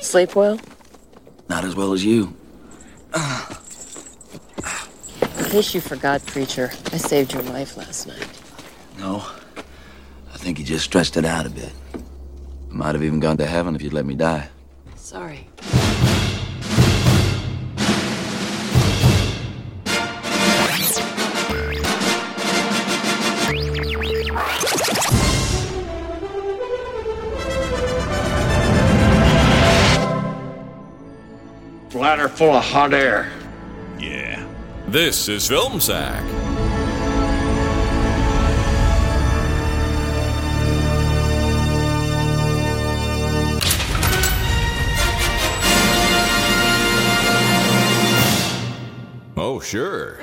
Sleep well? Not as well as you. In case you forgot, Preacher, I saved your life last night. No. I think you just stretched it out a bit. I might have even gone to heaven if you'd let me die. Sorry. bladder full of hot air. Yeah. This is Film Sack. Oh, sure.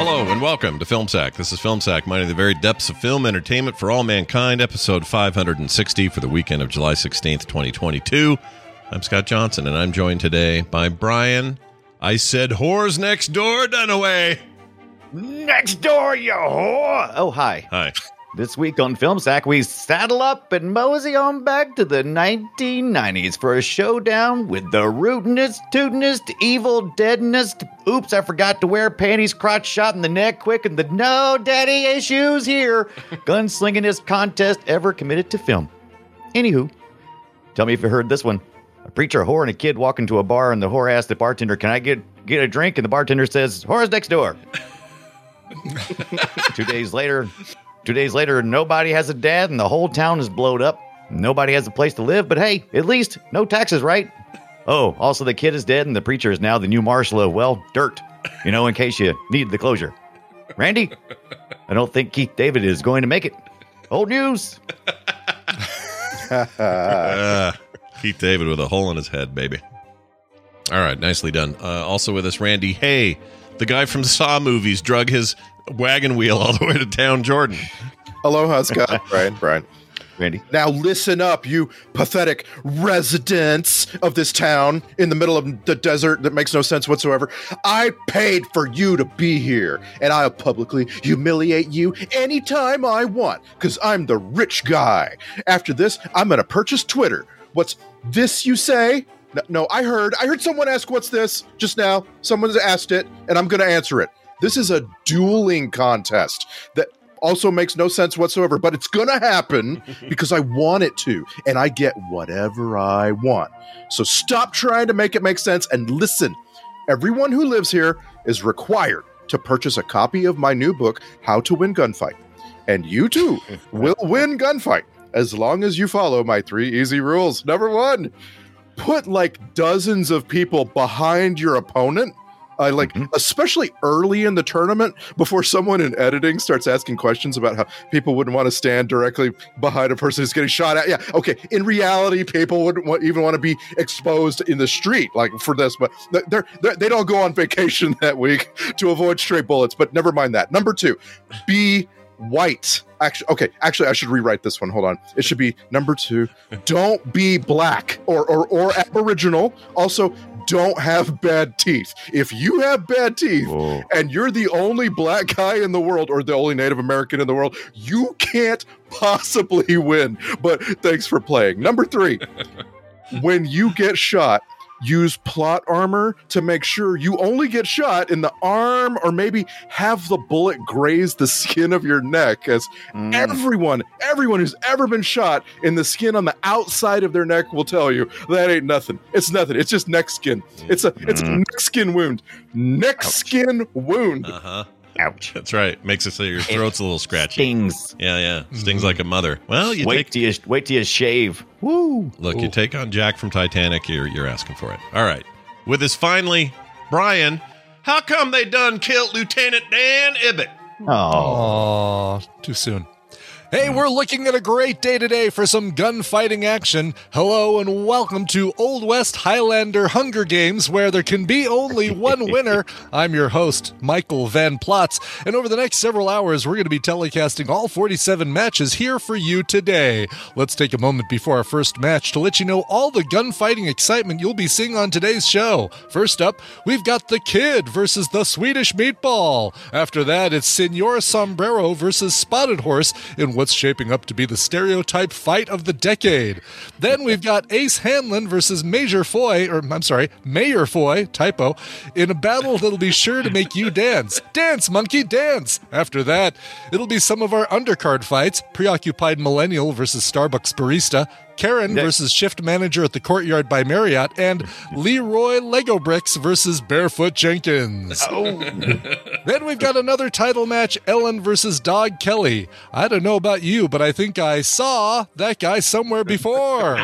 Hello and welcome to FilmSack. This is FilmSack, mining the very depths of film entertainment for all mankind, episode 560 for the weekend of July 16th, 2022. I'm Scott Johnson, and I'm joined today by Brian. I said whores next door, Dunaway. Next door, you whore! Oh, hi. Hi. This week on Film Sack, we saddle up and mosey on back to the 1990s for a showdown with the rootinest, tootinest, evil deadnest. Oops, I forgot to wear panties, crotch shot in the neck quick, and the no daddy issues here. Gunslingingest contest ever committed to film. Anywho, tell me if you heard this one. A preacher, a whore, and a kid walk into a bar, and the whore asks the bartender, Can I get, get a drink? And the bartender says, Whore's next door. two days later, two days later, nobody has a dad and the whole town is blowed up. Nobody has a place to live, but hey, at least no taxes, right? Oh, also the kid is dead and the preacher is now the new marshal of, well, dirt. You know, in case you needed the closure. Randy, I don't think Keith David is going to make it. Old news. Uh, Keith David with a hole in his head, baby. All right, nicely done. Uh, also with us, Randy Hay, the guy from Saw movies, drug his wagon wheel all the way to town, Jordan. Aloha, Scott. Brian, Brian. Randy. Now listen up, you pathetic residents of this town in the middle of the desert that makes no sense whatsoever. I paid for you to be here, and I'll publicly humiliate you anytime I want because I'm the rich guy. After this, I'm going to purchase Twitter. What's this you say? No, no, I heard. I heard someone ask, What's this? just now. Someone's asked it, and I'm going to answer it. This is a dueling contest that also makes no sense whatsoever, but it's going to happen because I want it to, and I get whatever I want. So stop trying to make it make sense and listen. Everyone who lives here is required to purchase a copy of my new book, How to Win Gunfight. And you too will win Gunfight as long as you follow my three easy rules. Number one, put like dozens of people behind your opponent. I like, especially early in the tournament, before someone in editing starts asking questions about how people wouldn't want to stand directly behind a person who's getting shot at. Yeah, okay. In reality, people wouldn't want, even want to be exposed in the street like for this, but th- they're, they're, they don't go on vacation that week to avoid stray bullets. But never mind that. Number two, be white. Actually, okay. Actually, I should rewrite this one. Hold on. It should be number two. Don't be black or or, or Aboriginal. Also, don't have bad teeth. If you have bad teeth Whoa. and you're the only black guy in the world or the only Native American in the world, you can't possibly win. But thanks for playing. Number three. when you get shot, use plot armor to make sure you only get shot in the arm or maybe have the bullet graze the skin of your neck as everyone everyone who's ever been shot in the skin on the outside of their neck will tell you that ain't nothing it's nothing it's just neck skin it's a it's a neck skin wound neck skin wound Uh huh. Ouch. That's right. Makes it so your throat's a little scratchy. Stings. Yeah, yeah. Stings Mm-hmm. like a mother. Well, you Wait take till you, wait till you shave. Woo. look, you take on Jack from Titanic. You're you're asking for it. All right. With us finally, Brian. How come they done killed Lieutenant Dan Ibbett? Oh. Aw, too soon. Hey, we're looking at a great day today for some gunfighting action. Hello and welcome to Old West Highlander Hunger Games, where there can be only one winner. I'm your host, Michael Van Plotz, and over the next several hours, we're going to be telecasting all 47 matches here for you today. Let's take a moment before our first match to let you know all the gunfighting excitement you'll be seeing on today's show. First up, we've got the Kid versus the Swedish Meatball. After that, it's Senor Sombrero versus Spotted Horse in what's shaping up to be the stereotype fight of the decade. Then we've got Ace Hanlon versus Major Foy, or I'm sorry, Mayor Foy, typo, in a battle that'll be sure to make you dance. Dance, monkey, dance! After that, it'll be some of our undercard fights Preoccupied Millennial versus Starbucks Barista, Karen versus shift manager at the courtyard by Marriott, and Leroy Lego Bricks versus Barefoot Jenkins. then we've got another title match Ellen versus Dog Kelly. I don't know about you, but I think I saw that guy somewhere before.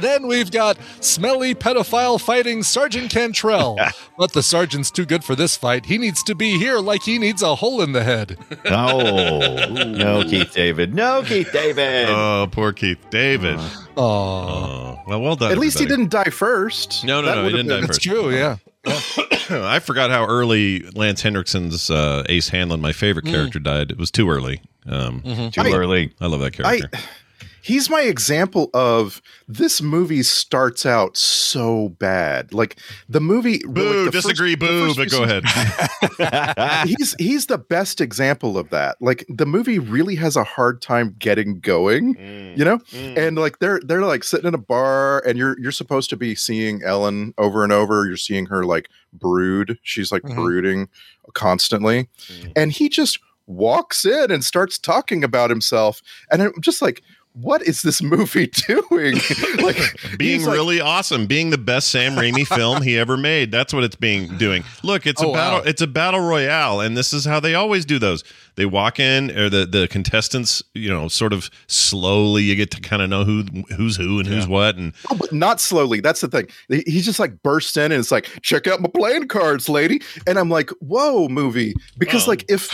Then we've got smelly pedophile fighting Sergeant Cantrell. but the sergeant's too good for this fight. He needs to be here like he needs a hole in the head. No, no, Keith David. No, Keith David. Oh, poor Keith David. Oh, Oh, well, well done. At least he everybody. didn't die first. No, no, That no, he would've didn't been- die that's first. true, yeah. I forgot how early Lance Hendrickson's uh, Ace Hanlon, my favorite Mm. character, died. It was too early. Um, Too I- early. I love that Mm-hmm. I, character. he's my example of this movie starts out so bad. Like the movie. boo, like, the first- disagree, boo, first but few go ahead. he's he's the best example of that. Like the movie really has a hard time getting going, Mm. you know? And like they're they're like sitting in a bar and you're you're supposed to be seeing Ellen over and over. You're seeing her like brood. She's like Mhm. brooding constantly. Mm. And he just walks in and starts talking about himself. And I'm just like, what is this movie doing? like being he's like- really awesome, being the best Sam Raimi film he ever made. That's what it's being doing. Look, it's Oh, a battle. wow. It's a battle royale, and this is how they always do those. They walk in, or the the contestants, you know, sort of slowly. You get to kind of know who who's who and who's what, and Oh, but not slowly. That's the thing. He he just like bursts in and it's like, check out my playing cards, lady. And I'm like, whoa, movie. Because like if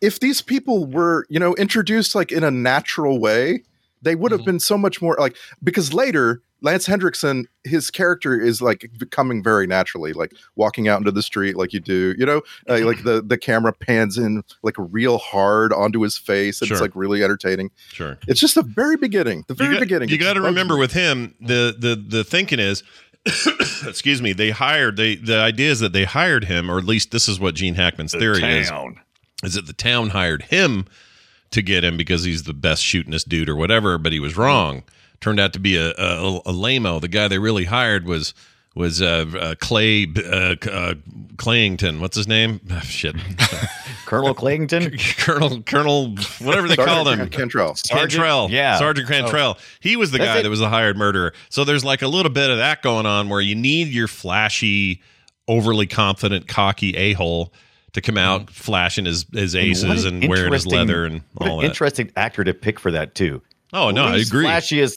if these people were, you know, introduced like in a natural way, they would Mm-hmm. have been so much more like because later Lance Hendrickson, his character is like coming very naturally, like walking out into the street like you do, you know, Mm-hmm. uh, like the the camera pans in like real hard onto his face, and Sure. it's like really entertaining. sure. It's just the very beginning, the very you got, beginning. You It got to just bugs remember me. with him, the the the thinking is, excuse me, they hired they the idea is that they hired him, or at least this is what Gene Hackman's theory is, Town. is that the town hired him to get him because he's the best shootingest dude or whatever, but he was wrong. Turned out to be a a, a lameo. The guy they really hired was was uh, uh Clay uh, uh Clayington. What's his name? Ah, shit, Colonel Clayton. Colonel Colonel whatever they Sergeant called him. Cantrell. Sergeant- Cantrell. yeah. Oh. Sergeant Cantrell. He was the That's guy it. that was the hired murderer. So there's like a little bit of that going on where you need your flashy, overly confident, cocky a hole to come Mm-hmm. out flashing his, his aces and, wearing his leather and what all an that. interesting actor to pick for that too. oh, no, I Least agree. Flashiest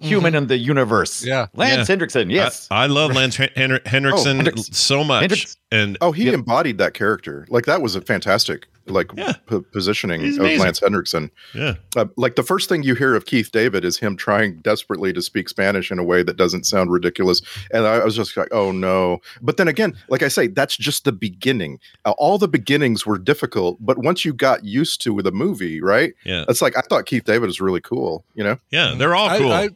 human in the universe. Yeah. Lance Yeah. Hendrickson. Yes. Oh, I, I love Lance Hen- Hen- Hendrickson Hendricks. so much. Hendricks. And Oh, he Yep. embodied that character. Like that was a fantastic like Yeah. p- positioning He's of amazing. Lance Hendrickson. yeah. Uh, like the first thing you hear of Keith David is him trying desperately to speak Spanish in a way that doesn't sound ridiculous, and I, I was just like, "Oh no!" But then again, like I say, that's just the beginning. Uh, all the beginnings were difficult, but once you got used to the movie, right? Yeah. Uh, It's like I thought Keith David was really cool. You know, Yeah. They're all I- Oh, cool. I-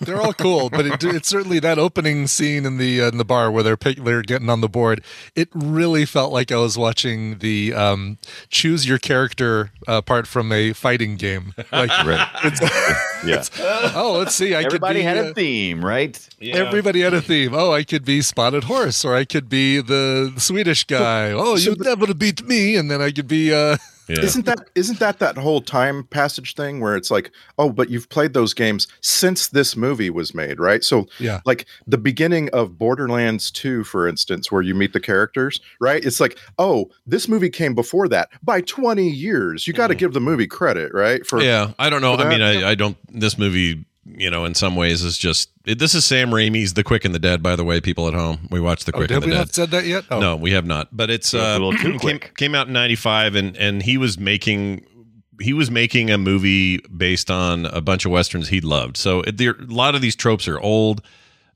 they're all cool, but it, it's certainly that opening scene in the uh, in the bar where they're pick, they're getting on the board. It really felt like I was watching the um, choose your character uh, part from a fighting game. Like, it's, Yeah. oh, let's see, I Everybody could be, had uh, a theme, right? Everybody had a theme. Oh, I could be Spotted Horse, or I could be the Swedish guy. Oh, so you'd the- never beat me, and then I could be. Uh, yeah. Isn't that isn't that that whole time passage thing where it's like, oh, but you've played those games since this movie was made, right? So Yeah. like the beginning of Borderlands 2, for instance, where you meet the characters, right? It's like, oh, this movie came before that by 20 years. You got to give the movie credit, right? For yeah i don't know for i mean that. I, I don't this movie you know in some ways is just it, this is sam raimi's the quick and the dead by the way people at home we watched the oh, quick have and the dead we not said that yet? Oh. no we have not but it's Yeah, it's uh a little too came, quick. came out in 95 and and he was making he was making a movie based on a bunch of westerns he loved. So it, there, a lot of these tropes are old.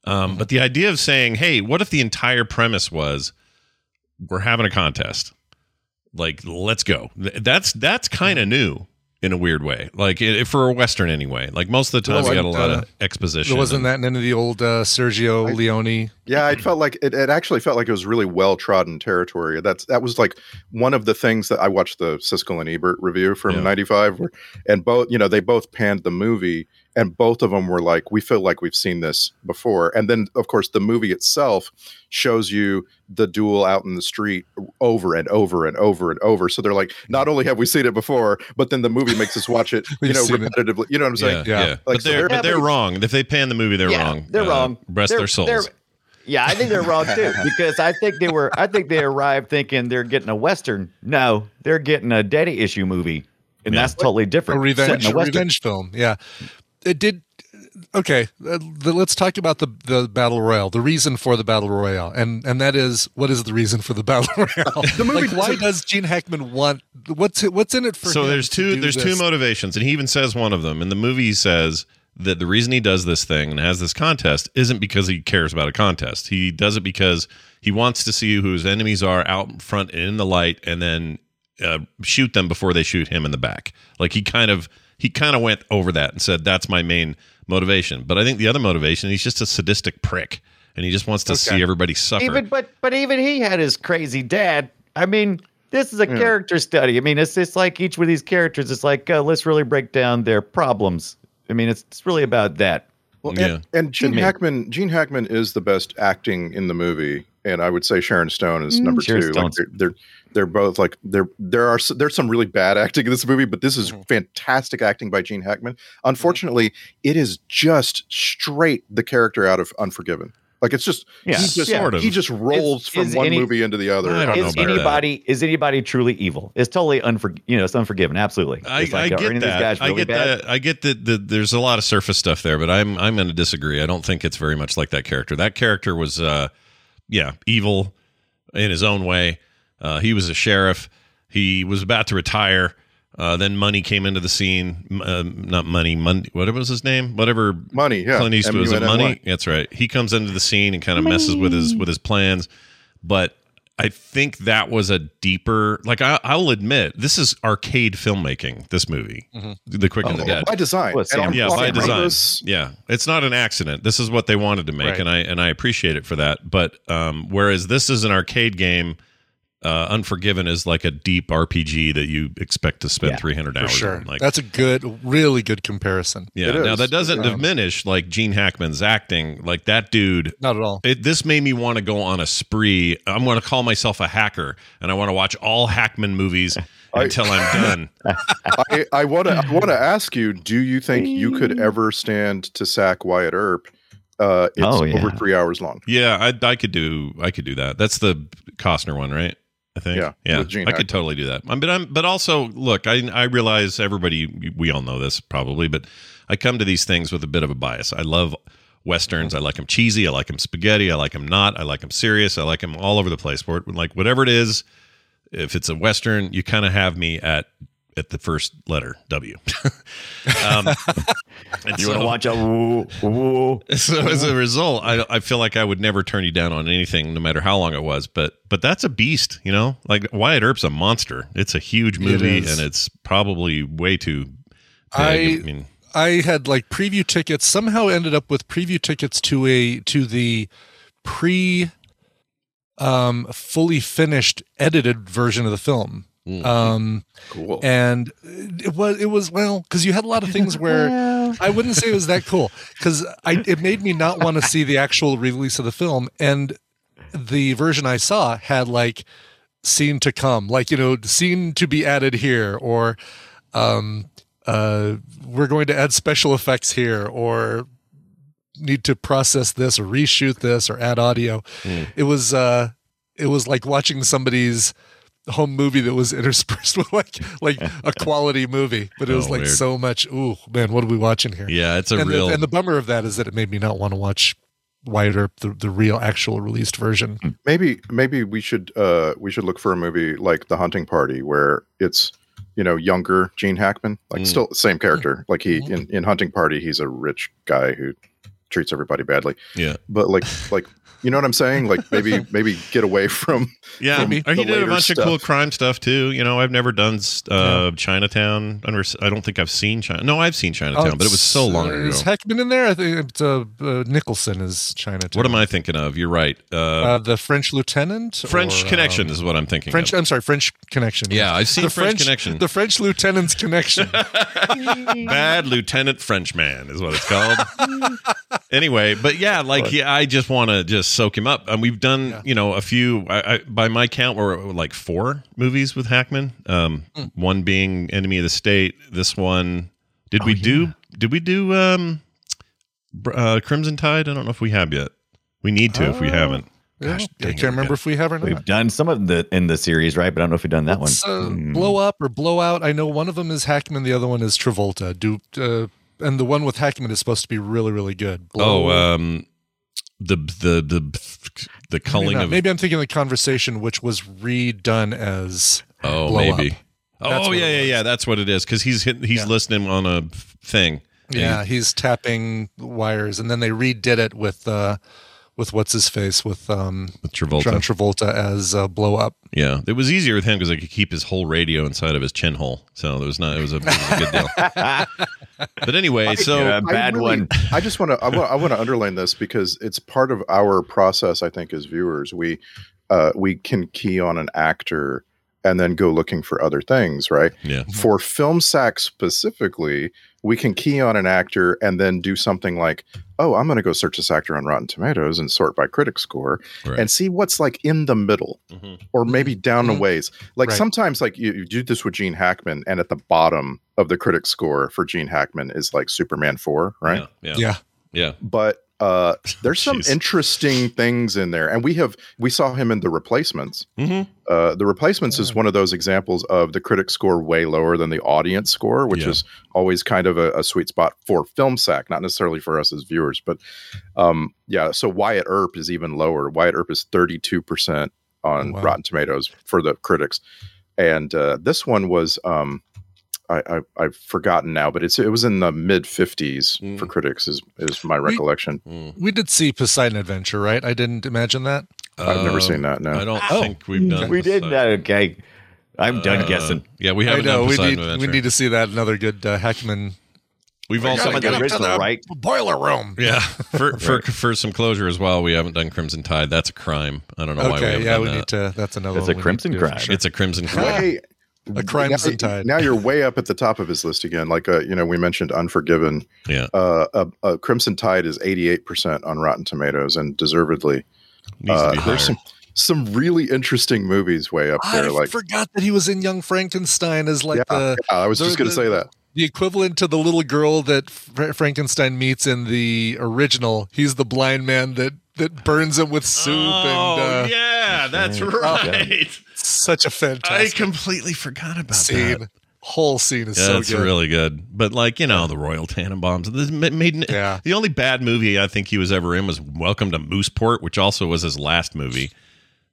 Um, But the idea of saying, "Hey, what if the entire premise was we're having a contest? Like, let's go." Th- That's that's kind of new in a weird way. Like i for a western anyway. Like most of the time, Well, you got a like, lot uh, of exposition. There wasn't and- that in any of the old uh, Sergio Leone. Yeah, it felt like it, it actually felt like it was really well trodden territory. That's that was like one of the things that I watched the Siskel and Ebert review Yeah. from '95, where and both you know they both panned the movie, and both of them were like, we feel like we've seen this before. And then of course the movie itself shows you the duel out in the street over and over and over and over. So they're like, not only have we seen it before, but then the movie makes us watch it, you We've know, seen it. repetitively. You know what I'm saying? yeah, Yeah. yeah. Like, but so they're they're- but they're wrong. If they pan the movie, they're Yeah, wrong. They're Uh, wrong. Rest They're- their souls. they're- yeah, I think they're wrong too because I think they were. I think they arrived thinking they're getting a western. No, they're getting a daddy issue movie, and that's totally A different. revenge, Setting a a western. revenge film. Yeah. It did. Okay, uh, the, let's talk about the, the battle royale. The reason for the battle royale, and and that is what is the reason for the battle royale? the movie. Like, why does Gene Hackman want? What's it, what's in it for? so him there's to two do there's two this? motivations and he even says one of them in the movie he says that the reason he does this thing and has this contest isn't because he cares about a contest he does it because he wants to see who his enemies are out in front and in the light and then uh, shoot them before they shoot him in the back like he kind of he kind of went over that and said that's my main motivation but i think the other motivation he's just a sadistic prick and he just wants to see everybody suffer Even but but even he had his crazy dad. I mean, this is a character study. I mean, it's it's like each one of these characters. It's like uh, let's really break down their problems. I mean, it's, it's really about that. Well, Yeah. and, and Gene me. Hackman, Gene Hackman is the best acting in the movie, and I would say Sharon Stone is number Sharon two. Like Stone's- they're, they're they're both like there there are s- there's some really bad acting in this movie, but this Mm-hmm. is fantastic acting by Gene Hackman. Unfortunately, it is just straight the character out of Unforgiven. Like it's just Yeah. he just Yeah. Sort of. he just rolls Is- from is one any- movie into the other. I don't know Is about that. anybody is anybody truly evil? It's totally unfor you know it's unforgiven. Absolutely. I, It's like, I are any get of these that. guys I really get bad? that. I get that. that there's a lot of surface stuff there, but I'm I'm going to disagree. I don't think it's very much like that character. That character was, uh, yeah, evil in his own way. Uh, he was a sheriff. He was about to retire. Uh, then money came into the scene. M- Uh, not money. Money. What was his name? Whatever. Money, yeah. Clint Eastwood was it M-U-N-N-Y. money. That's right. He comes into the scene and kind of messes with his with his plans, but I think that was a deeper. Like I, I'll admit, this is arcade filmmaking. This movie, The Quick and the Dead. Oh, by design. Well, Sam- And on- yeah, on by design. purpose, Yeah, it's not an accident. This is what they wanted to make, Right. and I and I appreciate it for that. But um, whereas this is an arcade game, uh, Unforgiven is like a deep RPG that you expect to spend Yeah, three hundred For hours. sure, on. Like that's a good, really good comparison. yeah. It Now is. that doesn't Um, diminish like Gene Hackman's acting. Like that dude Not at all. it, this made me want to go on a spree. I'm going to call myself a hacker, and I want to watch all Hackman movies until I'm done. I, I want to I want to ask you: Do you think you could ever stand to sack Wyatt Earp? Uh, it's Oh, over yeah. three hours long. yeah, I, I could do I could do that. That's the Costner one, right? I think. Yeah, yeah. with Gene I could Hackman. totally do that. Um, but I'm but also look, I I realize everybody we all know this probably, but I come to these things with a bit of a bias. I love westerns. I like them cheesy. I like them spaghetti. I like them not. I like them serious. I like them all over the place. But like whatever it is, if it's a western, you kind of have me at at the first letter W. um, and You so- want to watch a woo woo? so as a result, I I feel like I would never turn you down on anything, no matter how long it was. But but that's a beast, you know. Like Wyatt Earp's a monster. It's a huge movie, is. and it's probably way too. Big. I- mean, I had like preview tickets. Somehow ended up with preview tickets to a to the pre um fully finished edited version of the film. Um Cool. and it was it was well cuz you had a lot of things where I wouldn't say it was that cool cuz I it made me not want to see the actual release of the film and the version I saw had like scene to come like you know scene to be added here or um, uh, we're going to add special effects here or need to process this or reshoot this or add audio. Hmm. It was uh, it was like watching somebody's home movie that was interspersed with like like a quality movie, but it was Oh, like weird. so much. Ooh man, what are we watching here? yeah, it's a and, real. the, and the bummer of that is that it made me not want to watch Wyatt Earp, the, the real actual released version. Hmm, maybe maybe we should uh, we should look for a movie like The Hunting Party, where it's you know, younger Gene Hackman, Mm. like still the same character. Like he in, in Hunting Party, he's a rich guy who treats everybody badly. Yeah. But like like you know what I'm saying? Like maybe maybe get away from Yeah, or from he the did a later bunch of stuff. cool crime stuff too. You know, I've never done uh, Chinatown. I never s- I don't think I've seen China. No, I've seen Chinatown, but it was so long ago. Is uh, Heckman in there? I think it's, uh, uh, Nicholson is Chinatown. What am I thinking of? You're right. Uh, Uh, the French lieutenant. French or, um, Connection is what I'm thinking. French. of. I'm sorry, French connection. Yeah, I've seen the French Connection. The French lieutenant's connection. Bad Lieutenant Frenchman is what it's called. anyway, but yeah, like yeah, I just want to just soak him up. And we've done you know a few. I, I, by my count, we're like four movies with Hackman. Um, Hmm. one being Enemy of the State. This one Oh, did we do? Did we do um, br- uh, Crimson Tide? I don't know if we have yet. We need to if we haven't. Yeah, Gosh, I dang can't it, we remember got- if we have or We've not. done some of the in the series, right? But I don't know if we've done that Let's, one. Hmm. uh, Hmm. Blow up or blow out. I know one of them is Hackman, the other one is Travolta. Do uh, and the one with Hackman is supposed to be really, really good. Oh, Blow um, the the the the Maybe, culling not. of Maybe I'm thinking of the conversation, which was redone as Oh, blow maybe. up. That's Oh what yeah, it yeah, was. yeah. That's what it is because he's hit, he's listening on a thing. yeah, he's tapping wires, and then they redid it with uh, with what's his face with um, With Travolta. John Travolta as uh, blow up. Yeah, it was easier with him because I could keep his whole radio inside of his chin hole, so it was not. It was a, it was a good deal. but anyway, so yeah, I bad really- one. I just want to I want I want to underline this because it's part of our process. I think as viewers, we uh, we can key on an actor and then go looking for other things, right? yeah, For film sack specifically, we can key on an actor and then do something like, "Oh, I'm going to go search this actor on Rotten Tomatoes and sort by critic score Right. and see what's like in the middle Mm-hmm. Mhm. or maybe down a ways." Like Right. sometimes, like you, you do this with Gene Hackman, and at the bottom of the critic score for Gene Hackman is like Superman Four, right? yeah, yeah, Yeah, yeah. but uh, there's some Jeez. interesting things in there, and we have we saw him in the replacements. Mhm. Uh, the replacements is one of those examples of the critic score way lower than the audience score, which Yeah. is always kind of a, a sweet spot for film sack, not necessarily for us as viewers, but um, yeah. So Wyatt Earp is even lower. Wyatt Earp is 32 percent on Oh, wow. Rotten Tomatoes for the critics, and uh, this one was. Um, I, I, I've forgotten now, but it's it was in the mid 50s for critics is is my recollection. Mm. we did see Poseidon Adventure, right? I didn't imagine that. I've never Um, seen that. Oh. No, I don't think we've done. We did Poseidon. that. Okay, I'm done Uh, guessing. Yeah, we I haven't know done we Poseidon need we Adventure. need to see that another good uh, Hackman. We've We also gotta Some of the get up to original, right? Boiler room. yeah for for for some closure as well. We haven't done Crimson Tide. That's a crime. I don't know why we Okay, haven't yeah, done we that. need to. That's another. That's one a we need crimson to do for crime. sure. It's a crimson crime. Way- A crimson now, tide. now you're way up at the top of his list again. Like uh, you know, we mentioned Unforgiven. Yeah. Uh, uh, uh, Crimson Tide is 88 percent on Rotten Tomatoes, and deservedly. Needs to Uh, be higher. there's some some really interesting movies way up I there. Like forgot that he was in Young Frankenstein as like yeah, the yeah, I was there- just going to the- say that. the equivalent to the little girl that Fra- Frankenstein meets in the original. He's the blind man that that burns him with soup Oh, and uh, yeah, that's right. such a fantastic completely forgot about scene. Whole scene is Yeah, so that's good. really good. But like you know, the Royal Tannenbaums. This ma- made Yeah. the only bad movie I think he was ever in was Welcome to Mooseport, which also was his last movie.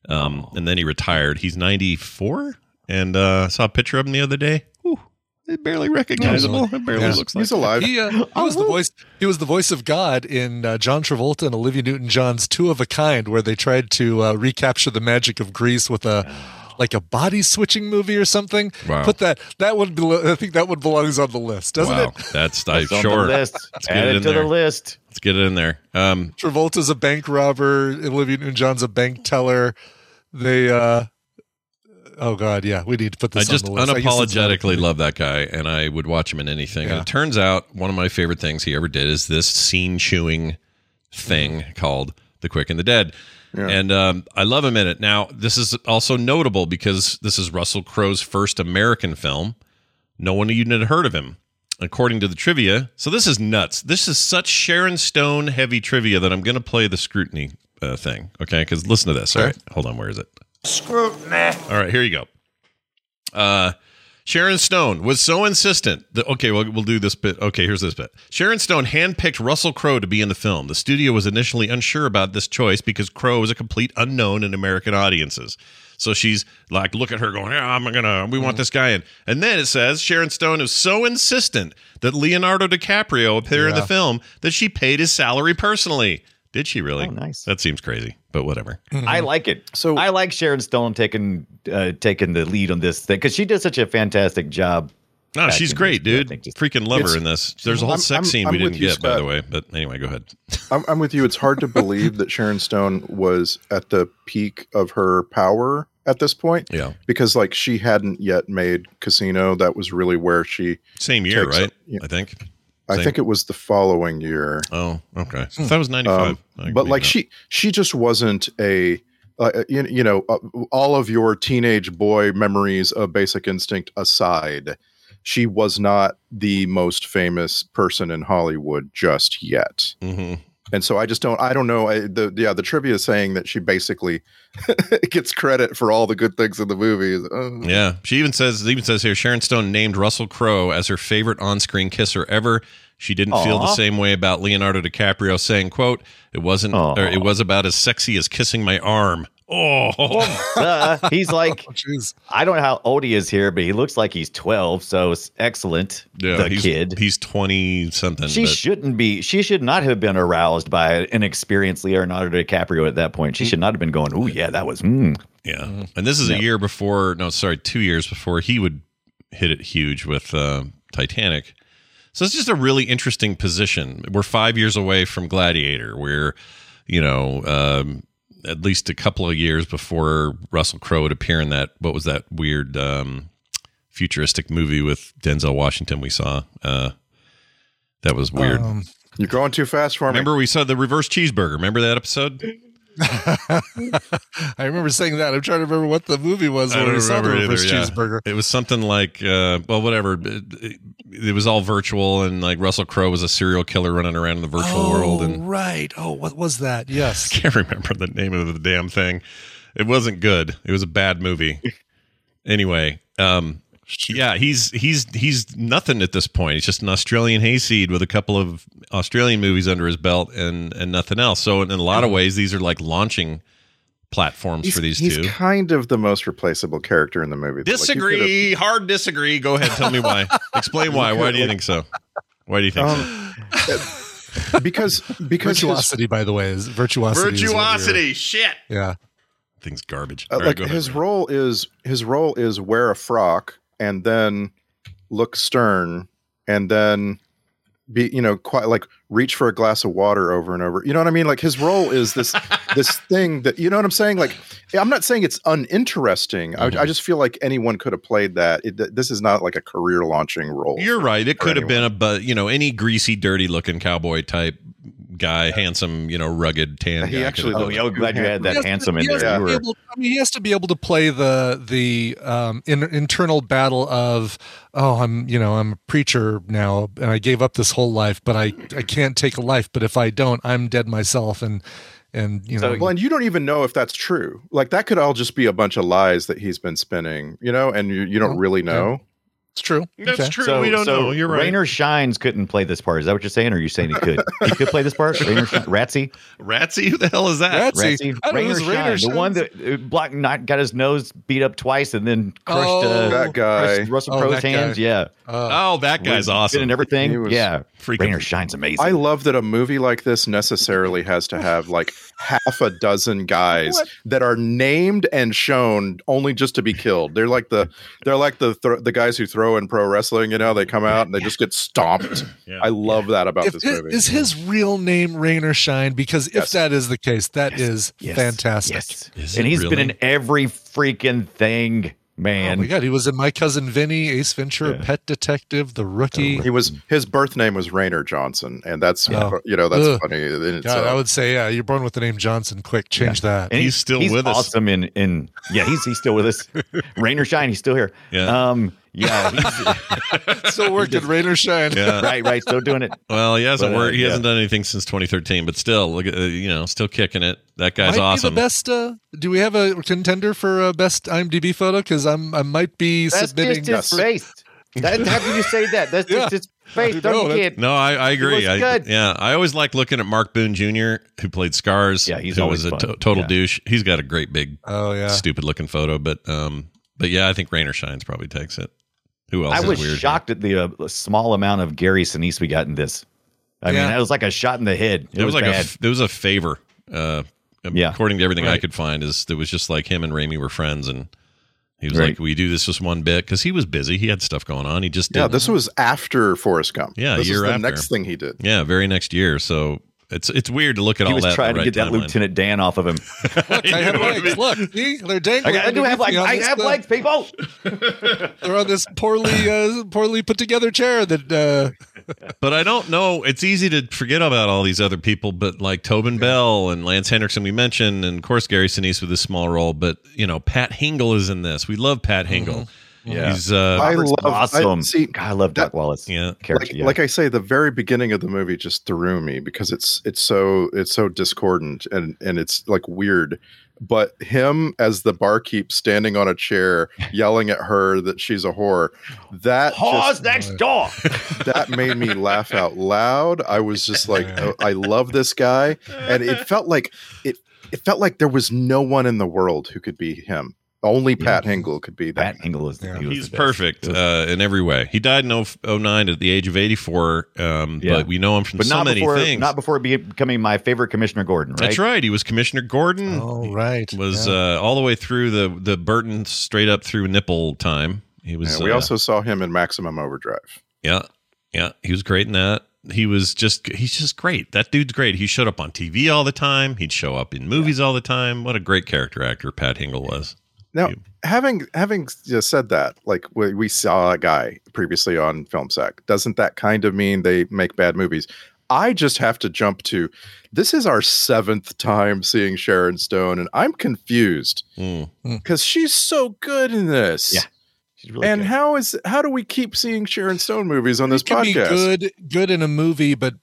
Um, and then he retired. He's ninety four, and uh, I saw a picture of him the other day. Whew, it's barely recognizable. It barely Yeah. looks like. He's alive. He, uh, he was the voice. He was the voice of God in uh, John Travolta and Olivia Newton-John's Two of a Kind, where they tried to uh, recapture the magic of Greece with a like a body switching movie or something. Wow. Put that that one. belo- I think that one belongs on the list, doesn't wow, it? that's I, It's on sure. the list. get it Add it in to there. the list. Let's get it in there. Um, Travolta's a bank robber. Olivia Newton-John's a bank teller. They. uh Oh God, yeah, we need to put I this. just on the list. guess it's not- unapologetically love that guy, and I would watch him in anything. And Yeah. it turns out one of my favorite things he ever did is this scene chewing thing called The Quick and the Dead. And um, I love him in it. Now, this is also notable because this is Russell Crowe's first American film. No one even had heard of him, according to the trivia. So this is nuts. This is such Sharon Stone heavy trivia that I'm going to play the scrutiny uh, thing. Okay, because listen to this. All right, hold on. Where is it? Scrutiny. All right, here you go. Uh, Sharon Stone was so insistent that okay, well, we'll do this bit. Okay, here's this bit. Sharon Stone handpicked Russell Crowe to be in the film. The studio was initially unsure about this choice because Crowe was a complete unknown in American audiences. So she's like, look at her going, yeah, I'm gonna, we Mm-hmm. want this guy in. And then it says Sharon Stone is so insistent that Leonardo DiCaprio appear in the film that she paid his salary personally. Did she really? Oh, nice. That seems crazy, but whatever. I like it. So- Mm-hmm. So I like Sharon Stone taking uh, taking the lead on this thing because she did such a fantastic job. No, Back she's in great, the- I dude. think just- Freaking love her It's- in this. There's a whole I'm- sex I'm- scene we I'm with didn't you, get, by the Scott. way. But anyway, go ahead. I'm, I'm with you. It's hard to believe that Sharon Stone was at the peak of her power at this point Yeah, because, like, she hadn't yet made Casino. That was really where she. same year, Takes- right? yeah. I think. I Same. think it was the following year. Oh, okay. So that was ninety Um, five. but like she, she just wasn't a. Uh, you, you know, uh, all of your teenage boy memories of Basic Instinct aside, she was not the most famous person in Hollywood just yet. Mm-hmm. and so I just don't. I don't know. I, the yeah, the trivia is saying that she basically gets credit for all the good things in the movie. Uh, Yeah, she even says it even says here Sharon Stone named Russell Crowe as her favorite on screen kisser ever. She didn't feel the Aw. same way about Leonardo DiCaprio, saying, "quote It wasn't. Aw. Or, it was about as sexy as kissing my arm." Oh, Duh. Uh, he's like Oh, jeez. I don't know how old he is here, but he looks like he's twelve, so it's excellent. the he's, kid. He's twenty something. she shouldn't be. She should not have been aroused by an experienced Leonardo DiCaprio at that point. She should not have been going, "Oh yeah, that was." Mm. Yeah. And this is a year before, no, sorry, two years before he would hit it huge with uh, Titanic. So it's just a really interesting position. We're five years away from Gladiator. We're, you know, um, at least a couple of years before Russell Crowe would appear in that, what was that weird um, futuristic movie with Denzel Washington we saw? Uh, that was weird. Um, You're going too fast for me. Remember we saw the reverse cheeseburger. Remember that episode? I remember saying that. I'm trying to remember what the movie was I when we don't saw the remember reverse either, yeah. cheeseburger. It was something like, uh, well, whatever. It, it- it was all virtual, and like Russell Crowe was a serial killer running around in the virtual Oh. world, and right. Oh, what was that? I Yes. can't remember the name of the damn thing. It wasn't good. It was a bad movie. anyway, um, yeah, he's he's he's nothing at this point. He's just an Australian hayseed with a couple of Australian movies under his belt and and nothing else. So in, in a lot of ways, these are like launching platforms He's, for these he's two. kind of the most replaceable character in the movie. though. Like, you could've- Disagree, hard disagree. Go ahead, tell me why. Explain why. Why do you think so? Why do you think so? Um, because because his, Virtuosity, by the way, is virtuosity. is what we were- shit. yeah. Thing's garbage. uh, All right, like go ahead. his role is his role is wear a frock and then look stern and then be you know quite like reach for a glass of water over and over you know what i mean like his role is this this thing that you know what i'm saying like i'm not saying it's uninteresting I, Mm-hmm. I just feel like anyone could have played that it, th- this is not like a career launching role You're right. It for could have been a but you know any greasy, dirty looking cowboy type guy, handsome, you know, rugged tan. He guy actually could've Oh, done yeah, it. I'm glad you had that He has to- handsome in he has there. to You be were- able- I mean, he has to be able to play the the um, in, internal battle of oh, I'm you know I'm a preacher now, and I gave up this whole life, but I I can't take a life. But if I don't, I'm dead myself, and and you know. well and you don't even know if that's true like that could all just be a bunch of lies that he's been spinning you know and you, you don't really know it's true. That's Okay. true. we don't know. You're right. Rainer Shines couldn't play this part. Is that what you're saying? Or are you saying he could? he could play this part? Rainer Shine, Ratsy? Ratsy, who the hell is that? Ratsy? See, Ratsy? I don't know Rainer who's Rainer Shine. The one Shines. that uh, Black Knight got his nose beat up twice and then crushed Oh. uh, that guy crushed Russell Oh, Crowe's that guy. hands. Yeah. Uh, Oh, that guy's Bit awesome. And everything. He was yeah. freaking- Rainer Shine's amazing. I love that a movie like this necessarily has to have like half a dozen guys that are named and shown only just to be killed. They're like the they're like the thro- the guys who throw in pro wrestling. You know, they come out and they just get stomped. Yeah. I love that about if this his, movie. is his real name Rainer Shine? Because if Yes. that is the case, that is Yes. fantastic. Yes. Is and it he's really? been in every freaking thing, Oh man. my god, he was in My Cousin Vinny, Ace Ventura, Pet Detective, The Rookie. He was his birth name was Rainer Johnson, and that's Yeah. you know that's Ugh. funny. in God, itself. I would say, yeah, you're born with the name Johnson. Quick, change that. And He's still with us. Awesome in in yeah, he's he's still with us. Rain or shine, he's still here. Yeah. Um yeah, he's, Still working, rain or shine. Yeah. right, right, still doing it. Well, he hasn't But, uh, worked. He yeah. hasn't done anything since 2013, but still, look, at- uh, you know, still kicking it. That guy's might awesome. be the best. Uh, do we have a contender for uh, best IMDb photo? Because I'm I might be That's submitting. just his face. That, how can you say that? That's Yeah. just his Faith, don't No, you that's- kid. No, I, I agree. was I, good. Yeah, I always like looking at Mark Boone Jr., who played Scars. Yeah, he's who was always a fun. to- total Yeah. douche. He's got a great big, Oh yeah. stupid looking photo. But um, but yeah, I think Rain or Shines probably takes it. Who else? I is was weird? shocked at the uh, small amount of Gary Sinise we got in this. I mean, Yeah. that was like a shot in the head. It, It, was, like a bad. f- it was a favor. Uh, Yeah. according to everything I Right. could find, is it was just like him and Raimi were friends, and he was Right. like, "We do this just one bit" because he was busy. He had stuff going on. He just did Yeah, this was after Forrest Gump. Yeah, a this year is the after. next thing he did. yeah, very next year. So it's it's weird to look at he all was that. in the trying to right get that timeline. Lieutenant Dan off of him. Look, I have legs. Look, see, they're I, dangling. got, I do have underneath like me on I this, have uh, legs, people. They're on this poorly, uh, poorly put together chair that. Uh, But I don't know. It's easy to forget about all these other people, but like Tobin Bell and Lance Hendrickson, we mentioned, and of course Gary Sinise with his small role. But you know, Pat Hingle is in this. We love Pat Hingle. Mm-hmm. Yeah. He's uh, I Robert's love- I- awesome. see, God, I love Doc that- Wallace. yeah. Character, Like, yeah. like I say, the very beginning of the movie just threw me because it's it's so it's so discordant and and it's like weird. But him as the barkeep standing on a chair yelling at her that she's a whore, that Pause just, next door. that made me laugh out loud. I was just like, oh, I love this guy, and it felt like it it felt like there was no one in the world who could be him. Only Pat Hingle could be that. That angle is Yeah. he was He's the best. perfect uh, in every way. He died in 0- 09 at the age of 84, um, Yeah. but we know him from But so not many before things. not before be- becoming my favorite Commissioner Gordon. Right? That's right. He was Commissioner Gordon. oh right. was yeah. uh, all the way through the the Burton straight up through nipple time. He was. Yeah, we uh, also saw him in Maximum Overdrive. Yeah. Yeah. He was great in that. He was just, he's just great. That dude's great. He showed up on TV all the time. He'd show up in movies all the time. What a great character actor Pat Hingle was. Now, You- having having just said that, like we, we saw a guy previously on Film Sack, doesn't that kind of mean they make bad movies? I just have to jump to this is our seventh time seeing Sharon Stone, and I'm confused Mm. Hmm. because she's so good in this. Yeah, She's really and good. how is how do we keep seeing Sharon Stone movies on this It can be podcast? good, good in a movie, but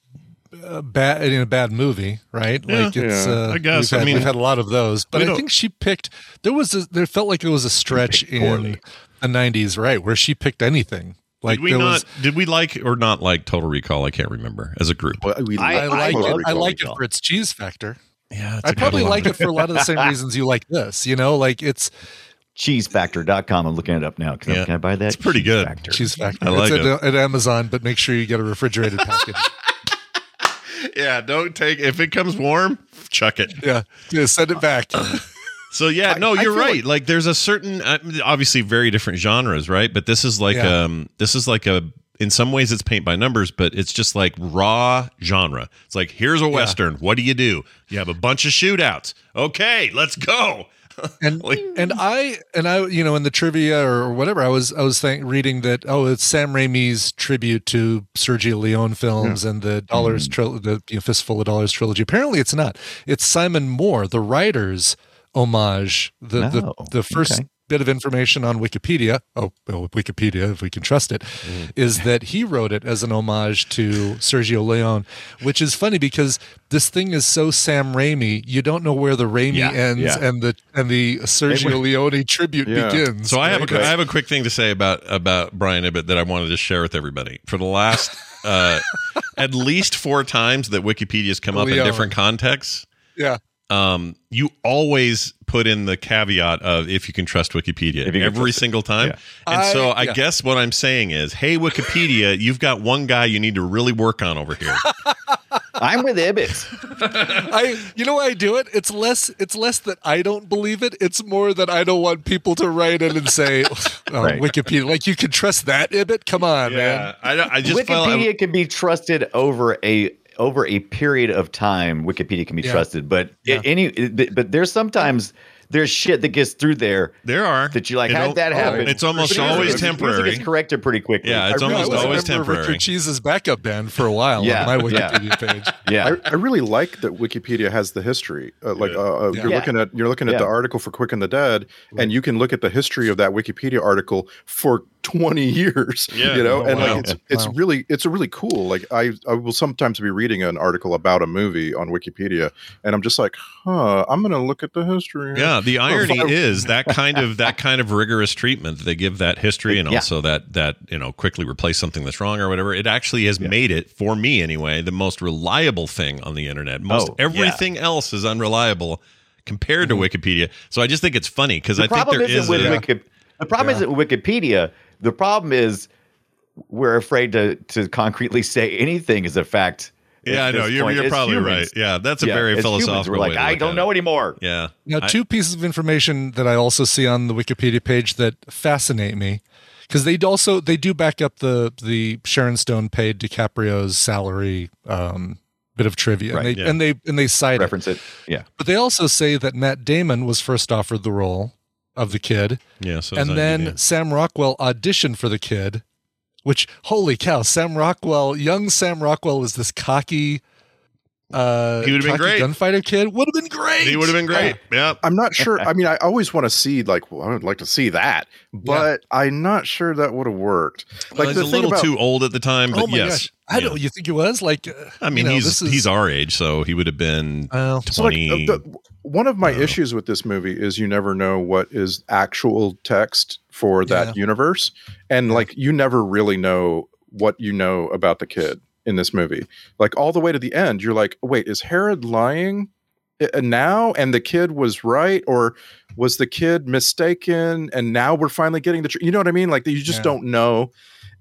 uh, bad in a bad movie, right? Yeah. like it's. Yeah. Uh, I guess. We've had, I mean, we've had a lot of those, but we I don't- think she picked. There was a, there felt like there was a stretch picked poorly. in the '90s, right, where she picked anything. Like did we there not, was. did we like or not like Total Recall? I can't remember as a group. Well, we I- I love like Total it. Recall. I like it Recall. for its cheese factor. Yeah. it's I a good probably one. like it for a lot of the same reasons you like this. You know, like it's Cheesefactor.com. I'm looking it up now. Can, Yeah. I, can I buy that? It's pretty good. Factor. cheese factor. I like it's it. At, at Amazon, but make sure you get a refrigerated package. Yeah. Don't take, if it comes warm, chuck it. yeah. yeah, send it back. So yeah, no, I you're feel right. Like, like- there's a certain, uh, obviously, very different genres, right? But this is like, Yeah. um, this is like a. In some ways, it's paint by numbers, but it's just like raw genre. It's like here's a western. What do you do? You have a bunch of shootouts. Okay, let's go. and Like- and I and I you know in the trivia or whatever I was I was think, reading that oh it's Sam Raimi's tribute to Sergio Leone films and the Dollars Mm-hmm. tril the you know, Fistful of Dollars trilogy. Apparently it's not. It's Simon Moore, the writer's homage. The the, Oh, the first okay. bit of information on Wikipedia. Oh, well, Wikipedia, if we can trust it, is that he wrote it as an homage to Sergio Leone, which is funny because this thing is so Sam Raimi. You don't know where the Raimi Yeah, ends yeah. and the and the Sergio Leone tribute Yeah. begins. So I have right? a, I have a quick thing to say about about Brian Ibbett that I wanted to share with everybody. For the last uh, at least four times that Wikipedia's come up in Leon. different contexts, yeah. um, you always put in the caveat of if you can trust Wikipedia If you can every trust it. single time. Yeah. And so I- I yeah. guess what I'm saying is, hey, Wikipedia, you've got one guy you need to really work on over here. I'm with Ibbits. I you know why I do it? It's less it's less that I don't believe it. It's more that I don't want people to write in and say oh, Right. Wikipedia like you can trust that Ibit. Come on, man. I, don't- I just felt Wikipedia can be trusted over a over a period of time. Wikipedia can be Yeah. trusted, but Yeah. a- any but but there's sometimes there's shit that gets through there there are that you like. It How al- did that happen? oh, It's almost But usually always it's- usually temporary. It's corrected pretty quickly. Yeah, it's I really almost was a always member of temporary. Richard Cheese's backup band for a while Yeah, on my yeah. Wikipedia page. yeah. I, I really like that Wikipedia has the history. Uh, like uh, uh, you're Yeah. looking at you're looking at the Yeah. article for Quick and the Dead, and you can look at the history of that Wikipedia article for 20 years Yeah. you know Oh, and wow. like it's it's Wow. really it's really cool like i i will sometimes be reading an article about a movie on wikipedia and i'm just like huh i'm gonna look at the history Yeah, the irony Well, is that kind of that kind of rigorous treatment that they give that history and Yeah. also that that you know quickly replace something that's wrong or whatever. It actually has made it for me anyway the most reliable thing on the internet. Most Oh, yeah. Mm-hmm. everything else is unreliable compared to Wikipedia. So I just think it's funny because The I think problem there isn't is with a- Wiki- the problem isn't Wikipedia. The problem is we're afraid to to concretely say anything is a fact. at yeah, I know this you're, point. you're As probably right. humans- Yeah, that's a yeah, very as humans, philosophical. We're way like, to I look don't at know it. anymore. Yeah, Now, I- two pieces of information that I also see on the Wikipedia page that fascinate me, because they also they do back up the the Sharon Stone paid DiCaprio's salary um, bit of trivia, Right, and, they, yeah. and they and they cite it. Reference it. Yeah. But they also say that Matt Damon was first offered the role of the kid, yeah. So and then Sam Rockwell auditioned for the kid, which holy cow, Sam Rockwell, young Sam Rockwell was this cocky. Uh, He would've been cocky great. gunfighter kid would have been great. he would have been great. Yeah. i'm not sure i mean i always want to see like well, i would like to see that but i'm not sure that would have worked Uh, Well, he's a little too old at the time, but oh my yes. gosh! I Yeah. don't. You think he was like? uh, I you mean, know, he's this is- he's our age, so he would have been Well, So like, twenty. uh, the, one of my I don't know. issues with this movie is you never know what is actual text for that Yeah. universe, and like you never really know what you know about the kid in this movie. Like all the way to the end, you're like, wait, is Herod lying i- now? And the kid was right, or was the kid mistaken? And now we're finally getting the, tr-? you know what I mean? Like you just Yeah. don't know.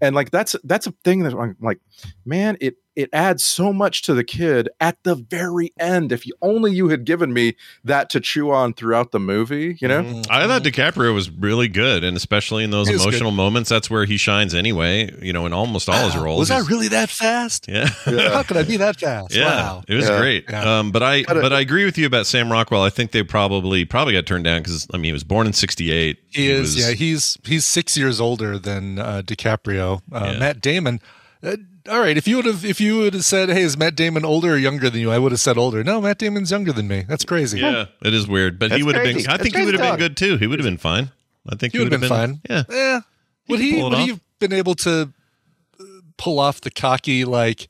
And like that's that's a thing that I'm like, man, it it adds so much to the kid at the very end. If you, only you had given me that to chew on throughout the movie, you know. Mm. I thought DiCaprio was really good, and especially in those He was good. emotional moments, that's where he shines anyway. You know, in almost all his roles. Was I He's- really that fast? Yeah. How could I be that fast? Yeah, Wow. it was Yeah. great. Yeah. uh, Um, but I But it- but I agree with you about Sam Rockwell. I think they probably probably got turned down because I mean he was born in '68. He is. was- yeah, he's he's six years older than uh, DiCaprio. Uh, Yeah. Matt Damon. Uh, all right, if you would have if you would have said, "Hey, is Matt Damon older or younger than you?" I would have said older. No, Matt Damon's younger than me. That's crazy. yeah, it is weird. But he That's would have been. crazy. I That's think he crazy would have been talk. good too. He would have been fine. I think he would have been, fine. Yeah, Eh. Would could he? pull it Would he off. have been able to uh, pull off the cocky like?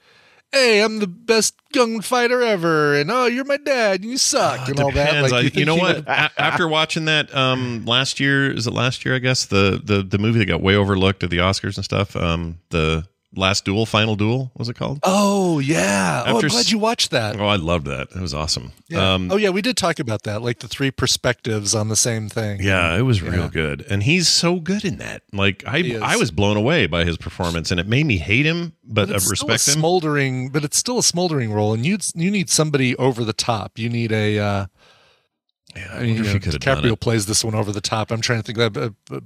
Hey, I'm the best gunfighter ever, and oh, you're my dad, and you suck, and all that. Depends. I- you, think know he what? would- A- After watching that um, last year, is it last year? I guess the the the movie that got way overlooked at the Oscars and stuff. Um, the Last Duel, Final Duel, was it called? Oh yeah. oh, After I'm s- glad you watched that. Oh, I loved that. It was awesome. Yeah. Um, oh yeah, we did talk about that, like the three perspectives on the same thing. yeah, it was Yeah. real good, and he's so good in that. Like I, He is. I was blown away by his performance, and it made me hate him, but, But I it's still respect a him. smoldering, but it's still a smoldering role, and you you need somebody over the top. You need a. Uh, Yeah, I I mean, wonder you if know, he could have done DiCaprio it. plays this one over the top. I'm trying to think of uh, uh,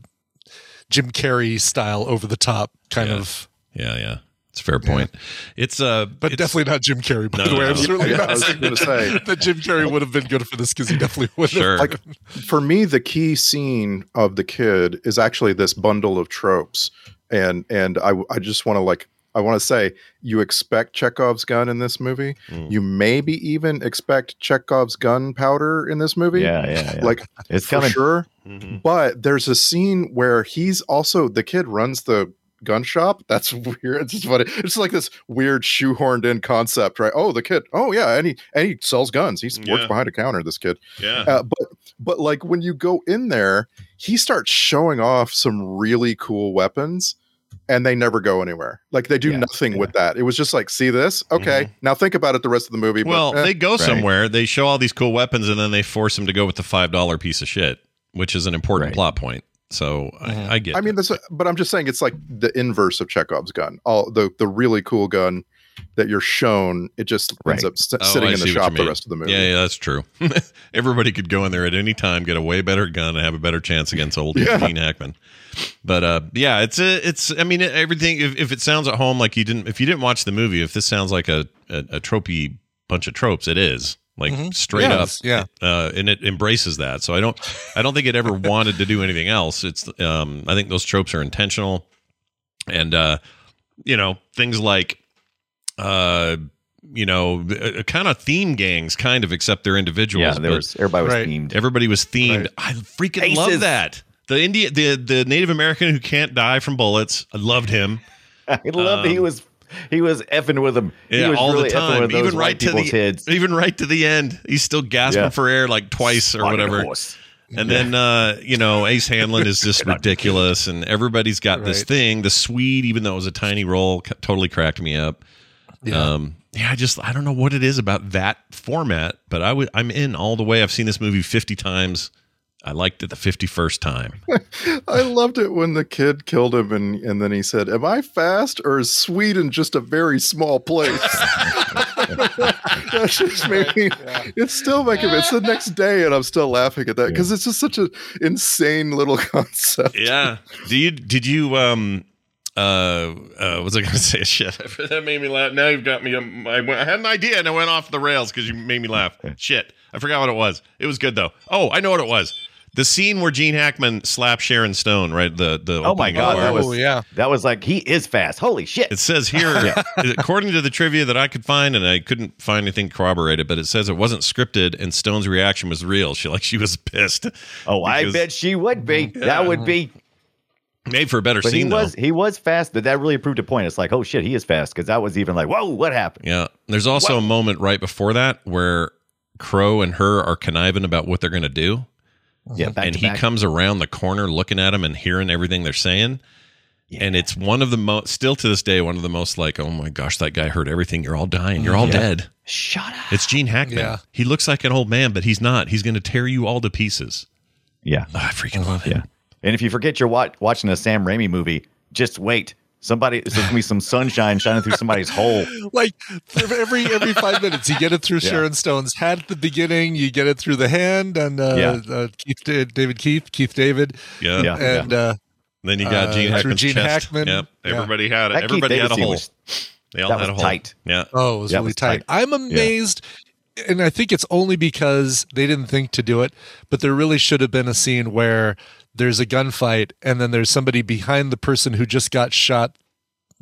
Jim Carrey style over the top kind Yeah. of, Yeah, yeah, it's a fair point. It's uh, but it's- definitely not Jim Carrey. By No, the way, no, I'm no. certainly Yeah, I not was saying gonna say. that Jim Carrey would have been good for this because he definitely would have. sure. Like for me, the key scene of the kid is actually this bundle of tropes, and and I I just want to like I want to say you expect Chekhov's gun in this movie. Mm. You maybe even expect Chekhov's gunpowder in this movie. Yeah, yeah, yeah. Like it's for coming. sure. Mhm. But there's a scene where he's also the kid runs the gun shop. That's weird. It's just funny. It's like this weird shoehorned in concept, right? Oh, the kid. Oh yeah, and he and he sells guns. He Yeah. works behind a counter. This kid. yeah, Uh, but but like when you go in there, he starts showing off some really cool weapons. And they never go anywhere. Like they do Yeah, nothing with that. It was just like, see this? Okay. Now think about it the rest of the movie. but, Well, eh. they go right. somewhere, they show all these cool weapons, and then they force him to go with the five dollar piece of shit, which is an important Right. plot point. So Mhm. I, I get. I mean, it. that's but I'm just saying it's like the inverse of Chekhov's gun. All the the really cool gun that you're shown, it just Right. ends up s- Oh, sitting I in the see what shop you the mean. rest of the movie. yeah, yeah, that's true. Everybody could go in there at any time, get a way better gun, and have a better chance against old Yeah. Gene Hackman. But uh, yeah, it's a, it's. I mean, everything. If, if it sounds at home like you didn't, if you didn't watch the movie, if this sounds like a a, a tropey bunch of tropes, it is like Mhm. straight Yeah, up. yeah. uh, and it embraces that. So I don't, I don't think it ever wanted to do anything else. It's, um, I think those tropes are intentional, and uh, you know things like, uh, you know, kind of theme gangs, kind of except they're individuals. Yeah, there but was everybody was Right. themed. everybody was themed. Right. I freaking Aces. love that. The Indian, the the Native American who can't die from bullets. I loved him. I love that he was he was effing with him. Um, Yeah, he was all really the effing time, with those even white right to the people's heads. even right to the end. He's still gasping Yeah. for air like twice or whatever. Horse. And then uh, you know Ace Hanlon is just ridiculous, and everybody's got this Right. thing. The Swede, even though it was a tiny role, c- totally cracked me up. Yeah. Um, yeah, I just I don't know what it is about that format, but I would I'm in all the way. I've seen this movie fifty times. I liked it the fifty first time. I loved it when the kid killed him, and and then he said, "Am I fast, or is Sweden just a very small place?" That's just making it's still making it's the next day, and I'm still laughing at that because it's just such an insane little concept. yeah. Do you did you um uh uh was I gonna say shit? that made me laugh. Now you've got me. Um, I, went, I had an idea and I went off the rails because you made me laugh. shit, I forgot what it was. It was good though. Oh, I know what it was. The scene where Gene Hackman slapped Sharon Stone, right? The the Oh my opening god, bar. that was Oh, yeah. That was like he is fast. Holy shit! It says here, according to the trivia that I could find, and I couldn't find anything corroborated, but it says it wasn't scripted, and Stone's reaction was real. She like she was pissed. oh, I because- bet she would be. That would be. Made for a better But scene he was though. he was fast, but that really proved a point. It's like, oh shit, he is fast because that was even like, whoa, what happened? Yeah. There's also a moment right before that where Crow and her are conniving about what they're going to do. Yeah, back and to he back. comes around the corner looking at him and hearing everything they're saying. And it's one of the most, still to this day, one of the most like, oh my gosh, that guy heard everything. You're all dying. You're all dead. Shut up. It's Gene Hackman. Yeah. He looks like an old man, but he's not. He's going to tear you all to pieces. Yeah, Oh, I freaking love him. yeah. And if you forget you're wa- watching a Sam Raimi movie, just wait. Somebody, there's gonna be some sunshine shining through somebody's hole. Like every every five minutes, you get it through Sharon Stone's head at the beginning. You get it through the hand and uh, Yeah. uh, Keith Da- David Keith Keith David. Yeah. Yeah. and uh, Then you got Uh, Gene through Hackman's Gene chest. Hackman. Yep. Yeah. Everybody had it. That Keith Everybody had a David scene hole. was- they all that had was a hole. tight. Yeah. Oh, it was That really was tight. tight. I'm amazed, and I think it's only because they didn't think to do it, but there really should have been a scene where there's a gunfight and then there's somebody behind the person who just got shot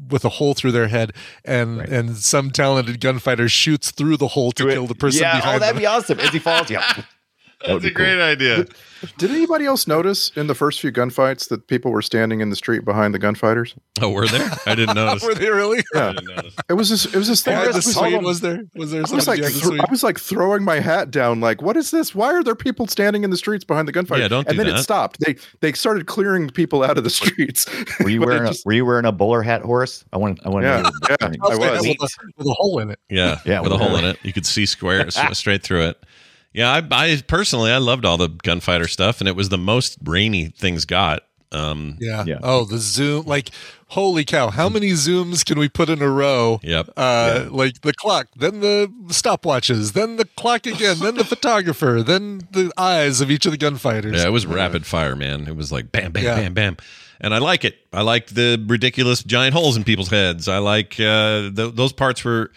with a hole through their head and and some talented gunfighter shoots through the hole to kill the person yeah, oh, behind that'd them. be awesome. As he falls, yeah. That would That's be a great idea. Did anybody else notice in the first few gunfights that people were standing in the street behind the gunfighters? Oh, were there? I didn't notice. Were they really? Yeah, it was this. It was this thing. Behind I the was, Swede, was there? Was there I was somebody like, behind the thro- Swede? I was like throwing my hat down. Like, what is this? Why are there people standing in the streets behind the gunfighters? Yeah, don't and do then it that. stopped. They they started clearing people out of the streets. Were you But it wearing just- a, Were you wearing a bowler hat, Horace? I want. I want. Yeah, to yeah, I With was. a- with a hole in it. Yeah, Yeah, with a well, hole in yeah. it. You could see square s- straight through it. Yeah, I, I personally I loved all the gunfighter stuff, and it was the most rainy things got. Um, Yeah. Yeah. Oh, the zoom! Like, holy cow! How many zooms can we put in a row? Yep. Uh, Like the clock, then the stopwatches, then the clock again, then the photographer, then the eyes of each of the gunfighters. yeah, it was rapid fire, man. It was like bam, bam, Yeah. bam, bam, and I like it. I like the ridiculous giant holes in people's heads. I like uh, th- those parts were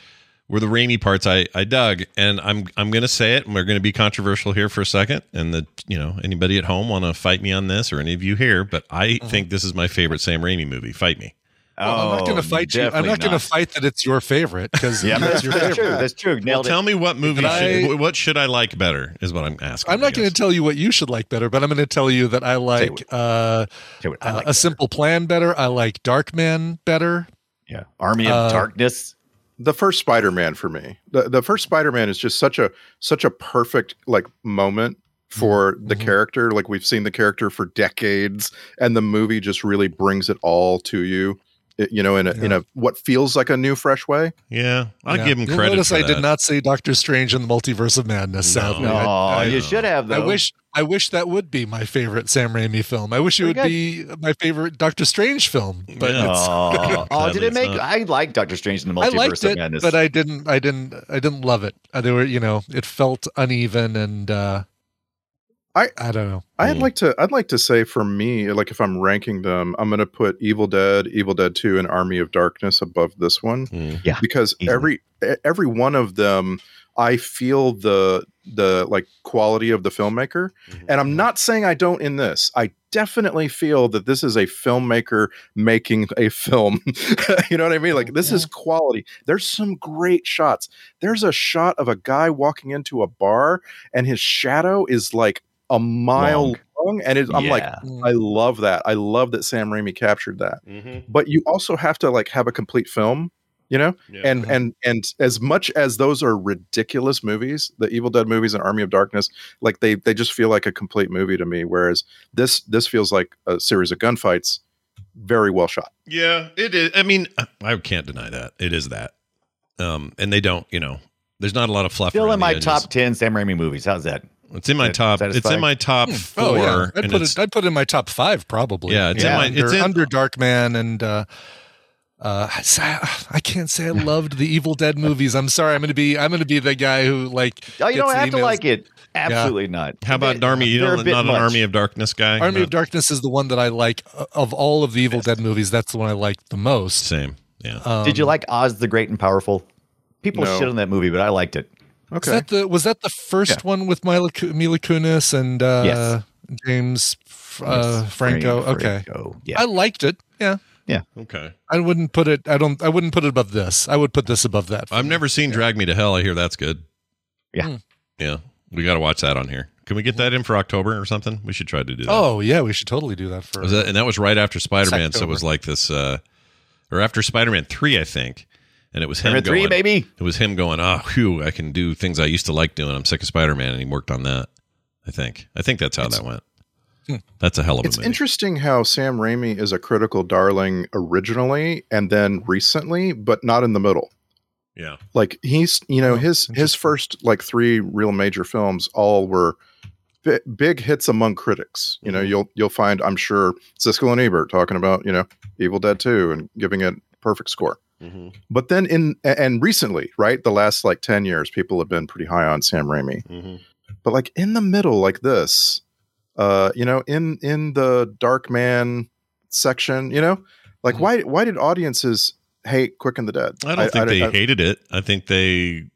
were the rainy parts I, I dug, and I'm I'm gonna say it, and we're gonna be controversial here for a second, and the you know anybody at home want to fight me on this or any of you here, but I think this is my favorite Sam Raimi movie. Fight me. Well, I'm not going to fight you. I'm not going to fight that it's your favorite because Oh, Yeah, that's that's, your that's favorite. true. That's true. Well, Nailed tell it. me what movie But should, I- what should I like better is what I'm asking. I'm not going to to tell you what you should like better, but I'm going to tell you that I like, what- uh, Tell you what I uh, like a better. simple plan better. I like Darkman better. Yeah. Army of Darkness. the first Spider-Man for me. The the first Spider-Man is just such a such a perfect like moment for Mm-hmm. the character. Like we've seen the character for decades, and the movie just really brings it all to you. it- you know, in a in a what feels like a new, fresh way. Yeah, I'll Yeah. give him You'll credit. Notice for I that. did not say Doctor Strange and the Multiverse of Madness. Sadly, Oh, I- I- you should have I though. wish I wish that would be my favorite Sam Raimi film. I wish it would be my favorite Doctor Strange film. But Yeah. Oh, it's- Oh, oh, did Sadly, it make? it's not. I like Doctor Strange in the I Multiverse liked of it, Madness. but I didn't I didn't I didn't love it. Uh, They were, you know, it felt uneven and uh I- I don't know. I'd like to I'd like to say for me, like if I'm ranking them, I'm gonna put Evil Dead, Evil Dead 2, and Army of Darkness above this one. Mm. Yeah, Because easily. every e- every one of them I feel the the like quality of the filmmaker. Mm-hmm. And I'm not saying I don't in this. I definitely feel that this is a filmmaker making a film. you know what I mean? Like this is quality. There's some great shots. There's a shot of a guy walking into a bar and his shadow is like a mile Long. long song, and it, I'm like, Yeah. I love that. I love that Sam Raimi captured that. But you also have to like have a complete film, you know. Yeah. And and and as much as those are ridiculous movies, the Evil Dead movies and Army of Darkness, like they they just feel like a complete movie to me. Whereas this this feels like a series of gunfights, very well shot. Yeah, it is. I mean, I can't deny that it is that. Um, and they don't, you know, there's not a lot of fluff. Still around in the my edges. top ten Sam Raimi movies. How's that? It's in my That top. It's in satisfying? my top four. Oh yeah, I'd and put it's- it. I'd put it in my top five probably. Yeah, it's in yeah. my- it's in- under Dark Man and. uh uh, I s- I can't say I loved the Evil Dead movies. I'm sorry. I'm gonna be. I'm gonna be the guy who like. Oh, you gets don't the have to emails. like it. Absolutely not. how about They're- Army? You they're a don't bit not an much. Army of Darkness guy. Army of Not- Darkness is the one that I like uh, of all of the Evil Dead movies. That's the one I like the most. Same. Yeah. Uh, Did you like Oz the Great and Powerful? People No. shit on that movie, but I liked it. Was that the was that the first one with Mila, Ku- Mila Kunis and uh, Yes. James uh, Yes, Franco? Frank- Okay, Franco. Yeah. I liked it. Yeah, okay. I wouldn't put it. I don't. I wouldn't put it above this. I would put this above that. I've never seen Drag Me to Hell. I hear that's good. Yeah. Hmm. Yeah. We got to watch that on here. Can we get that in for October or something? We should try to do that. Oh yeah, we should totally do that for. Was that- and that was right after Spider Man. So it October. was like this, uh, or after Spider Man 3, I think. And it was him Number three, going, baby. It was him going, oh, whew, I can do things I used to like doing. I'm sick of Spider Man. And he worked on that, I think. I think that's how that went. Hmm. That's a hell of a It's movie. interesting how Sam Raimi is a critical darling originally and then recently, but not in the middle. yeah. Like he's, you Oh, know, his his first like three real major films all were bi- big hits among critics. You know, Mm-hmm. you'll you'll find I'm sure Siskel and Ebert talking about you know Evil Dead Two and giving it perfect score. Mm-hmm, But then in a- and recently, right, the last like ten years, people have been pretty high on Sam Raimi. mm-hmm. But like in the middle, like this, uh, you know, in in the Dark Man section, you know, like why why did audiences hate Quick and the Dead? Mm-hmm. I don't think they I- hated it. I think they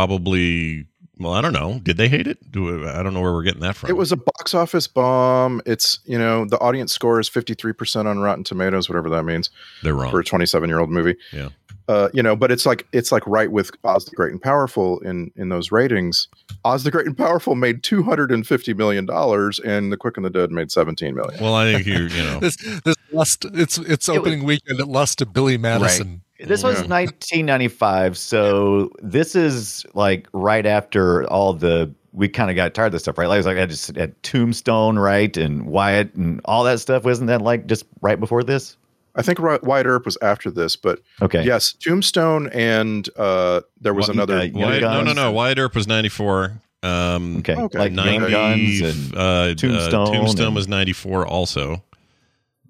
probably, well, I don't know. Did they hate it? Do I don't know where we're getting that from. It was a box office bomb. It's you know the audience score is fifty three percent on Rotten Tomatoes, whatever that means They're wrong. for a twenty seven year old movie. Yeah. uh, you know, but it's like it's like right with Oz the Great and Powerful in in those ratings. Oz the Great and Powerful made two hundred and fifty million dollars, and The Quick and the Dead made seventeen million. Well, I think you, you know. this this lust it's it's was- opening weekend at lust to Billy Madison. This was 1995, so this is like right after all the we kind of got tired of this stuff, right? Like, it was like I just had Tombstone, right, and Wyatt, and all that stuff. Wasn't that like just right before this? I think Ri- Wyatt Earp was after this, but Okay, yes, Tombstone and uh, there was What- another. uh, Young Wyatt, no, no, Guns. no. Wyatt Earp was 94. Um, okay, Okay. like 90, Young Guns and uh, Tombstone. Tombstone Tombstone and- was 94 also.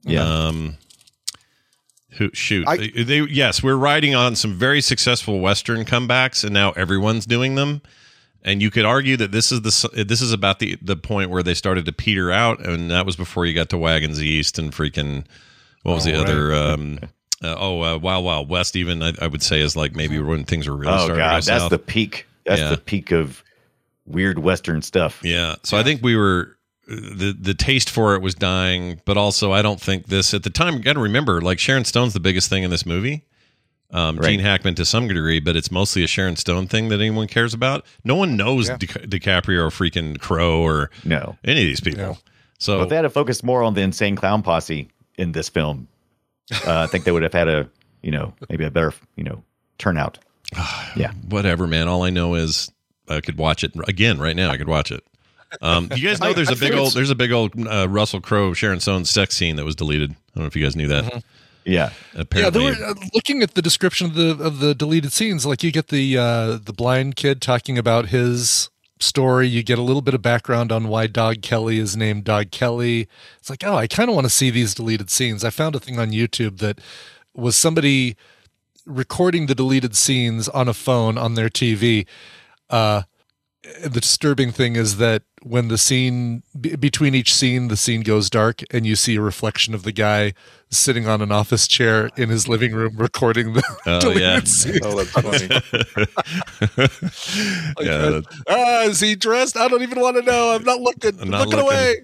yeah, Um, who, shoot. I- they, they- yes, we're riding on some very successful Western comebacks, and now everyone's doing them. And you could argue that this is the s- this is about the the point where they started to peter out, and that was before you got to Wagons East and freaking what was the Oh, other um, uh, oh uh, Wild Wild West even I, I would say is like maybe when things were really oh starting to god, go that's south. the peak. That's Yeah. the peak of weird Western stuff. Yeah. So I think we were the the taste for it was dying, but also I don't think this at the time. You got to remember, like Sharon Stone's the biggest thing in this movie. Um, Right. Gene Hackman to some degree, but it's mostly a Sharon Stone thing that anyone cares about. No one knows Di- DiCaprio or freaking Crow or No, any of these people. Yeah. So Well, if they had to focus more on the insane clown posse in this film, uh, I think they would have had a, you know, maybe a better, you know, turnout. whatever, man. All I know is I could watch it again right now. I could watch it. Um, you guys know there's a big old there's a big old uh, Russell Crowe Sharon Stone sex scene that was deleted. I don't know if you guys knew that. Yeah. Apparently, Yeah, they were uh, looking at the description of the of the deleted scenes. Like you get the uh, the blind kid talking about his story. You get a little bit of background on why Dog Kelly is named Dog Kelly. It's like, oh, I kind of want to see these deleted scenes. I found a thing on YouTube that was somebody recording the deleted scenes on a phone on their TV. Uh, the disturbing thing is that when the scene b- between each scene the scene goes dark and you see a reflection of the guy sitting on an office chair in his living room recording the Oh, deleted yeah. scene. Oh, that's funny. yeah, Ah, is he dressed? I don't even want to know. I'm not looking. I'm not looking, away.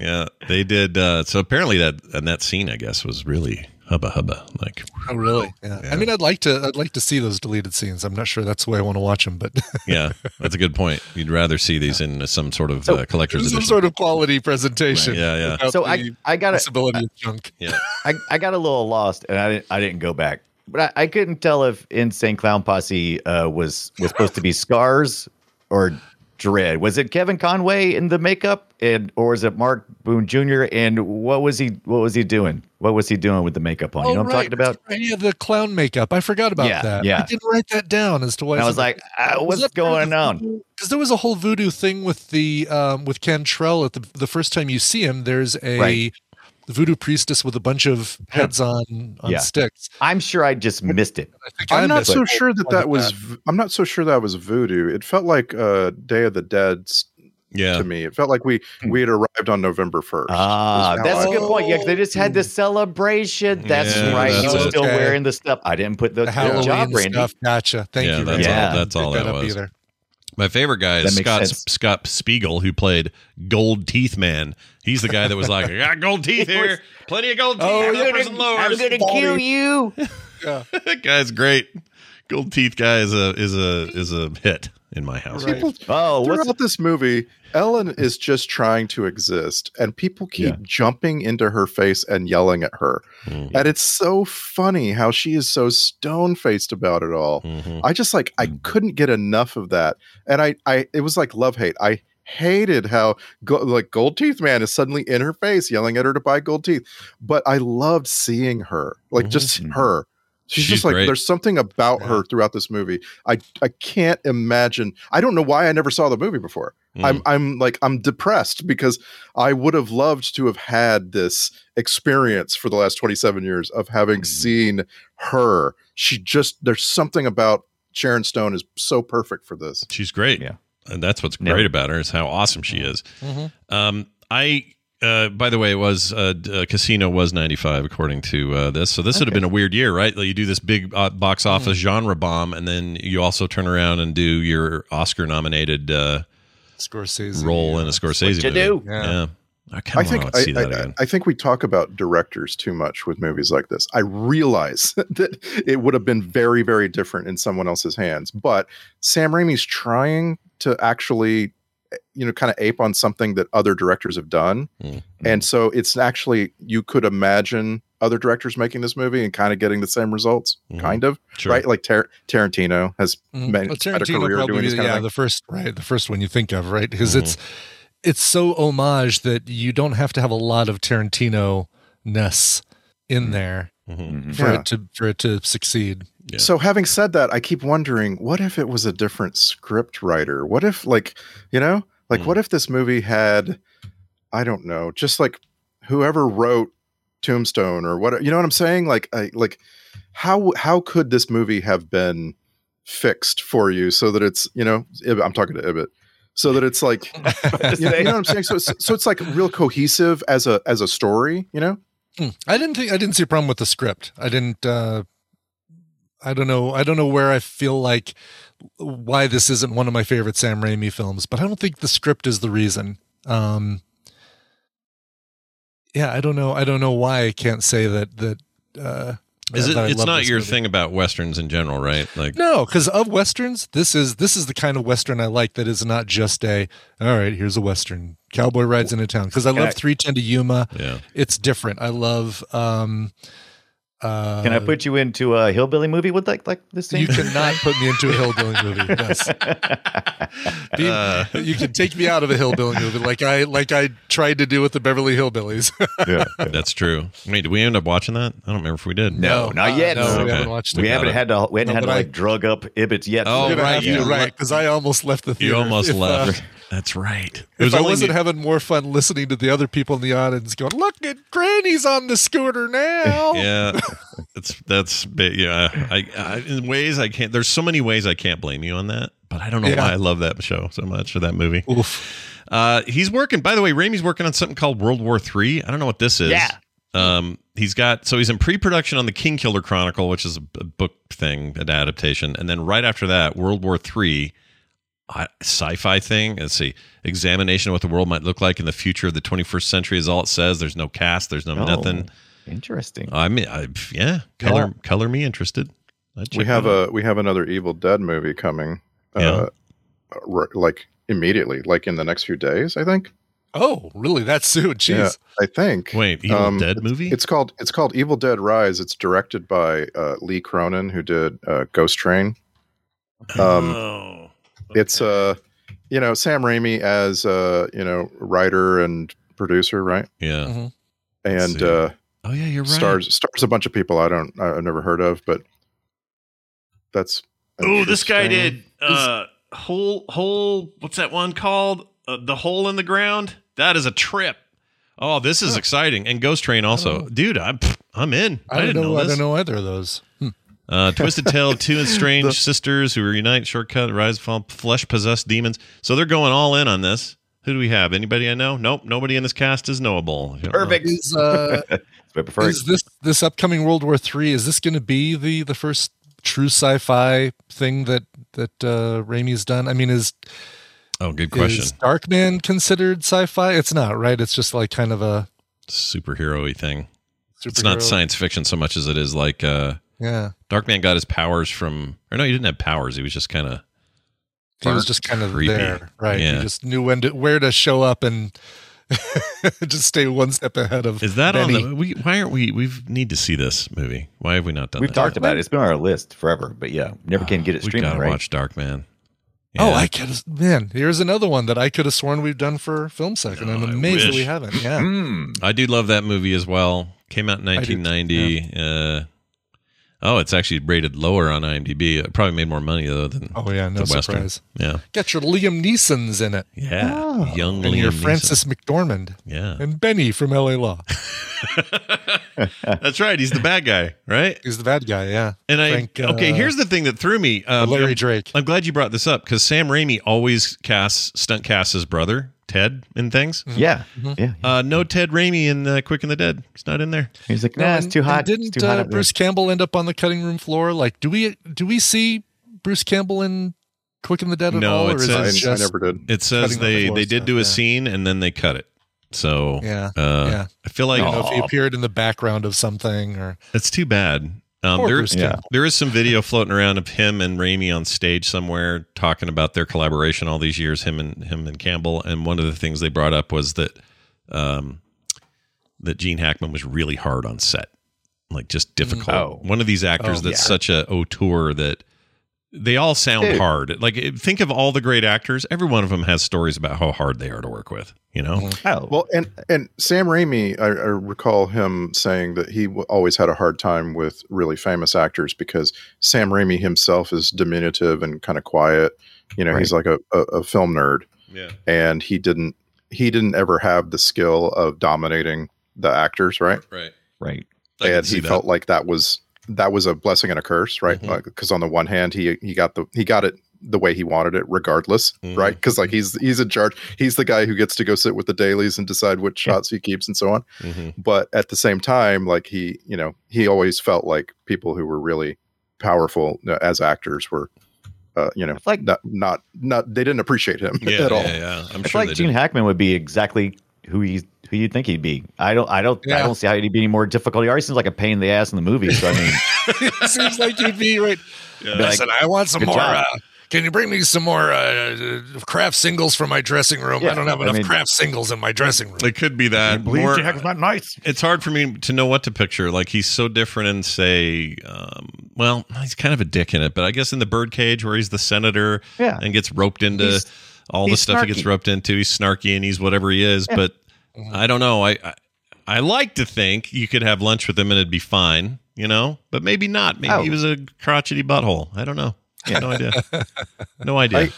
yeah, they did. Uh, so apparently that and that scene, I guess, was really hubba hubba. Like, Oh, really? Yeah. Yeah. I mean, I'd like to. I'd like to see those deleted scenes. I'm not sure that's the way I want to watch them, but yeah, that's a good point. You'd rather see these in some sort of uh, collector's some edition. sort of quality presentation. Right. Yeah, yeah. without So the I, I got it. possibility of junk. yeah. I, I got a little lost and I didn't, I didn't go back. But I, I couldn't tell if Insane Clown Posse uh, was was supposed to be Scars or Dread. Was it Kevin Conway in the makeup and or is it Mark Boone Jr. and what was he what was he doing? What was he doing with the makeup on? you know what I'm talking about? That's Oh, right. Yeah, the clown makeup. I forgot about Yeah, that. yeah. I didn't write that down as to why. And I was like, ah, what's going on? Because there was a whole voodoo thing with the um, with Cantrell at the the first time you see him. There's a Right. voodoo priestess with a bunch of heads on on Yeah. sticks. I'm sure I just missed it. I think I I'm not missed so it. sure that that was. v- I'm not so sure that was voodoo. It felt like uh, Day of the Dead's Yeah. to me. It felt like we we had arrived on November first. Hmm. Ah, Is that's how a I- good point. Yeah, 'cause they just had the celebration. That's Yeah, right. he that's was it. still Okay. wearing the stuff. I didn't put the, The the Halloween job, Randy. stuff. Gotcha. Thank Yeah, you. that's Randy. all- I that's didn't all pick that up was. Either. My favorite guy is That makes Scott sense. Scott Spiegel, who played Gold Teeth Man. He's the guy that was like, "I got gold teeth here, plenty of gold teeth, Oh, yeah. uppers and lowers." kill you. that guy's great. Gold Teeth guy is a is a is a hit in my house. Right. People, Oh, what's throughout this movie, Ellen is just trying to exist, and people keep Hmm. Yeah. Mm-hmm. jumping into her face and yelling at her. Mhm. And it's so funny how she is so stone faced about it all. Mm-hmm. Mhm. I just like I couldn't get enough of that, and I I it was like love hate. I hated how go, like Gold Teeth Man is suddenly in her face yelling at her to buy gold teeth, but I loved seeing her like just Mhm. her. She's, She's just like great. there's something about her throughout this movie. I I can't imagine. I don't know why I never saw the movie before. Mm. I'm I'm like I'm depressed because I would have loved to have had this experience for the last 27 years of having Mm-hmm. seen her. She just there's something about Sharon Stone is so perfect for this. She's great. Yeah. And that's what's Yeah. Mm-hmm. great about her is how awesome she is. Um, I, uh, by the way, it was uh, d- uh, Casino was 95 according to uh, this. So this would have been a weird year, right? Like you do this big uh, box Mm-hmm. office genre bomb, and then you also turn around and do your Oscar nominated uh, Scorsese. role in a yeah. Scorsese you movie. do. Yeah. Yeah. I I kind of think want to I, see that I, again. I think we talk about directors too much with movies like this. I realize that it would have been very very different in someone else's hands, but Sam Raimi's trying to actually eh, you know kind of ape on something that other directors have done. Mm. And so it's actually you could imagine other directors making this movie and kind of getting the same results Mhm. kind of, Sure. right? Like Tar- Tarantino has Mhm. made, Well, had a Tarantino career probably doing be this the, kind yeah, of thing. the first right, the first one you think of, right? Because it's it's so homage that you don't have to have a lot of Tarantino ness in there Mhm. for Yeah. it to for it to succeed. Yeah. So having said that, I keep wondering, what if it was a different script writer? What if like, you know, like Hmm. what if this movie had I don't know, just like whoever wrote Tombstone or what you know what I'm saying? Like I, like how how could this movie have been fixed for you so that it's, you know, Ib- I'm talking to Ibbot. So that it's like you know, you know what I'm saying? So it's, so it's like real cohesive as a as a story, you know? Hmm. I didn't think I didn't see a problem with the script. I didn't. Uh, I don't know. I don't know where I feel like why this isn't one of my favorite Sam Raimi films, but I don't think the script is the reason. Um, yeah, I don't know. I don't know why I can't say that that. Uh, Is it? that I It's love not this your movie. thing about westerns in general, right? Like, No, because of westerns, this is this is the kind of western I like that is not just a all right. Here's a western cowboy rides into town because I Can I- love Three Ten to Yuma. yeah. It's different. I love. um uh, Can I put you into a hillbilly movie with like like this thing? You cannot put me into a hillbilly movie. Uh. Yes. Be- you can take me out of a hillbilly movie, like I like I tried to do with the Beverly Hillbillies. That's true. Wait, did we end up watching that? I don't remember if we did. No, not Uh, yet. No, Okay. we haven't watched it. we haven't it. had to we haven't No, had to but I- like drug up Ibbits yet. Oh, You're gonna right, have you to, le- right? Because I almost left the theater. You almost If, uh, left. That's right. It if I only wasn't me- having more fun listening to the other people in the audience going, "Look at Granny's on the scooter now." yeah it's that's ba- yeah I, I in ways i can't there's so many ways i can't blame you on that but i don't know Yeah. why i love that show so much or that movie Oof. uh he's working by the way Raimi's working on something called world war three i don't know what this is Yeah. um he's got so he's in pre-production on the king killer chronicle which is a b- book thing an adaptation and then right after that world war three I- sci-fi thing. Let's see. Examination of what the world might look like in the future of the 21st century is all it says. There's no cast. There's no Oh. nothing. Interesting. Uh, I mean, I, yeah, color color me interested. I'd we check have that out. a we have another Evil Dead movie coming. Uh, r- like immediately, like in the next few days, I think. Oh, really? That soon? Jeez. Yeah, I think. wait Evil Um, Dead movie. It's called it's called Evil Dead Rise. It's directed by uh, Lee Cronin, who did uh, Ghost Train. Um, oh, It's uh, you know Sam Raimi as uh, you know writer and producer, right? yeah. Mhm. And see. uh, Oh yeah, you're right. stars stars a bunch of people I don't I- I've never heard of, but that's Oh, this guy interesting. did uh hole hole what's that one called? Uh, the hole in the ground? That is a trip. Oh, this is exciting. And Ghost Train also, dude. I'm pff, I'm in. Oh. I, I, don't didn't know, know. I this. don't know either of those. Uh, Twisted Tale of Two and Strange Sisters Who Reunite, Shortcut, Rise, Fall, Flesh Possessed Demons. So they're going all in on this. Who do we have? Anybody I know? Nope. Nobody in this cast is knowable. Perfect. Is, uh, That's what I prefer. is this this upcoming World War Three? Is this going to be the the first true sci-fi thing that that uh, Raimi's done? I mean, is Oh, good question. is Darkman considered sci-fi? It's not, right? It's just like kind of a Superhero y thing. superhero. It's not science fiction so much as it is like uh, Yeah, Darkman got his powers from, or no, he didn't have powers. He was just kind of. he was just kind of Creepy. there, right? Yeah. You just knew when to, where to show up and just stay one step ahead of. Is that Benny. on the? We, why aren't we? We need to see this movie. Why have we not done? We've that? talked about it. It's been on our list forever, but yeah, never Ah, can get it we streaming, gotta right? watch Darkman. Oh, Yeah. I could have man. Here's another one that I could have sworn we've done for film sec, and No, I'm Oh, I amazed that wish. we haven't. Yeah, Hmm. I do love that movie as well. Came out in do too, 1990. Uh, oh, it's actually rated lower on IMDb. It probably made more money though than Oh, yeah, no the Western. surprise. Yeah, get your Liam Neeson's in it, yeah. Young Ah. and your Liam Neeson. Francis McDormand Yeah, and Benny from L.A. Law. that's right. He's the bad guy, right? He's the bad guy. Yeah, And I Frank, uh, okay. Here's the thing that threw me. Um, Larry I'm- Drake. I'm glad you brought this up because Sam Raimi always casts stunt casts his brother Ted in things. Yeah. Yeah. Uh, no Ted Raimi in uh, Quick and the Dead. He's not in there. He's like, No, nah, it's and- too and hot. Didn't it's too hot uh, up there." Bruce Campbell end up on the cutting room floor? Like, do we do we see Bruce Campbell in Quick and the Dead at No, all? it is says- I, it I never did. It says Cutting the they floor they did stuff, do a yeah. scene and then they cut it. So Yeah, uh, yeah. I feel like I don't know if he appeared in the background of something or that's too bad. Um, Poor there, Bruce Yeah. Campbell. there is some video floating around of him and Raimi on stage somewhere talking about their collaboration all these years. Him and him and Campbell. And one of the things they brought up was that um, that Gene Hackman was really hard on set, like just difficult. Oh. One of these actors Oh, that's yeah. such a auteur that they all sound Dude. hard. Like it- think of all the great actors. Every one of them has stories about how hard they are to work with. You know. Oh, well, Well, and and Sam Raimi, I, I recall him saying that he w- always had a hard time with really famous actors because Sam Raimi himself is diminutive and kind of quiet. You know, he's like a, a, a film nerd, Yeah. and he didn't he didn't ever have the skill of dominating the actors, right? Right. right. and he felt like that was that was a blessing and a curse, right? Mhm. Because on the one hand, he he got the he got it the way he wanted it, regardless, Mhm. right? Because like he's he's in charge, he's the guy who gets to go sit with the dailies and decide which shots he keeps and so on. Mm-hmm. But at the same time, like he you know he always felt like people who were really powerful uh, as actors were. Uh, you know, It's like- not not not they didn't appreciate him Yeah, at all. yeah, yeah. I'm It's sure like they Gene did. Hackman would be exactly who he who you'd think he'd be. I don't I don't I Yeah. don't see how he'd be any more difficult. He already seems like a pain in the ass in the movie. So I mean it seems like he'd be right. I'd be like, Listen, I want some good more. Uh, job. can you bring me some more uh, uh, craft singles from my dressing room? Yeah, I don't have I enough mean- craft singles in my dressing room. It could be that. More- not nice. it's hard for me to know what to picture. Like he's so different in, say, um, well, he's kind of a dick in it, but I guess in the birdcage where he's the senator Yeah. and gets roped into He's- all the he's stuff he gets snarky. roped into. He's snarky and he's whatever he is. But I don't know. I, I I like to think you could have lunch with him and it'd be fine, you know. But maybe not. Maybe Oh. he was a crotchety butthole. I don't know. No idea. No idea. I-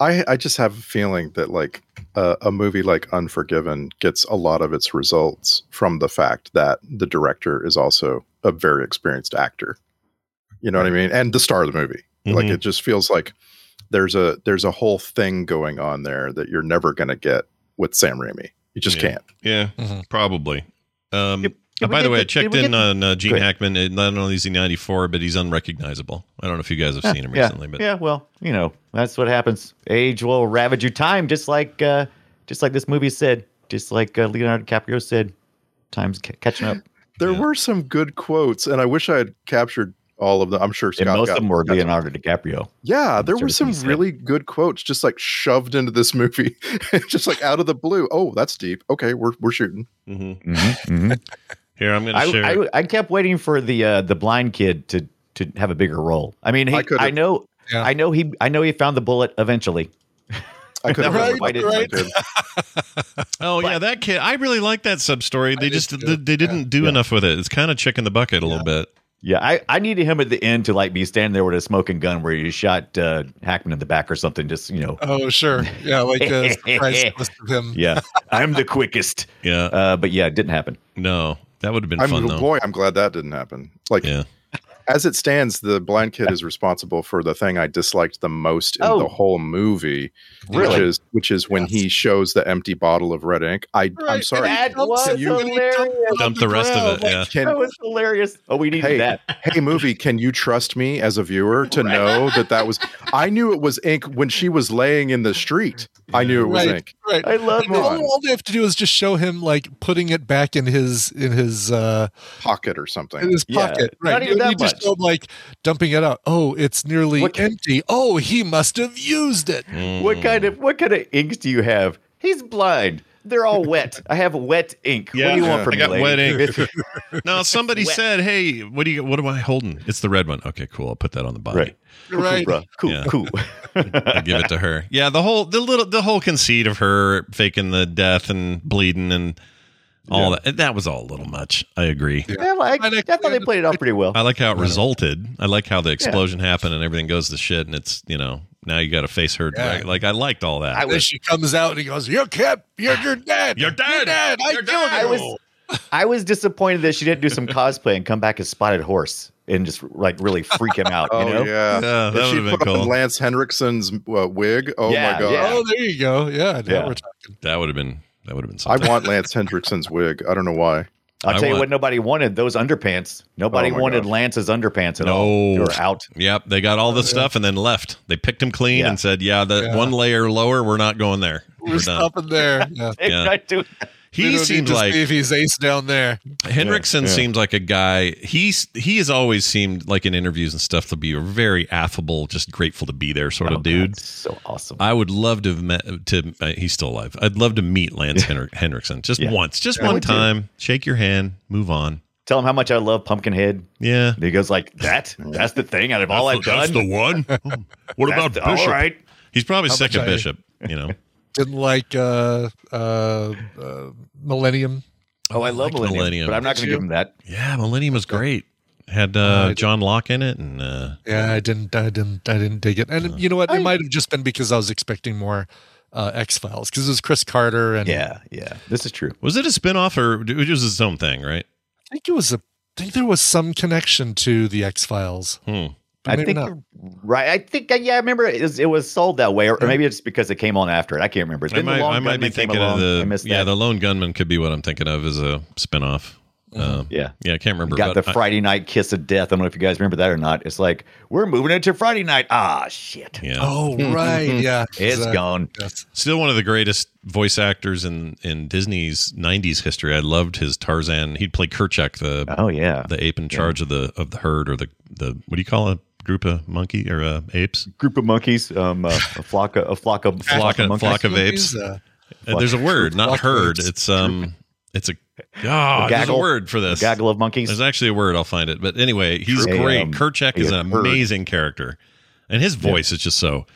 I I just have a feeling that like uh, a movie like Unforgiven gets a lot of its results from the fact that the director is also a very experienced actor. You know what I mean? And the star of the movie. Like Mhm. Mm-hmm. it just feels like there's a there's a whole thing going on there that you're never going to get with Sam Raimi. You just Yeah. can't. Mm-hmm. Yeah, Mhm. probably. Um, Did- uh, did we by the get way, the- I did checked we in get- on uh, Gene Go ahead. Hackman. and Not only is he 94, but he's unrecognizable. I don't know if you guys have seen him Yeah. recently, but yeah, well, you know, that's what happens. Age will ravage your time, just like uh just like this movie said, just like uh, Leonardo DiCaprio said. Time's ca- catching up. There Yeah. were some good quotes, and I wish I had captured all of them. I'm sure Scott. and most got- of them were got some- Leonardo DiCaprio. Yeah, there sort were of some things that- really good quotes just like shoved into this movie, just like out of the blue. Oh, that's deep. Okay, we're we're shooting. Mhm. Mm-hmm. Here, I'm going to share. I, I, I kept waiting for the uh, the blind kid to to have a bigger role. I mean, he, I I, could've- know, Yeah. I know he, I know he found the bullet eventually. I could have Right, why didn't I right. do it? oh yeah, that kid. I really like that sub story. They did just too. they, they didn't do Yeah. enough with it. It's kind of chicken the bucket a little bit. Yeah, I, I needed him at the end to like be standing there with a smoking gun where you shot uh, Hackman in the back or something. Just you know, Oh, sure. Yeah, like a surprise twist of him. yeah, I'm the quickest. Yeah. Uh, but yeah, it didn't happen. no, that would have been I'm fun though. boy. I'm glad that didn't happen. Like Yeah. as it stands, the blind kid is responsible for the thing I disliked the most in Oh. the whole movie, which Really? is which is when he shows the empty bottle of red ink. I I'm Right, sorry. and he That dumps was it, you- and he dumps it on Dump the rest of ground. it. Yeah. Can- That was hilarious. Oh, we needed hey, that. hey, movie, can you trust me as a viewer to know that that was? I knew it was ink when she was laying in the street. I knew it was Right. ink. Right. I love Come on. it. all, all they have to do is just show him like putting it back in his in his uh pocket or in something. his Yeah, pocket. not Right. even You- you that just much. show him like dumping it out. Oh, it's nearly What- Hmm. empty. Oh, he must have used it. What kind of what kind of inks do you have? He's blind. They're all wet. I have wet ink. what Yeah. do you want Yeah. from I me? got lady? wet ink. Now somebody Wet. said, "Hey, what do you? What am I holding? It's the red one. Okay, cool. I'll put that on the body. Right. Right. Bruh, cool, Yeah. cool. I give it to her. Yeah, the whole the little the whole conceit of her faking the death and bleeding and all that that was all a little much. I agree. I like. I I like- thought they played it off pretty well. I like how it resulted. I like how the explosion happened and everything goes to shit and it's you know now you got to face her. Yeah. direct- Like I liked all that. I And then was she comes out and he goes, "You can't. You're, you're dead. You're dead. I You're killed dead." you." I was I was disappointed that she didn't do some cosplay and come back as Spotted Horse and just like really freak him out. Oh you know? yeah, Yeah, If that she would've been put on cool. Lance Hendrickson's uh, wig. Oh Yeah, my god, yeah. Oh, there you go. Yeah. Now Yeah. we're talking. that would have been that would have been I something. want Lance Hendrickson's wig. I don't know why. I'll I tell you want- what nobody wanted those underpants. Nobody Oh my wanted gosh. Lance's underpants at No. all. They were out. Yep, they got all the stuff and then left. They picked him clean Yeah. and said, "Yeah, the Yeah. one layer lower, we're not going there. We're, We're, done." stopping there. Yeah. They Yeah. tried to- We He don't need seemed to like see if he's ace down there. Hendrickson yeah. seems like a guy. He's he has always seemed like in interviews and stuff to be a very affable, just grateful to be there sort Oh, of God, dude. so awesome. I would love to have met to. Uh, he's still alive. I'd love to meet Lance Henri- Hendrickson just Yeah. once, just I one would too. time. Shake your hand, move on. tell him how much I love Pumpkinhead. Yeah. And he goes like that. That's the thing out of all I've done. one. what That's the- all right. He's probably How sick much of I- Bishop. You know. Didn't like uh, uh, uh, Millennium. Oh, I love liked Millennium, Millennium. but I'm not going to give him that. Yeah, Millennium was great. Had uh, did- John Locke in it, and uh, Yeah, I didn't, I didn't, I didn't dig it. And you know what? It might have just been because I was expecting more uh, X Files because it was Chris Carter and Yeah, yeah. This is true. was it a spinoff or it was its own thing? Right. I think it was a. I think there was some connection to the X Files. Hmm. I think you're right. I think yeah. I remember it was, it was sold that way, or, or maybe it's because it came on after it. I can't remember. I Then the might, Long I might be Gunman came thinking of along. I the missed yeah that. the Lone Gunman could be what I'm thinking of as a spinoff. Um, yeah. yeah, I can't remember. Uh-huh. Got the but I- Friday night kiss of death. I don't know if you guys remember that or not. It's like we're moving it to Friday night. Ah, shit. yeah, Oh right, yeah, It's gone. Yes. still one of the greatest voice actors in in Disney's '90s history. I loved his Tarzan. He'd play Kerchak, the Oh yeah. the ape in charge of the of the herd or the the what do you call a group of monkey or uh, apes? Group of monkeys. Um, uh, a flock of a flock of Flock of- monkeys. flock of apes. Uh, Uh, there's a word, not Flock of herd. apes. It's um, it's a God. there's a gaggle. word for A this. gaggle of monkeys. There's actually a word. I'll find it. But anyway, he's True. great. Um, Kerchak is yeah, an heard. amazing character, and his voice is just so.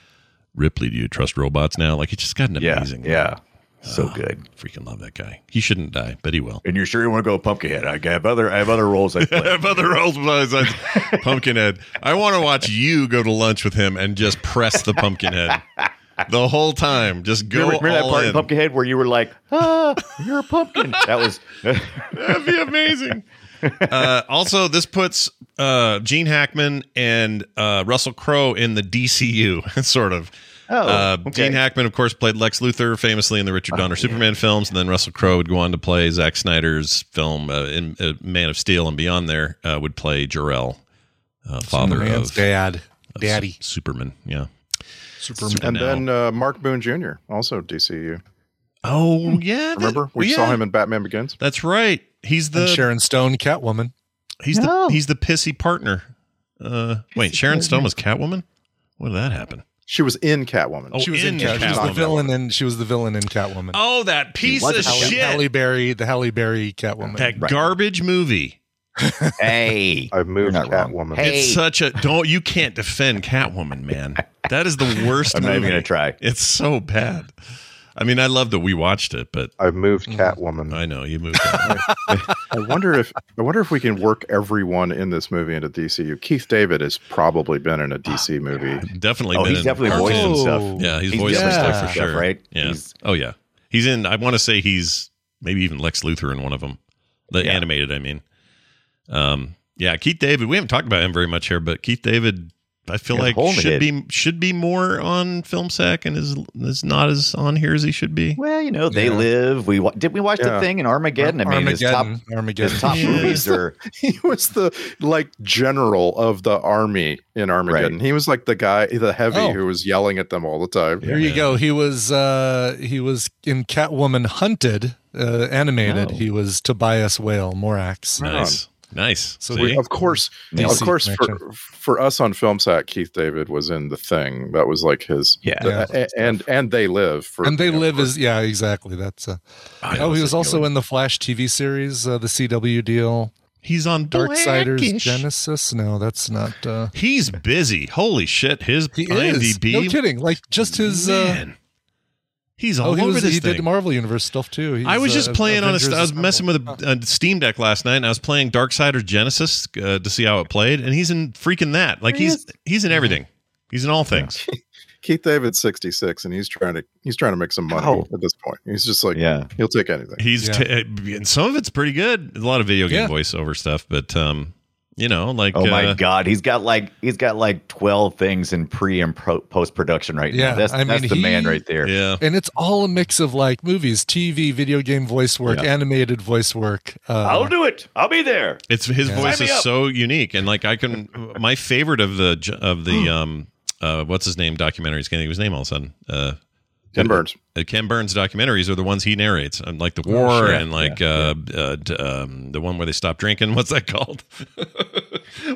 Ripley, do you trust robots now? Like he just got an yeah, amazing. Ah. yeah. So good. freaking love that guy. He shouldn't die, but he will. And you're sure you want to go Pumpkinhead? I have other I have other roles I I play. have other roles besides Pumpkinhead. I want to watch you go to lunch with him and just press the Pumpkinhead the whole time. Just go remember, remember that all part in in. Pumpkinhead where you were like, "Ah, you're a pumpkin." that was That'd be amazing. Uh, also, this puts uh, Gene Hackman and uh, Russell Crowe in the DCU, sort of. Oh, uh, okay. Gene Hackman, of course, played Lex Luthor famously in the Oh, Richard Donner Superman films, and then Russell Crowe would go on to play Zack Snyder's film uh, in uh, Man of Steel, and beyond there uh, would play Jor El, uh, father of, man's dad, of daddy, Su- Superman. Yeah, Superman. And Now- then uh, Mark Boone Jr. also DCU. Oh yeah, that- Remember, we yeah, saw him in Batman Begins. That's right. He's and the Sharon Stone, Catwoman. he's No. the he's the pissy partner. Uh, wait, Sharon Stone was Catwoman. When did that happen? She was in Catwoman. Oh, She was in, in Cat- she was the Catwoman. villain, and she was the villain in Catwoman. Oh, that piece was of Halle- The shit! Halle Berry, the Halle Berry Catwoman. that Right. garbage movie. Hey. I moved You're not wrong. Catwoman. Hey. It's such a don't. You can't defend Catwoman, man. That is the worst. I'm not even movie. gonna try. It's so bad. I mean, I love that we watched it, but I moved Mm-hmm. Catwoman. I know you moved. on. I wonder if I wonder if we can work everyone in this movie into DCU. Keith David has probably been in a DC movie. definitely. Oh, been he's in definitely cartoons. voiced some stuff. Yeah, he's, He's voiced some stuff definitely voiced for some stuff, sure. right? Yeah. He's- oh yeah. He's in. I want to say he's maybe even Lex Luthor in one of them, the Yeah. animated. I mean, um, yeah. Keith David. We haven't talked about him very much here, but Keith David, I feel Yeah, like Holman should did. be should be more on film sack and is is not as on here as he should be. Well, you know, they Yeah. live. We wa- did we watch Yeah. the thing in Armageddon? I mean, Armageddon. his top, Armageddon. his top Yeah. movies are He was the like general of the army in Armageddon. He was like the guy, the heavy Oh. who was yelling at them all the time. Here you go. He was uh, he was in Catwoman Hunted, uh, animated. Oh. He was Tobias Whale, Morax. Right. Nice, nice. So See? we- Of course, Yeah. of course, connection. for, for us on FilmSac, Keith David was in the thing. That was like his. Yeah. the- Yeah. a- and and they live for And they you know, live for- as yeah, exactly. That's uh, I oh, he always was think also you're- in the Flash TV series, uh, the CW deal, He's on Darksiders Blackish. Genesis. No, that's not. Uh, He's busy. Holy shit! His he is IMDb. no kidding. Like just his. Uh, Man. he's all oh, he over was, this he thing. did the Marvel Universe stuff too. He's, I was just uh, playing on Avengers a. I was Assemble. messing with a, a Steam Deck last night, and I was playing Darksiders Genesis uh, to see how it played, and he's in freaking that. Like he's he's Mm-hmm. in everything. He's in all things. Keith David's sixty six, and he's trying to he's trying to make some money Oh. at this point. He's just like, Yeah. he'll take anything. He's Yeah. t- uh, and some of it's pretty good. A lot of video game Yeah. voiceover stuff, but um, you know, like Oh my uh, god, he's got like he's got like twelve things in pre and pro- post production right Yeah, now. That's I mean, that's the man he- right there. yeah. and it's all a mix of like movies, TV, video game voice work, Yeah. animated voice work. Uh, do it. I'll be there. It's his Yeah. voice Sign is me up. so unique, and like I can, my favorite of the of the um, uh, what's his name documentary? He's gonna think of his name all of a sudden. Uh, Ken Burns. uh, Ken Burns documentaries are the ones he narrates, um, like the war sure. and like uh, uh, d- um, the one where they stop drinking. What's that called?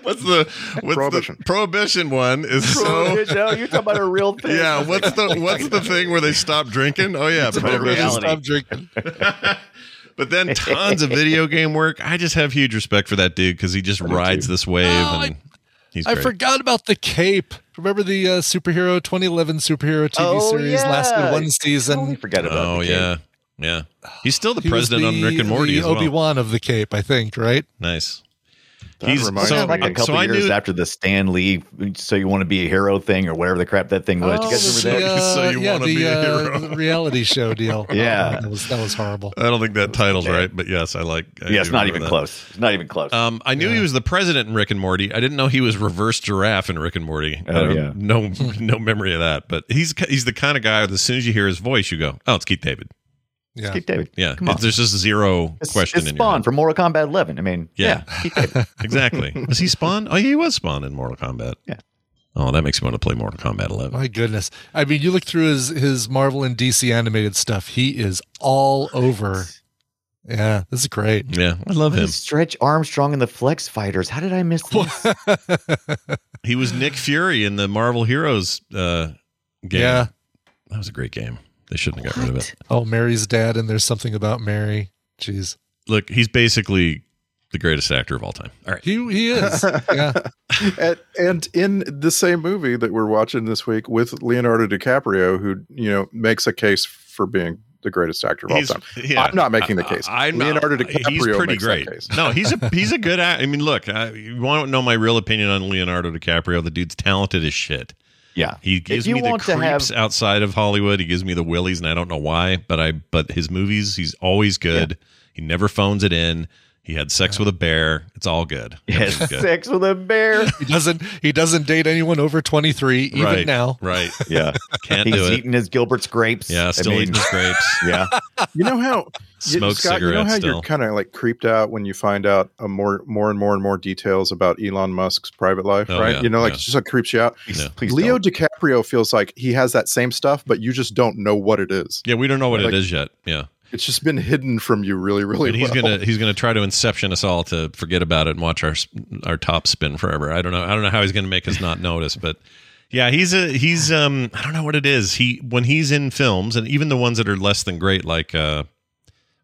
what's the what's Prohibition. The prohibition one is so. you're talking about a real thing. Yeah, what's the what's the thing where they stop drinking? Oh yeah, Just prohibition. reality. stop drinking. But then tons of video game work. I just have huge respect for that dude because he just rides this wave Oh, No, and I- he's I great. forgot about the cape. Remember the uh, superhero 2011 superhero TV Oh, series lasted yeah. one I totally season. forgot about. Oh the yeah, kid. yeah. He's still the He was president on Rick and Morty the as well. Obi Wan of the Cape, I think. Right? Nice. That He's- reminds so- Wasn't that me. like a so couple I years knew- after the Stan Lee, so you want to be a hero thing or whatever the crap that thing was. you guys the- Oh, remember that? So you yeah, wanna the, be a uh, hero. the reality show deal. Yeah. Oh, that was that was horrible. I don't think that title's right, but yes, I like. I yeah, it's do not remember even that. close. It's not even close. Um, I knew he was the president in Rick and Morty. I didn't know he was reverse giraffe in Rick and Morty. I Oh, don't- yeah. no, no memory of that. But he's he's the kind of guy that as soon as you hear his voice, you go, "Oh, it's Keith David." Yeah. Keith David. Yeah, Come on. It- there's just zero It's, question it's in your Spawn head. from Mortal Kombat 11. I mean, Yeah. yeah, exactly. Was he Spawn? Oh, yeah, he was Spawn in Mortal Kombat. Yeah. Oh, that makes me want to play Mortal Kombat 11. My goodness. I mean, you look through his his Marvel and DC animated stuff. He is all over. Yeah, this is great. Yeah, I love him. Stretch Armstrong and the Flex Fighters. How did I miss this? He was Nick Fury in the Marvel Heroes uh, game. Yeah. that was a great game. They shouldn't have got rid of it. Oh, Mary's dad, and there's something about Mary. Jeez. Look, he's basically the greatest actor of all time. All right. He he is. Yeah. and, and in the same movie that we're watching this week with Leonardo DiCaprio, who you know makes a case for being the greatest actor of all He's- time. yeah. I'm not making the case. I, I'm not- Leonardo he's DiCaprio pretty makes great. that case. No, he's a he's a good actor. I mean, look, I, you want to know my real opinion on Leonardo DiCaprio? The dude's talented as shit. yeah. He gives you me the want to have- creeps outside of Hollywood. He gives me the willies, and I don't know why. But I but his movies, he's always good. He never phones it in. He had sex with a bear. It's all good. Yes, Everything's good. sex with a bear. He doesn't. He doesn't date anyone over twenty three, even right now. Right. Yeah, Can't he's do it. eating his Gilbert's grapes. Yeah, I still mean, eating his grapes. Yeah, You know how you- Smoke Scott, you know cigarettes how still. you're kind of like creeped out when you find out a more more and more and more details about Elon Musk's private life, Oh, right? yeah, you know, like yeah. it just like creeps you out. Yeah. please Leo don't. DiCaprio feels like he has that same stuff, but you just don't know what it is. Yeah, we don't know what Like- it is yet. Yeah. It's just been hidden from you really, really But he's well. gonna he's gonna try to inception us all to forget about it and watch our s- our top spin forever. I don't know. I don't know how he's gonna make us not notice, but yeah, he's a he's um I don't know what it is. He when he's in films and even the ones that are less than great, like uh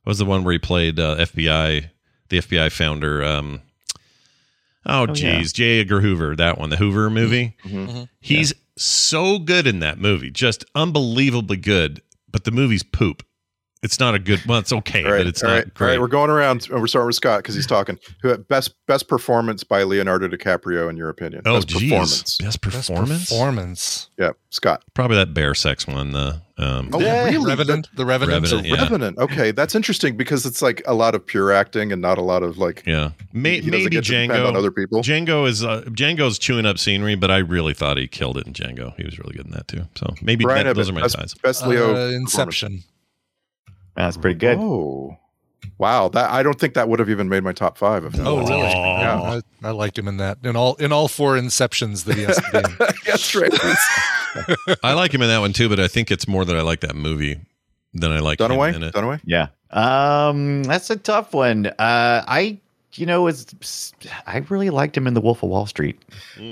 what was the one where he played uh, FBI the FBI founder um oh geez yeah. J Edgar Hoover that one the Hoover movie. Mhm. He's so good in that movie, just unbelievably good. But the movie's poop. It's not a good. Well, it's okay, All right, but it's all not right, all great. right, we're going around. and We're starting with Scott because he's talking. Who- Best best performance by Leonardo DiCaprio in your opinion? Oh, best geez. performance. Best That's performance? Performance. Yeah, Scott. Probably that bear sex one. The um, Oh, Yeah, really? Revenant. The Revenant. Revenant, yeah. Revenant. Okay, that's interesting because it's like a lot of pure acting and not a lot of like yeah, May, he doesn't maybe get to depend on Django. other people. Django is uh, Django's chewing up scenery, but I really thought he killed it in Django. He was really good in that too. So maybe Brian that, Ebbett, those are my best, ties. best Leo. Uh, performance. Inception. that's pretty good. Oh, wow! That I don't think that would have even made my top five. If Oh, really? Aw. Yeah, I, I liked him in that. In all in all four Inceptions that he has to be in. that's right. I like him in that one too, but I think it's more that I like that movie than I like Dunaway. him in it. Dunaway. Yeah. Um, that's a tough one. Uh, I, you know, it's I really liked him in The Wolf of Wall Street.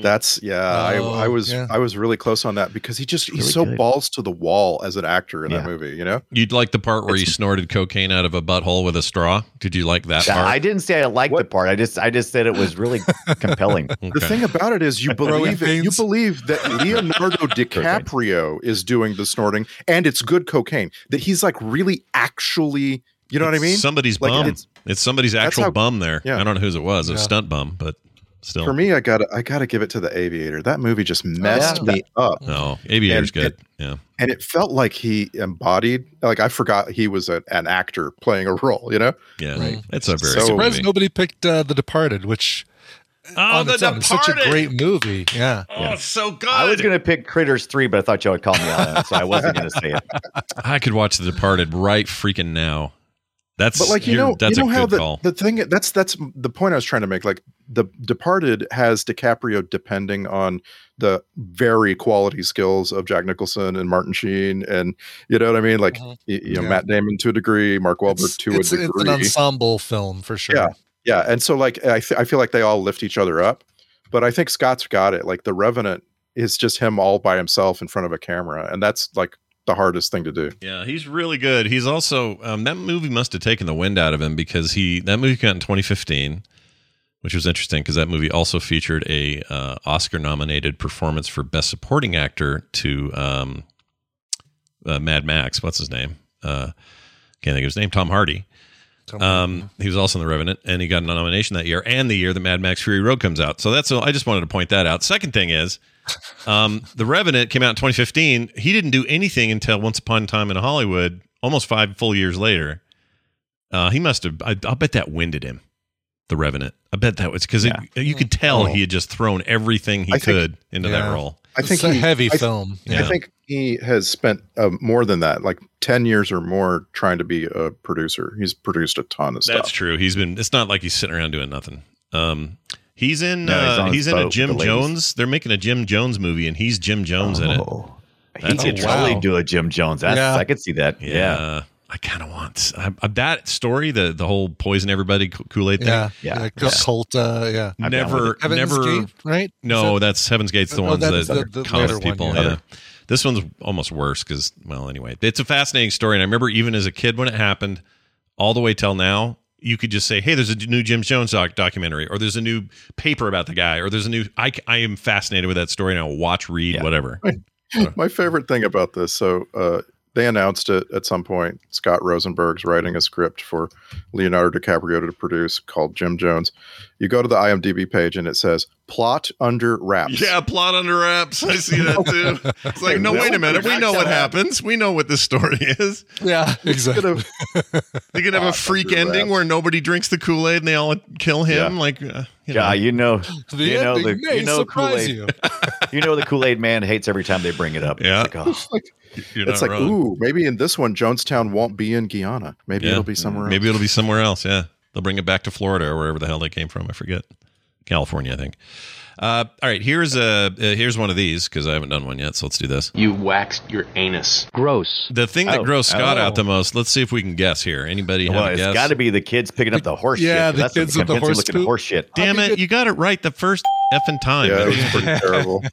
That's yeah. Oh, I, I was yeah. I was really close on that because he just he's Really so good. balls to the wall as an actor in that Yeah. movie. You know. You'd like the part where he snorted cocaine out of a butthole with a straw. Did you like that part? I didn't say I liked the What? part. I just I just said it was really compelling. The Okay. thing about it is, you believe it, you veins. believe that Leonardo DiCaprio is doing the snorting, and it's good cocaine. That he's like really actually, you know what I mean? Somebody's Like, bum. It's, it's- somebody's actual how- bum there. yeah. I don't know whose it was. A Yeah. stunt bum, but still. For me, I got to I got to give it to the Aviator. That movie just Oh, messed yeah. me up, no, Oh, aviator's And- good. yeah. and it felt like he embodied. Like I forgot he was a, an actor playing a role. You know? Yeah, Right. it's a very So- good Surprised movie. nobody picked uh, The Departed, which Oh, on the its own is such a Departed. great movie. Yeah. Oh, it's so good. I was gonna pick Critters Three, but I thought y'all would call me on it, so I wasn't gonna say it. I could watch The Departed right freaking now. That's But like you you're- know, that's you know a how good the, call. the thing that's that's the point I was trying to make. Like the Departed has DiCaprio depending on the very quality skills of Jack Nicholson and Martin Sheen, and you know what I mean. Like Mhm. y- you know Yeah. Matt Damon to a degree, Mark Wahlberg It's, to it's, a it's an degree. ensemble film for sure. Yeah. yeah, and so like I th- I feel like they all lift each other up, but I think Scott's got it. Like the Revenant is just him all by himself in front of a camera, and that's like the hardest thing to do. yeah, he's really good. He's also um, that movie must have taken the wind out of him because he that movie came out in 2015, which was interesting because that movie also featured a uh, Oscar nominated performance for Best Supporting Actor to um, uh, Mad Max. What's his name? Uh, can't think of his name. Tom Hardy. Tom Um, he was also in The Revenant, and he got a nomination that year, and the year that Mad Max Fury Road comes out. So that's I just wanted to point that out. Second thing is, um, The Revenant came out in 2015. He didn't do anything until Once Upon a Time in Hollywood, almost five full years later. Uh, he must have. I, I'll bet that winded him. The Revenant. I bet that was because you could tell he had just thrown everything he Oh. I think- could into that Yeah. role. I it's think a he- heavy I- film. Yeah. I think he has spent uh, more than that, like 10 years or more trying to be a producer. He's produced a ton of stuff. That's true. He's been. It's not like he's sitting around doing nothing. Um, he's in. No, he's uh, on he's his in a boat with Jim the ladies. Jones. They're making a Jim Jones movie, and he's Jim Jones in it. Oh. He That's could wow. totally do a Jim Jones. That's, Yeah. I could see that. Yeah. Yeah. Uh, I kind of want I, I, that story. The the whole poison everybody Kool Aid thing. Yeah. Yeah. yeah. Cult, uh, yeah. I'm down with Never, it. Heaven's never. Gate, right? No, Is that's Heaven's Gate's the Oh, ones that's that the- the college later one, people. yeah. yeah. This one's almost worse because, well, anyway, it's a fascinating story. And I remember even as a kid when it happened, all the way till now, you could just say, hey, there's a new Jim Jones doc- documentary, or there's a new paper about the guy, or there's a new. I, c- I am fascinated with that story and I'll watch, read, Yeah. whatever. My favorite thing about this, so uh, they announced it at some point. Scott Rosenberg's writing a script for Leonardo DiCaprio to produce called Jim Jones. You go to the IMDb page and it says plot under wraps. Yeah, plot under wraps. I see that too. It's like, no, wait a minute. We know what happens. We know what this story is. Yeah, exactly. They could have a Plot freak under ending wraps. where nobody drinks the Kool Aid and they all kill him. Yeah. Like, uh, you know. Yeah, you know, The you know, ending the, may you know, surprise Kool-Aid, you. you. know, the Kool Aid Man hates every time they bring it up. Yeah. It's like, oh, You're It's not like, wrong. ooh, maybe in this one, Jonestown won't be in Guyana. Maybe Yeah. it'll be somewhere Maybe else. it'll be somewhere else. Yeah. They'll bring it back to Florida or wherever the hell they came from. I forget. California, I think. Uh, all right. Here's a, uh, here's one of these because I haven't done one yet. So let's do this. You waxed your anus. Gross. The thing that Oh. grossed Scott Oh. out the most. Let's see if we can guess here. Anybody have well, a it's guess? got to be the kids picking up the horse shit. Yeah, 'cause the that's kids with the convincing horse looking poop. horse shit. Damn I'll it! give You got it right the first effing time. Yeah, it was pretty terrible.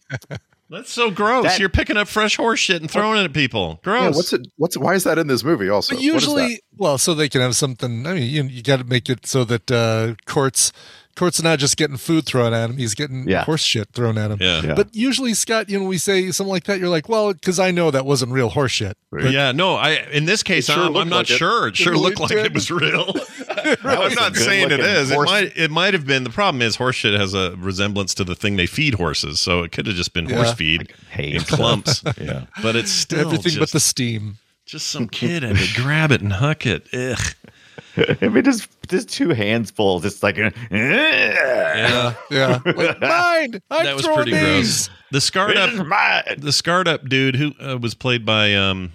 That's so gross. That- You're picking up fresh horse shit and throwing it at people. Gross. Yeah, what's it? What's why is that in this movie? Also, But What is usually, that? well, so they can have something. I mean, you, you got to make it so that uh, courts courts are not just getting food thrown at him; he's getting Yeah. horse shit thrown at him. Yeah. Yeah. But usually, Scott, you know, when we say something like that, you're like, "Well, because I know that wasn't real horse shit." But yeah, no, I in this case sure I'm, I'm looked not like it. sure. It sure really looked like did. it was real. I'm was not a good saying it looking is. It horse. might it might have been the problem is horse shit has a resemblance to the thing they feed horses, so it could have just been horse Yeah. feed Hey, in clumps. yeah. But it's still everything just, but the steam. just some kid had to grab it and huck it. Ugh. I mean, just just two hands full, just like. Yeah. Yeah, like, mine. I'm that was throwing pretty these. gross. The scarred This is up mine. the scarred up dude who uh, was played by um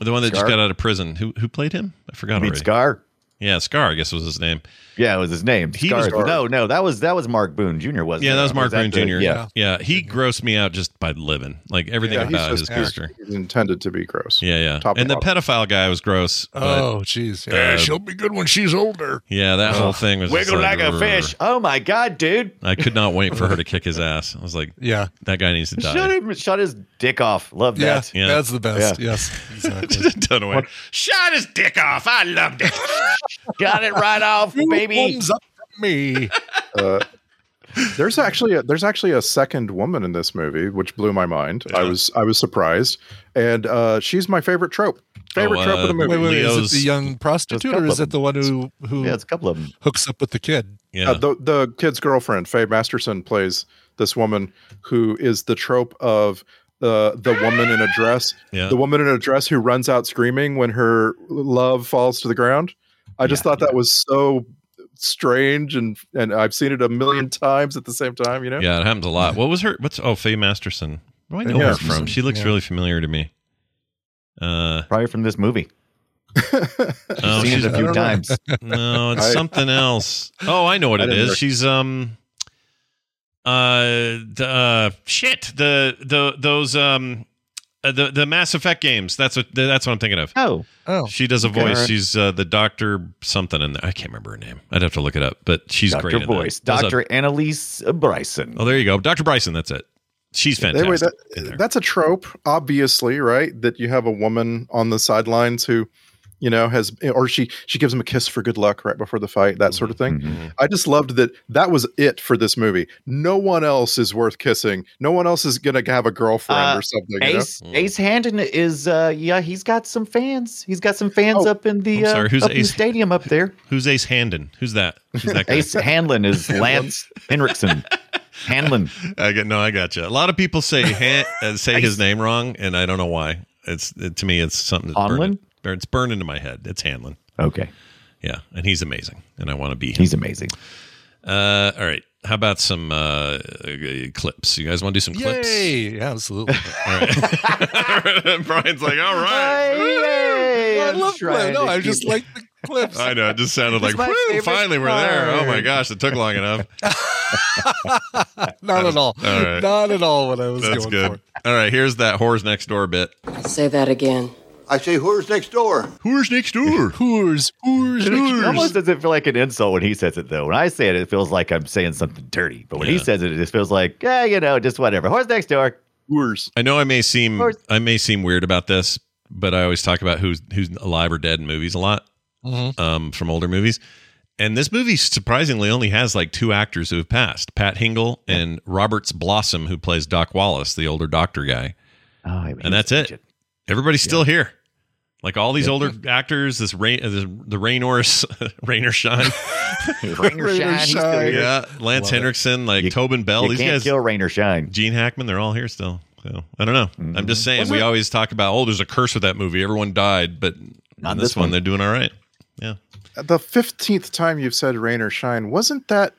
the one that just Scar? got out of prison. Who who played him? I forgot Meet already. Scar. Yeah, Scar, I guess was his name. Yeah, it was his name. He Scar. was- no, no, that was that was Mark Boone Jr. Wasn't Yeah, it? that was Mark Boone that the- Jr. Yeah, Yeah, yeah, he grossed me out just by living, like everything Yeah, he's about just- his he's- character. It's intended to be gross. Yeah, yeah. Top and the and bottom. pedophile guy was gross. But Oh, jeez. Yeah, Uh, she'll be good when she's older. yeah, that whole thing was just wiggle like a fish. Oh my God, dude! I could not wait for her to kick his ass. I was like, Yeah, that guy needs to die. Shut him! Shut his dick off. Love yeah, that. Yeah. that's the best. Yes, exactly. Dunaway. Shut his dick off. I loved it. Got it right off, baby. Thumbs up to me. There's actually a, there's actually a second woman in this movie, which blew my mind. I was I was surprised, and uh, she's my favorite trope. Favorite Oh, trope uh, of the movie. Wait, wait, is Leo's- it the young prostitute or is couple it the one who who Yeah, it's a couple of them. hooks up with the kid? Yeah. Uh, the the kid's girlfriend, Faye Masterson, plays this woman who is the trope of the the woman in a dress, Yeah. the woman in a dress who runs out screaming when her love falls to the ground. I just thought that was so strange, and and I've seen it a million times at the same time. You know, yeah, it happens a lot. What was her? What's oh Faye Masterson? Where do I Faye know her Masterson, from? She looks yeah. really familiar to me. Uh, Probably from this movie. oh, Seen she's it a few times. No, it's I- something else. Oh, I know what I it didn't is. rec- She's um uh the uh, shit, the the those um uh, the the Mass Effect games. That's what that's what I'm thinking of. Oh, Oh, She does a voice. alright. She's uh, the doctor something in there. I can't remember her name. I'd have to look it up, but she's great. Doctor in that. Voice, Those are- Doctor Annalise Bryson. Oh, there you go. Dr. Bryson, that's it. She's fantastic. Anyway, in there. that, that's a trope, obviously, right? That you have a woman on the sidelines who, you know, has or she she gives him a kiss for good luck right before the fight, that sort of Mm-hmm. thing. Mm-hmm. I just loved that that was it for this movie. No one else is worth kissing. No one else is gonna have a girlfriend Uh, or something. You know? Ace Ace Handon is uh yeah he's got some fans he's got some fans Oh, up in the I'm uh, sorry, who's up in the Ace- stadium up there Who's Ace Handon? Who's that? Who's that guy? Ace Hanlon is Lance Henriksen Hanlon I get no, I gotcha. A lot of people say Han, uh, say his name wrong, and I don't know why. It's it, to me, it's something that's burned, Hanlon? or it's burned into my head. It's Hanlon, okay yeah, and he's amazing, and I want to be him. he's amazing Uh, all right, how about some uh, clips? You guys want to do some clips? yay! Yeah, absolutely. All right. Brian's like, all right. Hey, I I'm love trying Cliff. No, to I keep- just like the clips. I know it just sounded It's like my "Whew, favorite finally we're there. Oh my part. gosh, it took long enough. Not at all. right. Not at all what I was That's going good. All right, here's that whores next door bit. Say that again. I say, who's next door? Whores next door. for. Whores, whores, It whores. almost doesn't feel like an insult when he says it, though. When I say it, it feels like I'm saying something dirty. But when he Yeah. says it, it just feels like, yeah, you know, just whatever. Horse next door. Worse. I know I may seem Or- I may seem weird about this, but I always talk about who's who's alive or dead in movies a lot Mhm. um, from older movies. And this movie surprisingly only has like two actors who have passed: Pat Hingle and Roberts Blossom, who plays Doc Wallace, the older doctor guy. Oh, I mean, And that's he's it. Everybody's still here. Like all these older actors, this rain, uh, this, the rain or s- rain or shine. Rainer Shine. he's still here. yeah, Lance Love it. Hendrickson, like You- Tobin Bell. you these can't guys, kill Rainer Shine. Gene Hackman, they're all here still. So I don't know. Mm-hmm. I'm just saying. we always talk about oh, there's a curse with that movie. Everyone died, but Not on this, this one, one. they're doing all right. The fifteenth time you've said rain or shine, wasn't that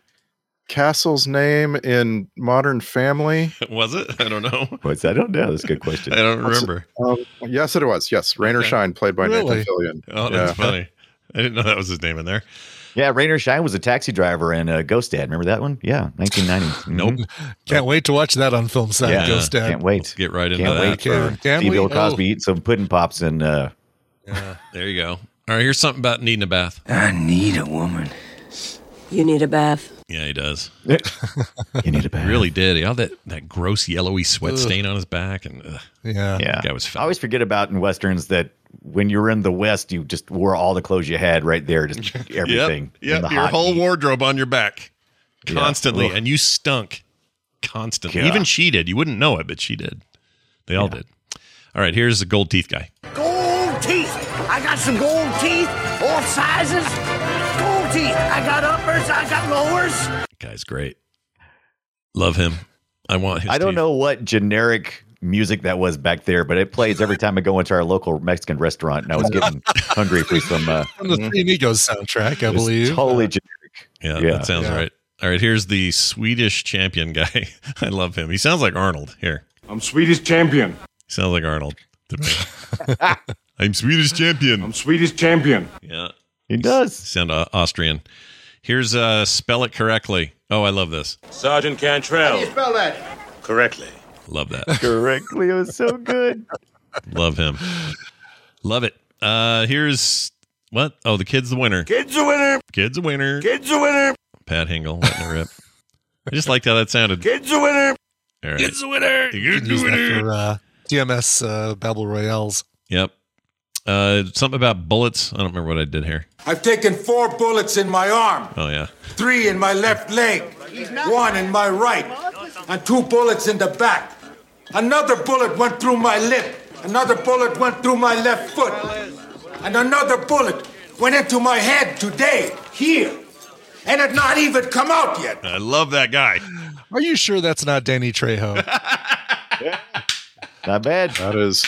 Castle's name in Modern Family? Was it? I don't know. What's I don't know. That's a good I question. don't What's it- remember. Um, yes, it was. Yes, rain or Okay. shine, played by Really? Nathan Fillion. Oh, Yeah. that's funny. I didn't know that was his name in there. Yeah, Rainer Shine was a taxi driver in uh, Ghost Dad. Remember that one? Yeah, 1990. Nope. Mhm. Can't wait to watch that on film set. Yeah. Ghost Dad. Can't wait. Get right into Can't that. wait for Can- can see we? Bill Oh. Cosby eat some pudding pops and uh, There you go. All right, here's something about needing a bath. I need a woman. You need a bath. Yeah, he does. you need a He bath. really did. He had that, that gross yellowy sweat Ugh. stain on his back, and ugh, Yeah. Yeah. guy was fat. I always forget about in westerns that when you were in the West, you just wore all the clothes you had right there, just everything. in Yep, the yep, your hot whole heat. wardrobe on your back constantly, Ugh. and you stunk constantly. Yeah. Even she did. You wouldn't know it, but she did. They all did. All right, here's the gold teeth guy. Gold teeth. I got some gold teeth, all sizes. Gold teeth. I got uppers. I got lowers. Guy's great. Love him. I want his. I don't teeth. know what generic music that was back there, but it plays every time I go into our local Mexican restaurant, and I was getting hungry for some. Uh, From the Three Amigos soundtrack, I it was believe. Uh, totally generic. Yeah, Yeah. that sounds Yeah. right. All right, here's the Swedish champion guy. I love him. He sounds like Arnold. Here, I'm Swedish champion. he sounds like Arnold to me. I'm Swedish champion. I'm Swedish champion. yeah, He does. sound uh, Austrian. Here's uh, spell it correctly. Oh, I love this. Sergeant Cantrell. Spell that. Correctly. Love that. Correctly, it was so good. love him. Love it. Uh, here's what? Oh, the kid's the winner. Kid's a winner. Kid's a winner. Kid's a winner. Pat Hingle letting her rip. I just liked how that sounded. Kid's a winner. All right. Kid's a winner. You can use that for uh, DMS uh, Battle Royales. Yep. Uh, something about bullets. I don't remember what I did here. I've taken four bullets in my arm, Oh yeah. three in my left leg, one in my right, and two bullets in the back. Another bullet went through my lip, another bullet went through my left foot, and another bullet went into my head today, here, and it not even come out yet. I love that guy. Are you sure that's not Danny Trejo? Not bad. That is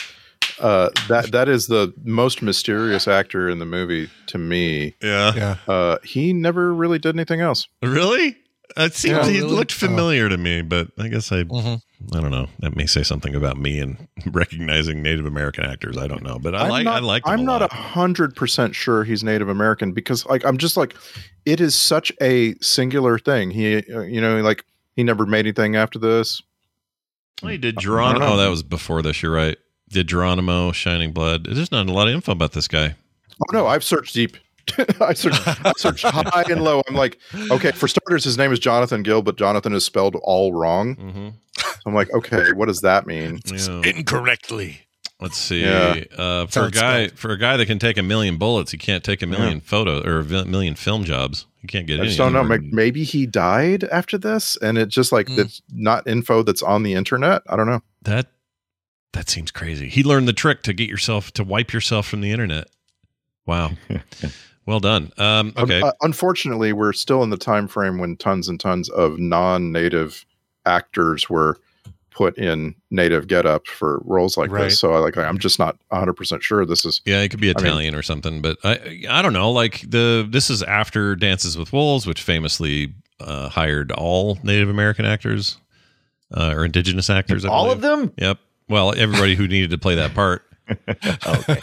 uh, that that is the most mysterious actor in the movie to me. Yeah. yeah. Uh, he never really did anything else. Really? It seems Yeah, he really? looked familiar to me, but I guess I Mhm. I don't know. That may say something about me and recognizing Native American actors. I don't know, but I I'm like not, I like I'm not a hundred percent sure he's Native American because like I'm just like it is such a singular thing. He uh, you know like he never made anything after this. Well, he did I don't Geronimo. know. Oh, that was before this. You're right. Did Geronimo, Shining Blood. There's not a lot of info about this guy. Oh no, I've searched deep. I searched, I searched high and low. I'm like, okay, for starters, his name is Jonathan Gill, but Jonathan is spelled all wrong. Mm-hmm. I'm like, okay, what does that mean? Yeah. Incorrectly. Let's see. Yeah. Uh, how for a it's guy for a guy that can take a million bullets, he can't take a million photo or a vi- million film jobs. He can't get. I just any don't know. of them. Like, maybe he died after this, and it just like Mm. that's not info that's on the internet. I don't know. That that seems crazy. He learned the trick to get yourself to wipe yourself from the internet. Wow. well done. Um, Un- okay. uh, unfortunately, we're still in the time frame when tons and tons of non-native actors were put in native getup for roles like Right. this. So I like I'm just not 100 percent sure this is Yeah, it could be mean- Italian or something, but I I don't know. Like the this is after Dances with Wolves, which famously uh, hired all Native American actors uh, or Indigenous actors. I All believe. of them? Yep. Well, everybody who needed to play that part. okay.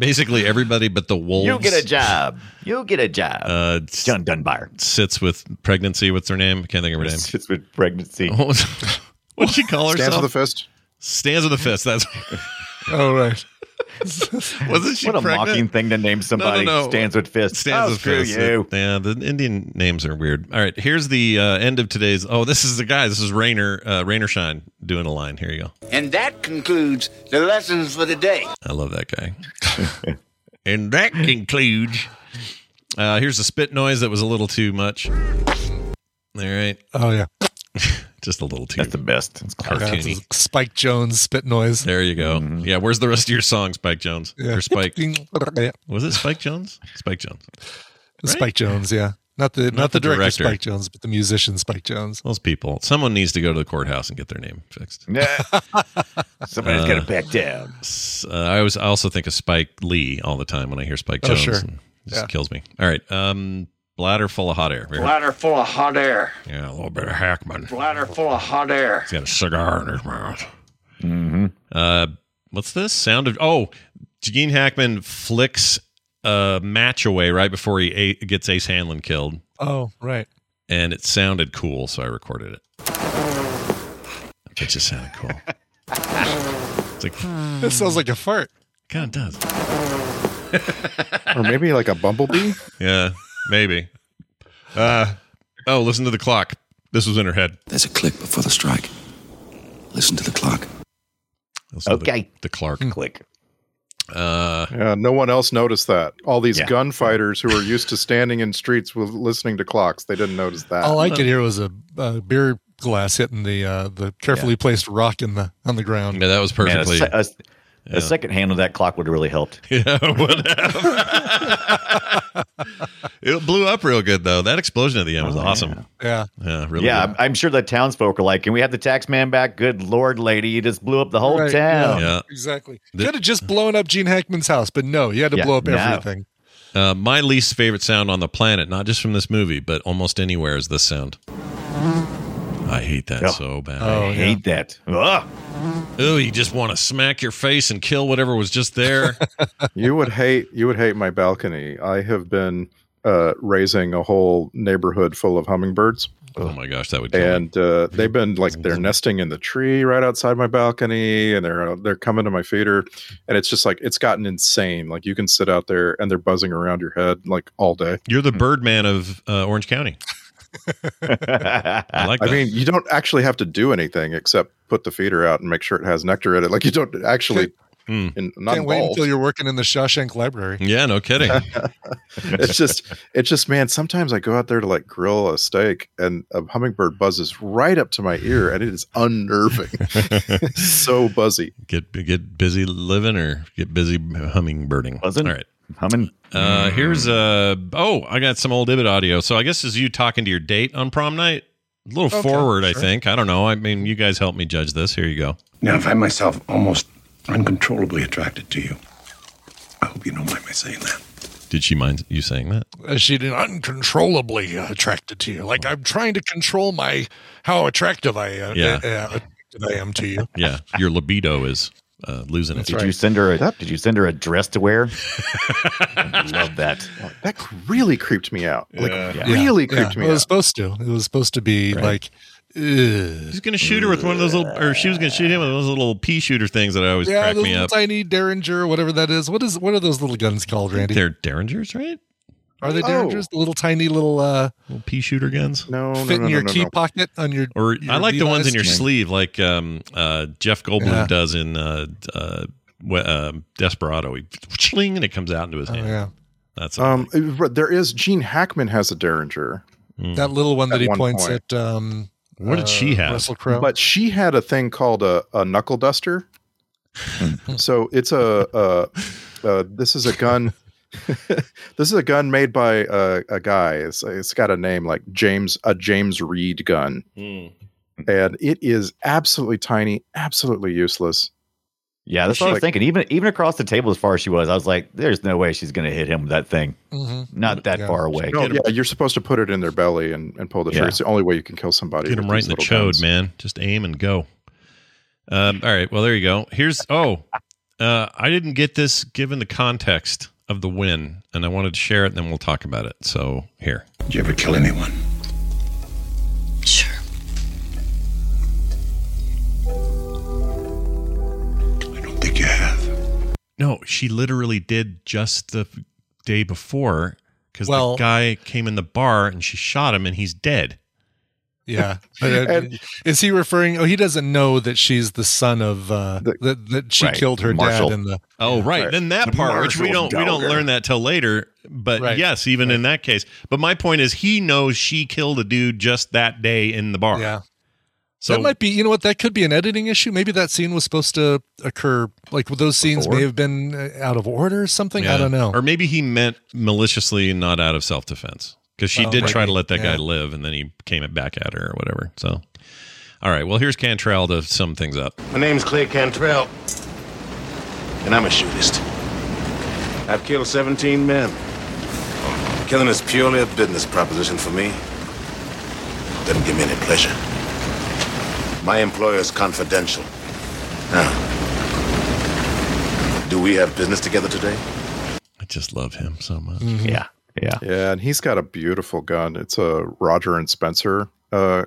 Basically, everybody but the wolves. You get a job. You get a job. Uh, s- John Dunbar. sits with pregnancy. What's her name? Can't think of her name. It's it's with pregnancy. What was- What'd she call stands herself? with the fist. Stands with the fist. That's Oh, right. wasn't she what a pregnant? mocking thing to name somebody. no. Stands with fist. Stands oh, with screw fist. you. Yeah, the Indian names are weird. All right, here's the uh, end of today's. Oh, this is the guy. This is Rainer uh, Rainer Shine doing a line. Here you go. And that concludes the lessons for the day. I love that guy. and that concludes. Uh, here's the spit noise that was a little too much. All right, Oh, yeah. Just a little too. That's the best. It's cartoony. That's Spike Jones spit noise. There you go. Mm-hmm. Yeah, where's the rest of your song, Spike Jones? Yeah. Or Spike? Yeah. Was it Spike Jones? Spike Jones. Spike Jones, yeah. Not the not, the, director, Spike Jones, but the musician Spike Jones. Those people. Someone needs to go to the courthouse and get their name fixed. Yeah. Somebody's Uh, got to back down. s- uh, I always I also think of Spike Lee all the time when I hear Spike Oh, Jones. sure. and it just Yeah. kills me. All right. Um, bladder full of hot air. Very- Bladder full of hot air. Yeah, a little bit of Hackman. Bladder full of hot air. He's got a cigar in his mouth. Mm-hmm. Uh, what's this sound of? Oh, Gene Hackman flicks a match away right before he a- gets Ace Hanlon killed, Oh, right. and it sounded cool, so I recorded it. It just sounded cool. it's like This sounds like a fart. God it does. or maybe like a bumblebee. Yeah, maybe. Uh, oh, listen to the clock. This was in her head. There's a click before the strike. Listen to the clock. Listen to the- The, Clark click. Uh, yeah, no one else noticed that. All these Yeah. gunfighters who were used to standing in streets with listening to clocks, they didn't notice that. All I could hear was a, a beer glass hitting the uh, the carefully placed rock in the on the ground. Yeah, that was Man, a perfectly. se- a, a Yeah. second hand of that clock would have really helped. Yeah, would it blew up real good though. That explosion at the end was awesome. Yeah. Yeah, really. yeah, good. I'm, I'm sure the townsfolk are like, "Can we have the tax man back?" Good lord, lady, you just blew up the whole Right, town. Yeah. Exactly. The- Could have just blown up Gene Hackman's house, but no, you had to Yeah, blow up no. everything. Uh, my least favorite sound on the planet, not just from this movie, but almost anywhere, is this sound. I hate that Oh. so bad. Oh, I yeah. hate that. Ugh. Oh, you just want to smack your face and kill whatever was just there. you would hate you would hate my balcony. I have been uh, raising a whole neighborhood full of hummingbirds. oh my gosh, that would. Kill me. and uh, they've been like they're nesting in the tree right outside my balcony, and they're uh, they're coming to my feeder, and it's just like it's gotten insane. Like you can sit out there and they're buzzing around your head like all day. You're the Birdman of uh, Orange County. I like. I That. mean, you don't actually have to do anything except put the feeder out and make sure it has nectar in it. Like you don't actually, in, not Can't wait involved. until you're working in the Shawshank Library. yeah, no kidding. it's just it's just man sometimes i go out there to like grill a steak and a hummingbird buzzes right up to my ear and it is unnerving so buzzy get get busy living or get busy hummingbirding. Buzzing? All right. Humming. Uh, here's uh Mm. oh, I got some old Ibit audio. So I guess is you talking to your date on prom night? A little Okay, forward, I sure. think. I don't know. I mean, you guys help me judge this. Here you go. Now I find myself almost uncontrollably attracted to you. I hope you don't mind my saying that. Did she mind you saying that? Uh, She'd been uncontrollably attracted to you. Like I'm trying to control my how attractive I uh, Yeah. uh, attracted I am to you. Yeah, your libido is uh, losing it. Did you send her a Did you send her a dress to wear? Love that. that really creeped me out like really creeped Yeah, me It was out supposed to. It was supposed to be like. Ugh. He's gonna shoot her with one of those little, or she was gonna shoot him with those little pea shooter things that always yeah, crack those me little up. tiny derringer, whatever that is. What is what are those little guns called, Randy? They're derringers, right? Are they Oh. derringers? The little tiny little uh, Little pea shooter guns. no no, fit no, in your no, no, key no. pocket on your. Or your I like the ones in your Levi's? sleeve, like um, uh, Jeff Goldblum Yeah. does in uh, uh, we- uh, Desperado. He schling and it comes out into his hand. oh, yeah. That's um but there is gene hackman has a derringer That little one At that he one points point. at. Um, What did she have? Russell Crowe. but she had a thing called a, a knuckle duster Hmm. so it's a uh, uh, this is a gun this is a gun made by uh, a guy it's, it's got a name like james a james reed gun Hmm. and it is absolutely tiny absolutely useless Yeah, that's what I was Like- thinking. Even even across the table, as far as she was, I was like, "There's no way she's going to hit him with that thing. Mm-hmm. Not that far away." No, yeah, you're supposed to put it in their belly and, and pull the trigger. Yeah. It's the only way you can kill somebody. Get with him right these in the little chode, guns. man. Just aim and go. Um, all right. Well, there you go. Here's oh, uh, I didn't get this given the context of the win, and I wanted to share it, and then we'll talk about it. So here. Did you ever kill anyone? Sure. I think you have. No, she literally did just the f- day before because Well- the guy came in the bar and she shot him, and he's dead. Yeah, but uh, And- is he referring? Oh, he doesn't know that she's the son of uh, that that she Right, killed her Marshall. dad in the. Oh, right. Then that part, which we Marshall don't we don't Dowger. learn that till later. But yes, even in that case. But my point is, he knows she killed a dude just that day in the bar. Yeah. So- that might be, you know what, that could be an editing issue. Maybe that scene was supposed to occur, like those scenes Before? may have been uh, out of order or something. I Yeah. don't know. Or maybe he meant maliciously and not out of self defense because she Oh, did try to maybe. let that guy Yeah. live and then he came back at her or whatever. So, all right. Well, here's Cantrell to sum things up. My name's Clay Cantrell, and I'm a shootist. I've killed 17 men. Killing is purely a business proposition for me. Doesn't give me any pleasure. My employer is confidential. Now, do we have business together today? I just love him so much. Mm. Yeah. Yeah. Yeah. And he's got a beautiful gun. It's a Roger and Spencer uh,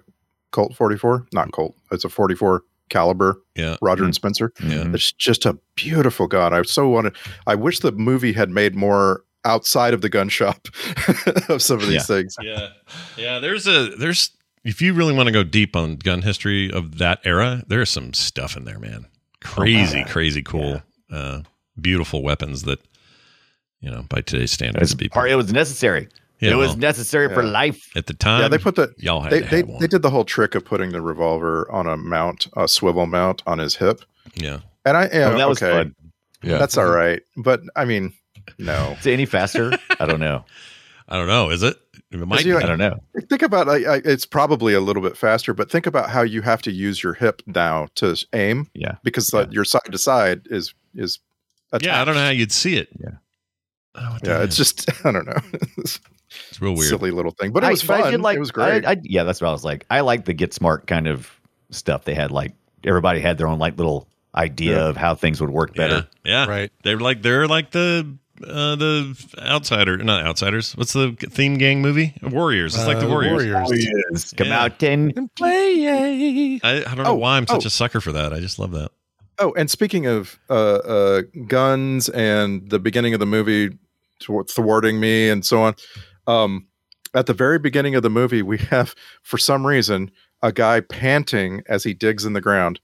Colt 44. Not Colt. It's a 44 caliber. Yeah. Roger Mm-hmm. and Spencer. Yeah. It's just a beautiful gun. I so wanted, I wish the movie had made more outside of the gun shop of some of these Yeah. things. Yeah. Yeah. There's a, there's, if you really want to go deep on gun history of that era, there's some stuff in there, man. Crazy, crazy cool, uh, beautiful weapons that, you know, by today's standards, would be Part it was necessary. Yeah, it was well, necessary for yeah. life. at the time. yeah, Um, they put the y'all had they to they, have one. they did the whole trick of putting the revolver on a mount, a swivel mount on his hip. Yeah. And I yeah, Oh, that was okay. fun. Yeah. Mm-hmm. That's all right. But I mean, no. Is it any faster? I don't know. I don't know. Is it? It might you be. like- I don't know. Think about I, I, it's probably a little bit faster, but think about how you have to use your hip now to s- aim. Yeah, because uh, your side to side is is. Yeah, I don't know how you'd see it. Yeah. Yeah, it's just I don't know. it's it's real weird. silly little thing, but it I- was but I fun. did like- it was great. I- I- yeah, that's what I was like. I like the get smart kind of stuff they had. Like everybody had their own like little idea Yeah. of how things would work better. Yeah. Right. They're like they're like the uh, the outsider, not outsiders. What's the theme gang movie? Warriors. It's like the Uh, Warriors. Warriors. Come out and play. I, I don't know Oh, why I'm such oh. a sucker for that. I just love that. Oh, and speaking of uh, uh, guns and the beginning of the movie thwar- thwarting me and so on, um, at the very beginning of the movie, we have, for some reason, a guy panting as he digs in the ground.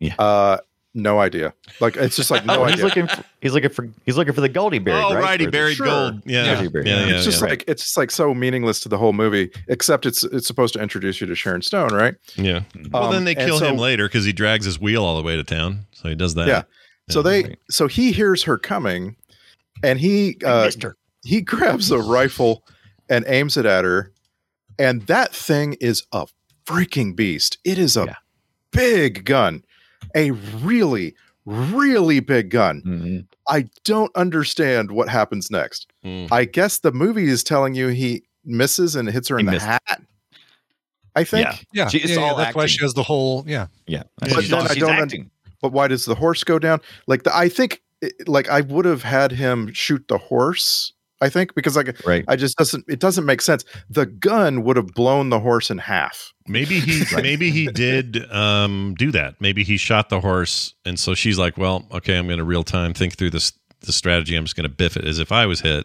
Yeah. Uh, no idea. Like it's just like no Oh, he's idea. looking. For, he's looking for. He's looking for the gold he buried. Oh, right, right, he Or the- buried gold. Yeah. he buried Yeah, gold. yeah, it's just yeah. like it's just like so meaningless to the whole movie. Except it's it's supposed to introduce you to Sharon Stone, right? Yeah. Well, Um, then they and kill so- him later because he drags his wheel all the way to town. So he does that. Yeah. So they so he hears her coming and he uh he grabs a rifle and aims it at her and that thing is a freaking beast. It is a big gun. A really really big gun. Mm-hmm. I don't understand what happens next. I guess the movie is telling you he misses and hits her in the missed. hat. I think Yeah. yeah, yeah, that's why she has the whole, yeah. Yeah. but then I don't. un- but why does the horse go down? Like the, I think, it- like I would have had him shoot the horse. I think because like Right. I just doesn't it doesn't make sense. The gun would have blown the horse in half. Maybe he maybe he did um, do that. Maybe he shot the horse, and so she's like, "Well, okay, I'm going to real time think through this the strategy. I'm just going to biff it as if I was hit." And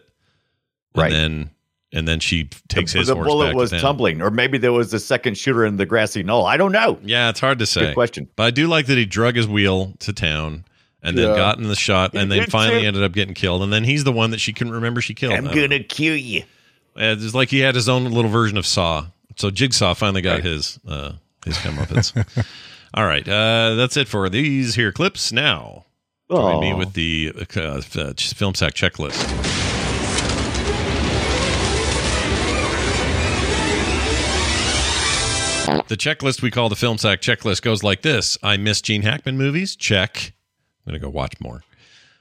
Right. Then and then she takes the, his the horse bullet back was to town. tumbling, or maybe there was a second shooter in the grassy knoll. I don't know. Yeah, it's hard to say. question. But I do like that he drug his wheel to town and then Yeah. got in the shot and then did finally too. ended up getting killed. And then he's the one that she couldn't remember she killed. I'm I don't gonna kill you. know. It's like he had his own little version of Saw. So Jigsaw finally got his uh, his comeuppance. All right, uh, that's it for these here clips. Now, join me Aw. with the uh, uh, film sack checklist. The checklist we call the film sack checklist goes like this: I miss Gene Hackman movies. Check. I'm gonna go watch more.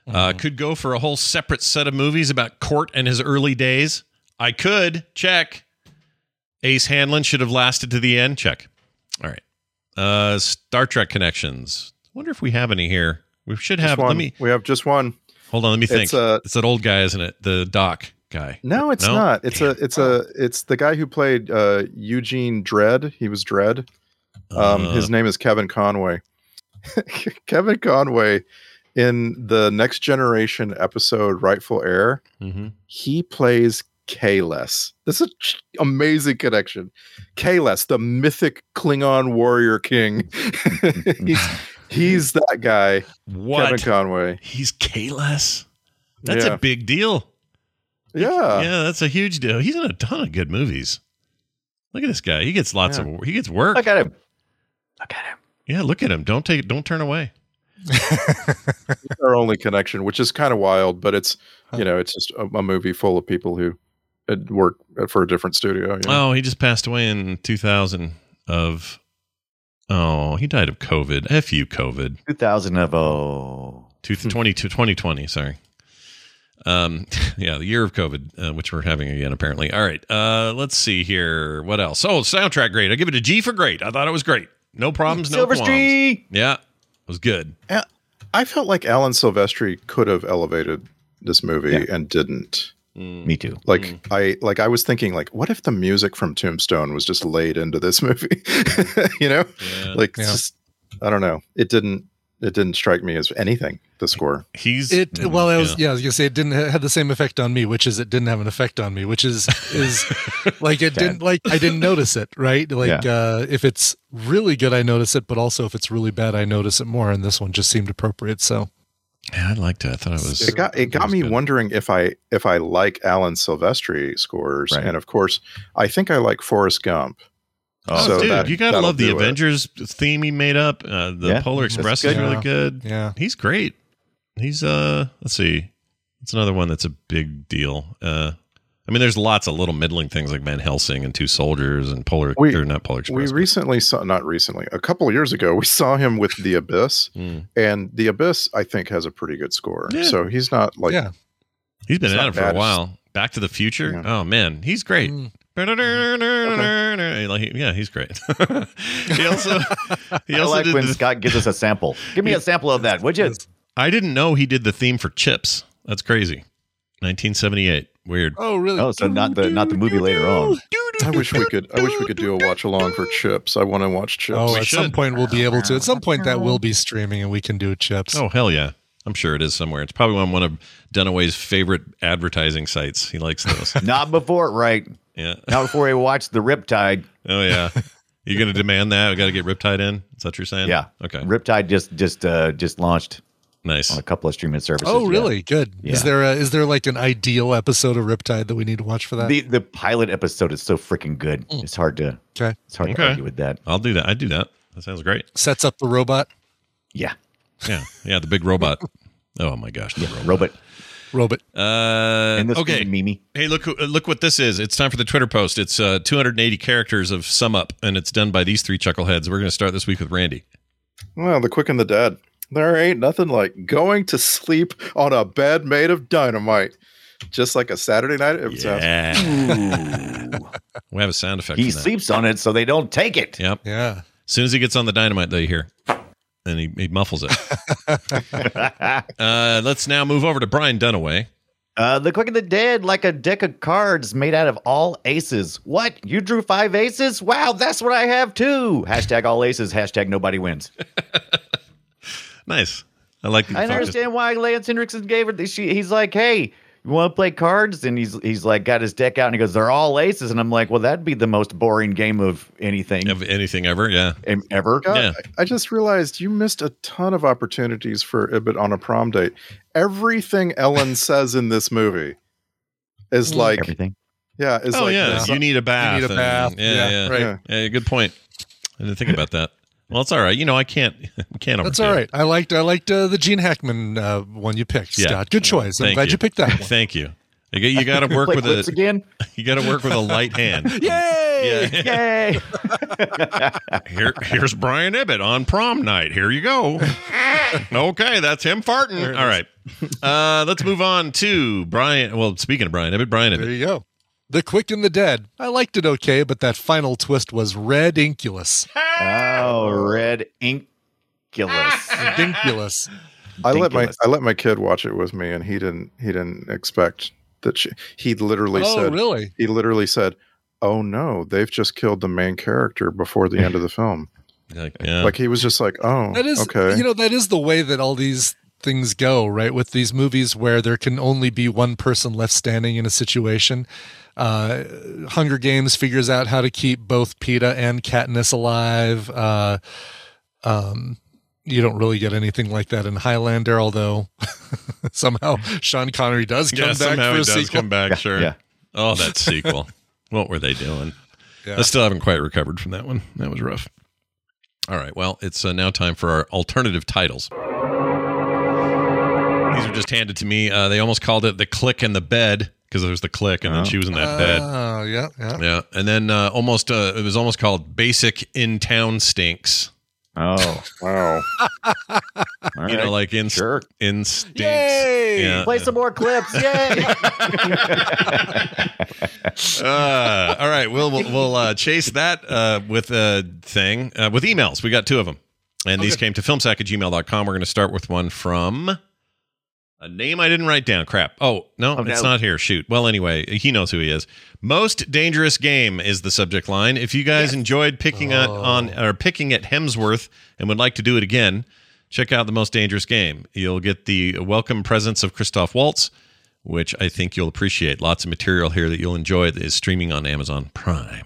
Uh, could go for a whole separate set of movies about Court and his early days. I could check. Ace Hanlon should have lasted to the end. Check. All right. Uh, Star Trek connections. wonder if we have any here. We should Just have. one. Let me we have just one. hold on. Let me think. It's, It's, uh, that old guy, isn't it? The doc guy. No, it's No? not. It's a it's a it's the guy who played uh, Eugene Dredd. He was Dredd. Um, Uh. his name is Kevin Conway. Kevin Conway in the Next Generation episode "Rightful Heir." Mhm. He plays Kales. This is an amazing connection. Kales, the mythic Klingon warrior king. he's he's that guy. What? Kevin Conway. He's Kalas. That's Yeah. Uh. a big deal. Yeah. Yeah, that's a huge deal. He's in a ton of good movies. Look at this guy. He gets lots Yeah. of he gets work. Look at him. Yeah, look at him. Don't take. Don't turn away. It's our only connection, which is kind of wild, but it's you know it's just a, a movie full of people who had worked for a different studio. You know? Oh, he just passed away in 2000 of. Oh, he died of COVID. F you, COVID. 2000 of oh. 2020, 2020 sorry. Um, yeah, the year of COVID, uh, which we're having again, apparently. All right, uh, let's see here. What else? Oh, soundtrack great. I give it a G for great. I thought it was great. No problems, no qualms. Silverstreet. Yeah, it was good. A- I felt like Alan Silvestri could have elevated this movie and didn't. Mm. Me too. Like I like I was thinking like what if the music from Tombstone was just laid into this movie? you know? Like it's Yeah. just I don't know. It didn't it didn't strike me as anything the score. He's It well, I was yeah. I was gonna say it didn't ha- have the same effect on me, which is it didn't have an effect on me, which is is like it didn't like I didn't notice it, right? Like Yeah. uh, if it's really good, I notice it, but also if it's really bad, I notice it more. And this one just seemed appropriate, so yeah, I liked it. I thought it was it got it got me wondering if I if I like Alan Silvestri scores, Right. and of course, I think I like Forrest Gump. Oh, dude, that- you gotta that'll love the do it. Avengers theme he made up. Uh, the Yeah, Polar that's Express good. is really Yeah. good. Yeah, he's great. He's uh, let's see, it's another one that's a big deal. Uh, I mean, there's lots of little middling things like Van Helsing and Two Soldiers and Polar, We- or not Polar We Express. recently saw not recently, a couple of years ago, we saw him with The Abyss, Hmm. and The Abyss I think has a pretty good score. Yeah. So he's not like Yeah. he's been it's at not it for bad, a it's- while. Back to the Future. Oh man, he's great. Like, Yeah, he's great. he also he I also like did when the- Scott gives us a sample. Give me a sample of that, would you? I didn't know he did the theme for Chips. That's crazy. 1978. Weird. Oh, really? Oh, so not the not the movie later on. I wish we could I wish we could do a watch along for Chips. I want to watch Chips. oh, at some point we'll be able to. At some point that will be streaming, and we can do chips. Oh hell yeah! I'm sure it is somewhere. It's probably on one of Dunaway's favorite advertising sites. He likes those. Not before, right? Yeah. Not before we watch the Riptide. oh yeah. You're gonna demand that? We got to get Riptide in. Is that what you're saying? Yeah. Okay. Riptide just just uh just launched. Nice. On a couple of streaming services. Oh, yeah. really? Good. Is Yeah. there a, is there like an ideal episode of Riptide that we need to watch for that? The the pilot episode is so freaking good. It's hard to okay, it's hard Mm. Okay. to argue with that. I'll do that. I do that. That sounds great. sets up the robot. Yeah. Yeah. Yeah. The big robot. Oh my gosh. The robot. Robot. Robot. Uh, And this okay. is Mimi. Hey, look! who- uh, Look what this is! It's time for the Twitter post. It's uh, 280 characters of sum up, and it's done by these three chuckleheads. We're going to start this week with Randy. Well, the quick and the dead. There ain't nothing like going to sleep on a bed made of dynamite. Just like a Saturday night. It sounds- we have a sound effect. He for that. sleeps on it so they don't take it. Yep. Yeah. As soon as he gets on the dynamite, they hear, and he, he muffles it. uh, let's now move over to Brian Dunaway. Uh, the Quick and the Dead, like a deck of cards made out of all aces. What? You drew five aces? Wow, that's what I have too. Hashtag all aces, hashtag nobody wins. Nice. I like. the I don't focus. understand why Lance Hendrickson gave her. the- She, he's like, hey, you want to play cards? And he's he's like, got his deck out and he goes, they're all aces. And I'm like, well, that'd be the most boring game of anything Of anything ever. Yeah. em- ever. God, Yeah. I I just realized you missed a ton of opportunities for Ibit on a prom date. Everything Ellen says in this movie is Mm. like Everything. yeah, is oh like uh, yeah. it's- You need a bath. need a and- bath. Yeah. Yeah. Yeah, Yeah. right. yeah, Good point. I didn't think about that. Well, it's all right. You know, I can't. We can't. That's overdo it. all right. I liked I liked uh, the Gene Hackman uh, one you picked, Yeah. Scott. Good choice. I'm Thank glad you. picked that one. Thank you. You, got- you got to work Play with clips a. again. You got to work with a light hand. Yay! Yeah. Yay. Here, here's Brian Ibbett on prom night. Here you go. okay, that's him farting. All right. Uh, let's move on to Brian. Well, speaking of Brian Ibbett, Brian There Ibbett. you go. The Quick and the Dead. I liked it okay, but that final twist was redinculous. oh, red inculus. Redinculous. I let my ridiculous. I let my kid watch it with me and he didn't he didn't expect that she he literally Oh, said really? he literally said, Oh no, they've just killed the main character before the end of the film. Like, yeah. Like he was just like, Oh That is, okay. you know, that is the way that all these things go, right? With these movies where there can only be one person left standing in a situation. Uh, Hunger Games figures out how to keep both PETA and Katniss alive. Uh, um, you don't really get anything like that in Highlander, although somehow Sean Connery does come yeah, back somehow for a he does sequel. come back. Sure. yeah. Oh, that sequel. what were they doing? Yeah. I still haven't quite recovered from that one. That was rough. All right. Well, it's uh, now time for our alternative titles. These were just handed to me. Uh, they almost called it the click and the bed because there was the click, and then she was in that bed. Oh, yeah, yeah. Yeah, and then uh, almost uh, it was almost called "Basic in Town Stinks." Oh wow! you know, like in in stinks. Yay! Yeah. Play some more clips. Yay! Uh, all right, we'll we'll, we'll uh, chase that uh, with a thing uh, with emails. We got two of them, and these came to filmsack at gmail.com. We're going to start with one from a name I didn't write down. Crap. Oh no, Oh, it's no. not here. Shoot. Well, anyway, he knows who he is. Most dangerous game is the subject line. If you guys enjoyed picking at on or picking at Hemsworth and would like to do it again, check out the most dangerous game. You'll get the welcome presence of Christoph Waltz. Which I think you'll appreciate. Lots of material here that you'll enjoy that is streaming on Amazon Prime.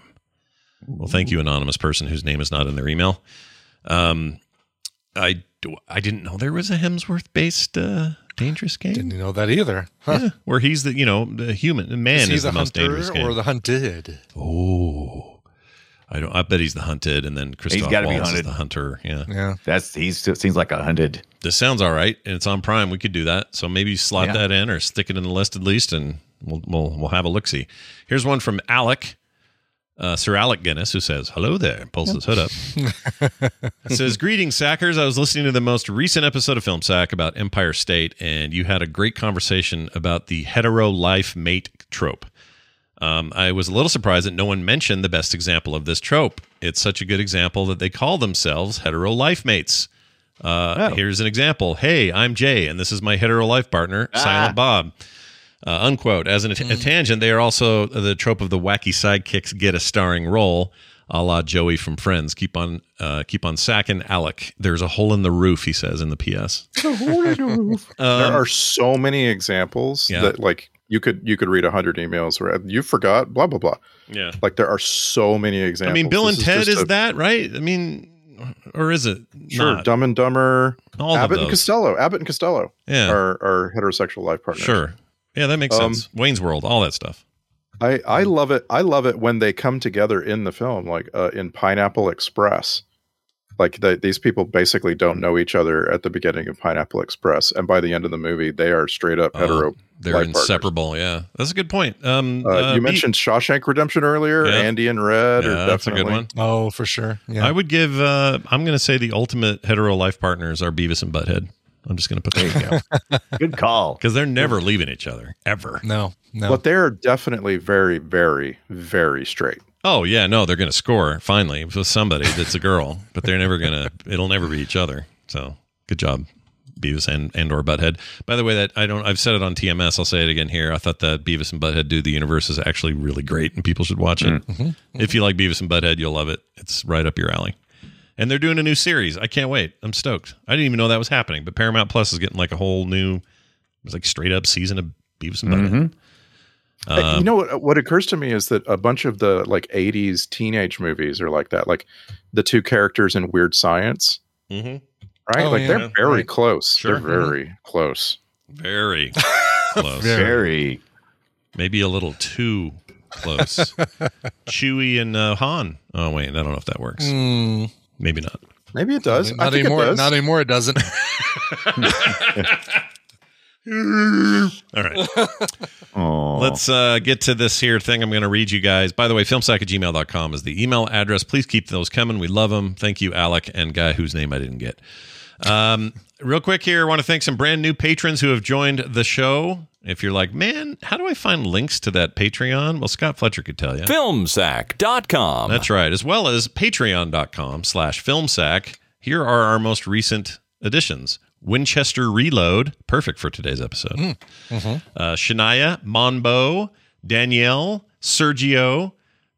Well, thank you, anonymous person whose name is not in their email. Um, I I didn't know there was a Hemsworth based uh, dangerous game. Didn't know that either. Yeah, where he's the you know the human the man is is, he the, most hunter dangerous game. or the hunted? oh, I don't. I bet he's the hunted, and then Christoph gotta be Waltz is hunted. the hunter. Yeah, Yeah. That's he still seems like a hundred. this sounds all right, and it's on Prime. We could do that. So maybe slot Yeah. that in or stick it in the list at least, and we'll we'll, we'll have a look see. Here's one from Alec. Uh, Sir Alec Guinness, who says, Hello there, pulls his hood up. It says, Greetings, Sackers. I was listening to the most recent episode of Film Sack about Empire State, and you had a great conversation about the hetero life mate trope. Um, I was a little surprised that no one mentioned the best example of this trope. It's such a good example that they call themselves hetero life mates. Uh, Here's an example Hey, I'm Jay, and this is my hetero life partner, Silent Bob. Uh, unquote. As an, a tangent, they are also uh, the trope of the wacky sidekicks get a starring role, a la Joey from Friends. Keep on, uh, keep on sacking Alec. There's a hole in the roof, he says in the PS. there are so many examples Um, Yeah. that like you could you could read a hundred emails where you forgot blah blah blah. Yeah. Like there are so many examples. I mean, Bill This and Ted just is a- that right? I mean, or is it? Sure, not? Dumb and Dumber, All of Abbott those. and Costello, Abbott and Costello, Yeah. are, are heterosexual life partners. Sure. Yeah, that makes Um, sense. Wayne's World, all that stuff. I I love it. I love it when they come together in the film, like uh, in Pineapple Express. Like they, these people basically don't know each other at the beginning of Pineapple Express, and by the end of the movie, they are straight up hetero. Oh, They're life partners. inseparable. Yeah, that's a good point. Um, Uh, uh, you B- mentioned Shawshank Redemption earlier. Yeah. Andy and Red Yeah, are that's a good definitely one. Oh, for sure. Yeah. I would give. Uh, I'm going to say the ultimate hetero life partners are Beavis and Butthead. I'm just going to put that Good call. because they're never leaving each other ever. No, no. But they're definitely very, very, very straight. Oh yeah, no, they're going to score finally with somebody that's a girl, but they're never going to. It'll never be each other. So good job, Beavis and and or Butthead. By the way, that I don't. I've said it on TMS. I'll say it again here. I thought that Beavis and Butthead do the universe is actually really great, and people should watch it. If you like Beavis and Butthead, you'll love it. It's right up your alley. And they're doing a new series. I can't wait. I'm stoked. I didn't even know that was happening, but Paramount Plus is getting like a whole new, it's like straight up season of Beavis and Butthead. Uh, Um, you know what? What occurs to me is that a bunch of the like '80s teenage movies are like that. Like the two characters in Weird Science, Mhm. right? Oh, like yeah. they're very Right. close. Sure. They're very close. Very close. Very. Maybe a little too close. Chewie and uh, Han. Oh wait, I don't know if that works. Hmm. Maybe not. e, Maybe it does. I Not think anymore. It does. Not anymore. It doesn't. All right. Let's uh, get to this here thing. I'm going to read you guys. By the way, filmsack at gmail.com is the email address. Please keep those coming. We love them. Thank you, Alec and guy whose name I didn't get. Um, real quick here, I want to thank some brand new patrons who have joined the show. If you're like, man, how do I find links to that Patreon? Well, Scott Fletcher could tell you. Filmsack.com. That's right. As well as patreon.com slash filmsack. Here are our most recent additions. Winchester Reload, perfect for today's episode. Uh, Shania, Monbo, Danielle, Sergio,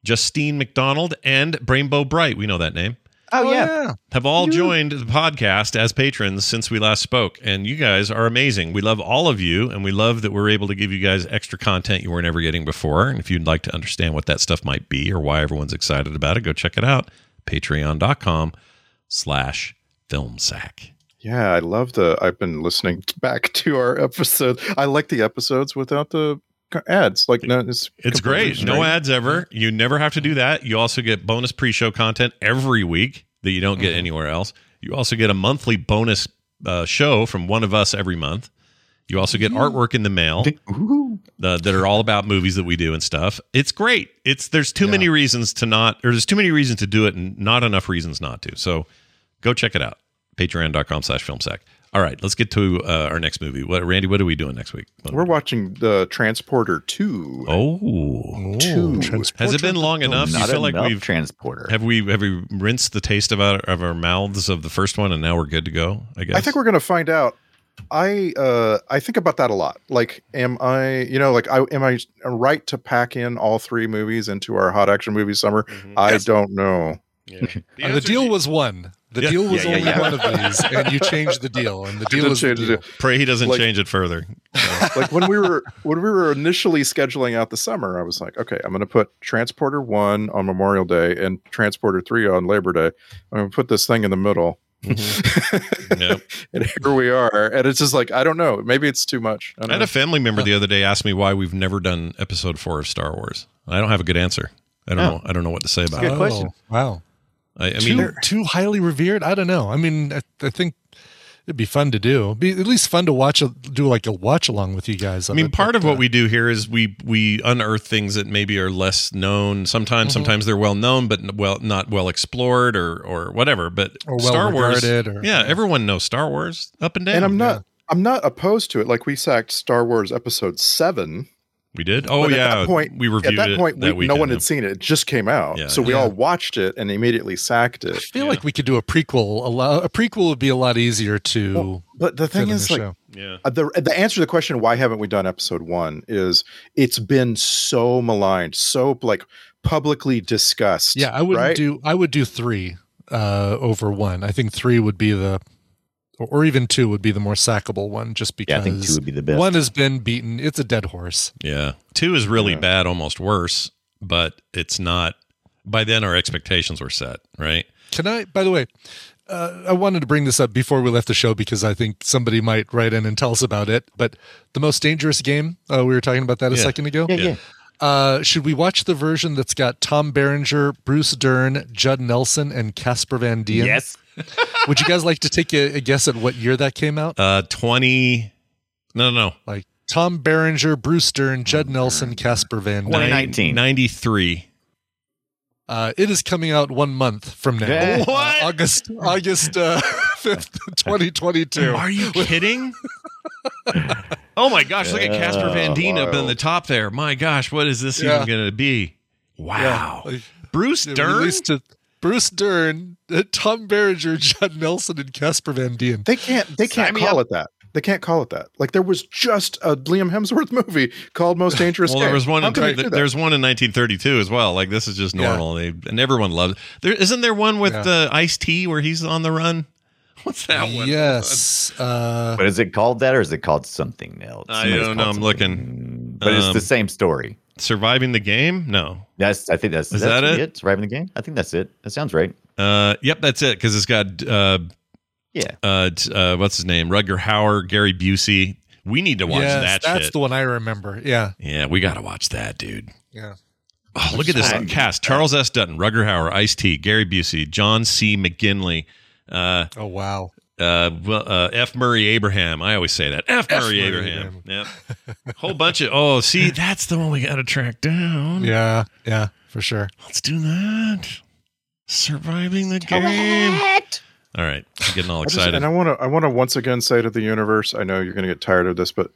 Justine McDonald, and Brainbow Bright. We know that name Oh, yeah. have all joined the podcast as patrons since we last spoke and you guys are amazing we love all of you and we love that we're able to give you guys extra content you weren't ever getting before and if you'd like to understand what that stuff might be or why everyone's excited about it go check it out patreon.com slash filmsack Yeah, I love the. I've been listening back to our episode. I like the episodes without the ads. Like no, it's it's completely great no straight. ads ever you never have to do that you also get bonus pre-show content every week that you don't get Mm-hmm. anywhere else. You also get a monthly bonus uh, show from one of us every month. You also get artwork in the mail uh, that are all about movies that we do and stuff. It's great. It's there's too many reasons to not, or there's too many reasons to do it, and not enough reasons not to. So go check it out. Patreon.com/slash FilmSack. All right, let's get to uh, our next movie. What, Randy? What are we doing next week? We're watching the Transporter Two. Oh, two. Has it been long enough? Do you feel like we've transporter? Have we have we rinsed the taste of our of our mouths of the first one, and now we're good to go? I guess. I think we're gonna find out. I uh I think about that a lot. Like, am I you know like I am I right to pack in all three movies into our hot action movie summer? I don't know. Uh, the deal was one. The Yeah. deal was Yeah, yeah, only yeah. one of these, and you changed the deal, and the I deal did was the change the deal. deal. Pray he doesn't Like- change it further. like when we were when we were initially scheduling out the summer, I was like, okay, I'm going to put Transporter One on Memorial Day and Transporter Three on Labor Day. I'm going to put this thing in the middle. and here we are, and it's just like I don't know. Maybe it's too much. I had a family member the other day ask me why we've never done episode four of Star Wars. I don't have a good answer. I don't Oh. know. I don't know what to say about good it. question. Wow. I, I too, mean, too highly revered. I don't know. I mean, I, I think it'd be fun to do. Be at least fun to watch. A, do like a watch along with you guys. I mean, part of what uh, we do here is we we unearth things that maybe are less known. Sometimes, Mhm. sometimes they're well known, but n- well not well explored or or whatever. But Or well Star Wars, regarded or- yeah, everyone knows Star Wars up and down. and I'm not. I'm not opposed to it. Like we sacked Star Wars Episode Seven. we did. Oh But yeah, at that point we reviewed At that it point, that we, no weekend. one had seen it. It just came out, Yeah. so we Yeah. all watched it and immediately sacked it. I feel like we could do a prequel. A, lo- a prequel would be a lot easier to. But the fit thing in is, the like, show. Yeah. uh, the the answer to the question why haven't we done episode one is it's been so maligned, so like publicly discussed. yeah, I would right? not do. I would do three uh, over one. I think three would be the, or, or even two would be the more sackable one, just because Yeah, I think two would be the best. One has been beaten. It's a dead horse. Yeah. Two is really bad, almost worse, but it's not. By then, our expectations were set, right? Can I, by the way, uh, I wanted to bring this up before we left the show because I think somebody might write in and tell us about it. But the most dangerous game, uh, we were talking about that a Yeah. second ago. Yeah, yeah. Uh, should we watch the version that's got Tom Berenger, Bruce Dern, Judd Nelson, and Casper Van Dien? Yes. Would you guys like to take a, a guess at what year that came out? Uh, 20. No, no, no. Like Tom Berenger, Bruce Dern, Judd Nelson, Casper Van Dien. Nine- 93. Uh, it is coming out one month from now. Yeah. Uh, August August uh, 5th, 2022. Are you kidding? Oh my gosh, look at Casper Van Dien up in the top there. My gosh, what is this Yeah. even going to be? Wow. Bruce Dern? Released to Bruce Dern, uh, Tom Berenger, Judd Nelson, and Casper Van Dien. They can't. They can't call it that. They can't call it that. Like there was just a Liam Hemsworth movie called Most Dangerous. Well, there Game. was one. How In, can they th- do that? there's one in 1932 as well. Like this is just Yeah. normal. They, and everyone loves. It. There isn't there one with Yeah. the Ice T where he's on the run. What's that one? Yes. Uh, But is it called that or is it called something else? I Somebody's don't know. called I'm something. looking. But it's Um, the same story. Surviving the game? No. That's I think that's Is that's that it? Surviving the game? I think that's it. That sounds right. Uh, yep, that's it. Because it's got uh, yeah. Uh, t- uh, what's his name? Rudger Hauer, Gary Busey. We need to watch yes, that. that's shit. the one I remember. Yeah. Yeah, we got to watch that, dude. Yeah. Oh, look at this Sorry. cast: Charles S. Dutton, Rugger Hauer, Ice T, Gary Busey, John C. McGinley. Uh, oh wow. Uh, well, uh, F. Murray Abraham. I always say that. F. F. Murray Murray Abraham. Yep. Whole bunch of. Oh, see, that's the one we got to track down. Yeah. Yeah. For sure. Let's do that. Surviving the game. All right, I'm getting all I just- excited. and I want to. I want to once again say to the universe. I know you're going to get tired of this, but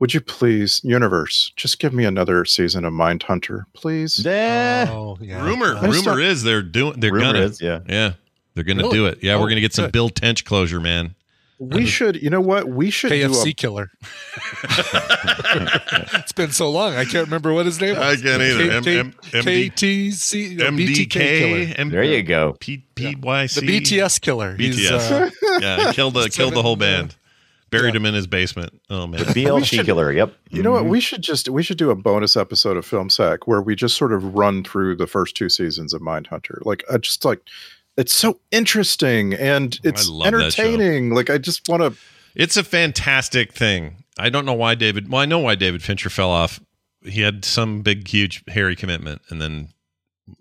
would you please, universe, just give me another season of Mind Hunter, please? Oh yeah. Eh. Rumor, Uh, rumor let's talk- is they're doing. They're Rumor gonna. is, yeah. yeah, they're gonna Really? do it. Yeah, we're Oh, gonna get some good. Bill Tench closure, man. Mm-hmm. We should. You know what? We should do a KFC killer. it's been so long. I can't remember what his name I was. can't either. M- M- MD KTC no, BTK MDK. killer. M- There you go. P- PYC. The BTS killer. He's, BTS. uh, yeah, he killed the killed the whole seven, band. Buried him in his basement. Oh man. The BLT killer, yep. You know what? Mm-hmm. We should just we should do a bonus episode of Film Sack where we just sort of run through the first two seasons of Mindhunter. Like I just like it's so interesting and it's Oh, love that show. entertaining. Like I just want to It's a fantastic thing. I don't know why David. Well, I know why David Fincher fell off. He had some big, huge, hairy commitment, and then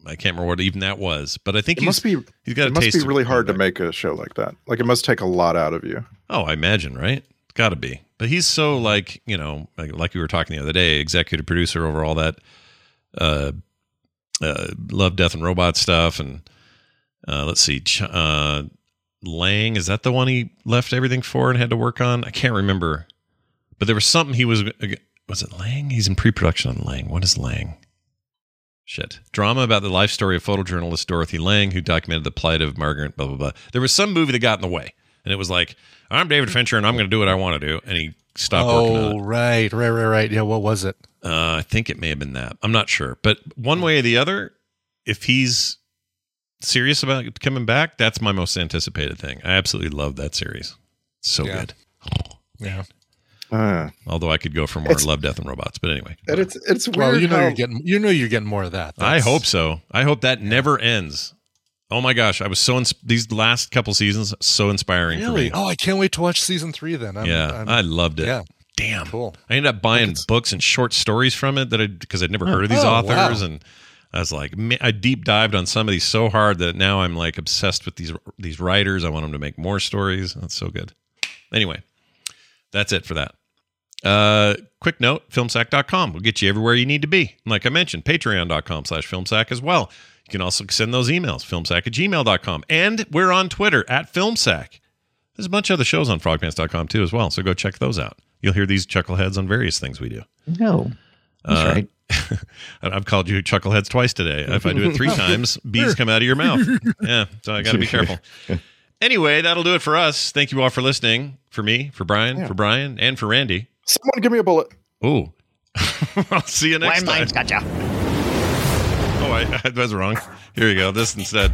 I can't remember what even that was, but I think It he's, must be. he's got a it must taste be of really hard to make a show like that. Like it must take a lot out of you. Oh, I imagine, right? Got to be. But he's so like you know, like, like we were talking the other day, executive producer over all that, uh, uh, Love, Death, and Robot stuff, and uh, let's see, Ch- uh, Lang is that the one he left everything for and had to work on? I can't remember, but there was something he was uh, was it Lang? He's in pre-production on Lang. What is Lang? Shit. Drama about the life story of photojournalist Dorothy Lang, who documented the plight of Margaret, blah, blah, blah. There was some movie that got in the way. And it was like, I'm David Fincher and I'm going to do what I want to do. And he stopped working on it. oh, right, right, right, right. Yeah, what was it? Uh, I think it may have been that. I'm not sure. But one way or the other, if he's serious about coming back, that's my most anticipated thing. I absolutely love that series. So Yeah. good. Yeah, Uh, Although I could go for more It's- Love, Death, and Robots. But anyway. and it's it's weird. well, you know how- you're getting you know you're getting more of that. I hope so. I hope that never ends. Oh my gosh, I was so ins- these last couple seasons so inspiring Really? for me. Oh, I can't wait to watch season three. Then. I'm, yeah, I'm- i loved it. yeah. Damn. Cool. I ended up buying books and short stories from it that I because I'd never heard of these Oh, wow. authors and I was like ma- I deep dived on some of these so hard that now I'm like obsessed with these these writers. I want them to make more stories. That's so good. Anyway, that's it for that. Uh, quick note, filmsack.com will get you everywhere you need to be. And Like I mentioned, patreon.com slash filmsack as well. You can also send those emails, filmsack at gmail.com. And we're on Twitter at filmsack. There's a bunch of other shows on frogpants.com too as well, so go check those out. You'll hear these chuckleheads on various things we do. No. That's Uh, right. And I've called you chuckleheads twice today. If I do it three times, bees come out of your mouth. Yeah, so I got to be careful. Anyway, that'll do it for us. Thank you all for listening. For me, for Brian, for Brian, and for Randy. Someone give me a bullet. Ooh. I'll see you next time. gotcha. Oh, I, I was wrong. Here you go. This instead.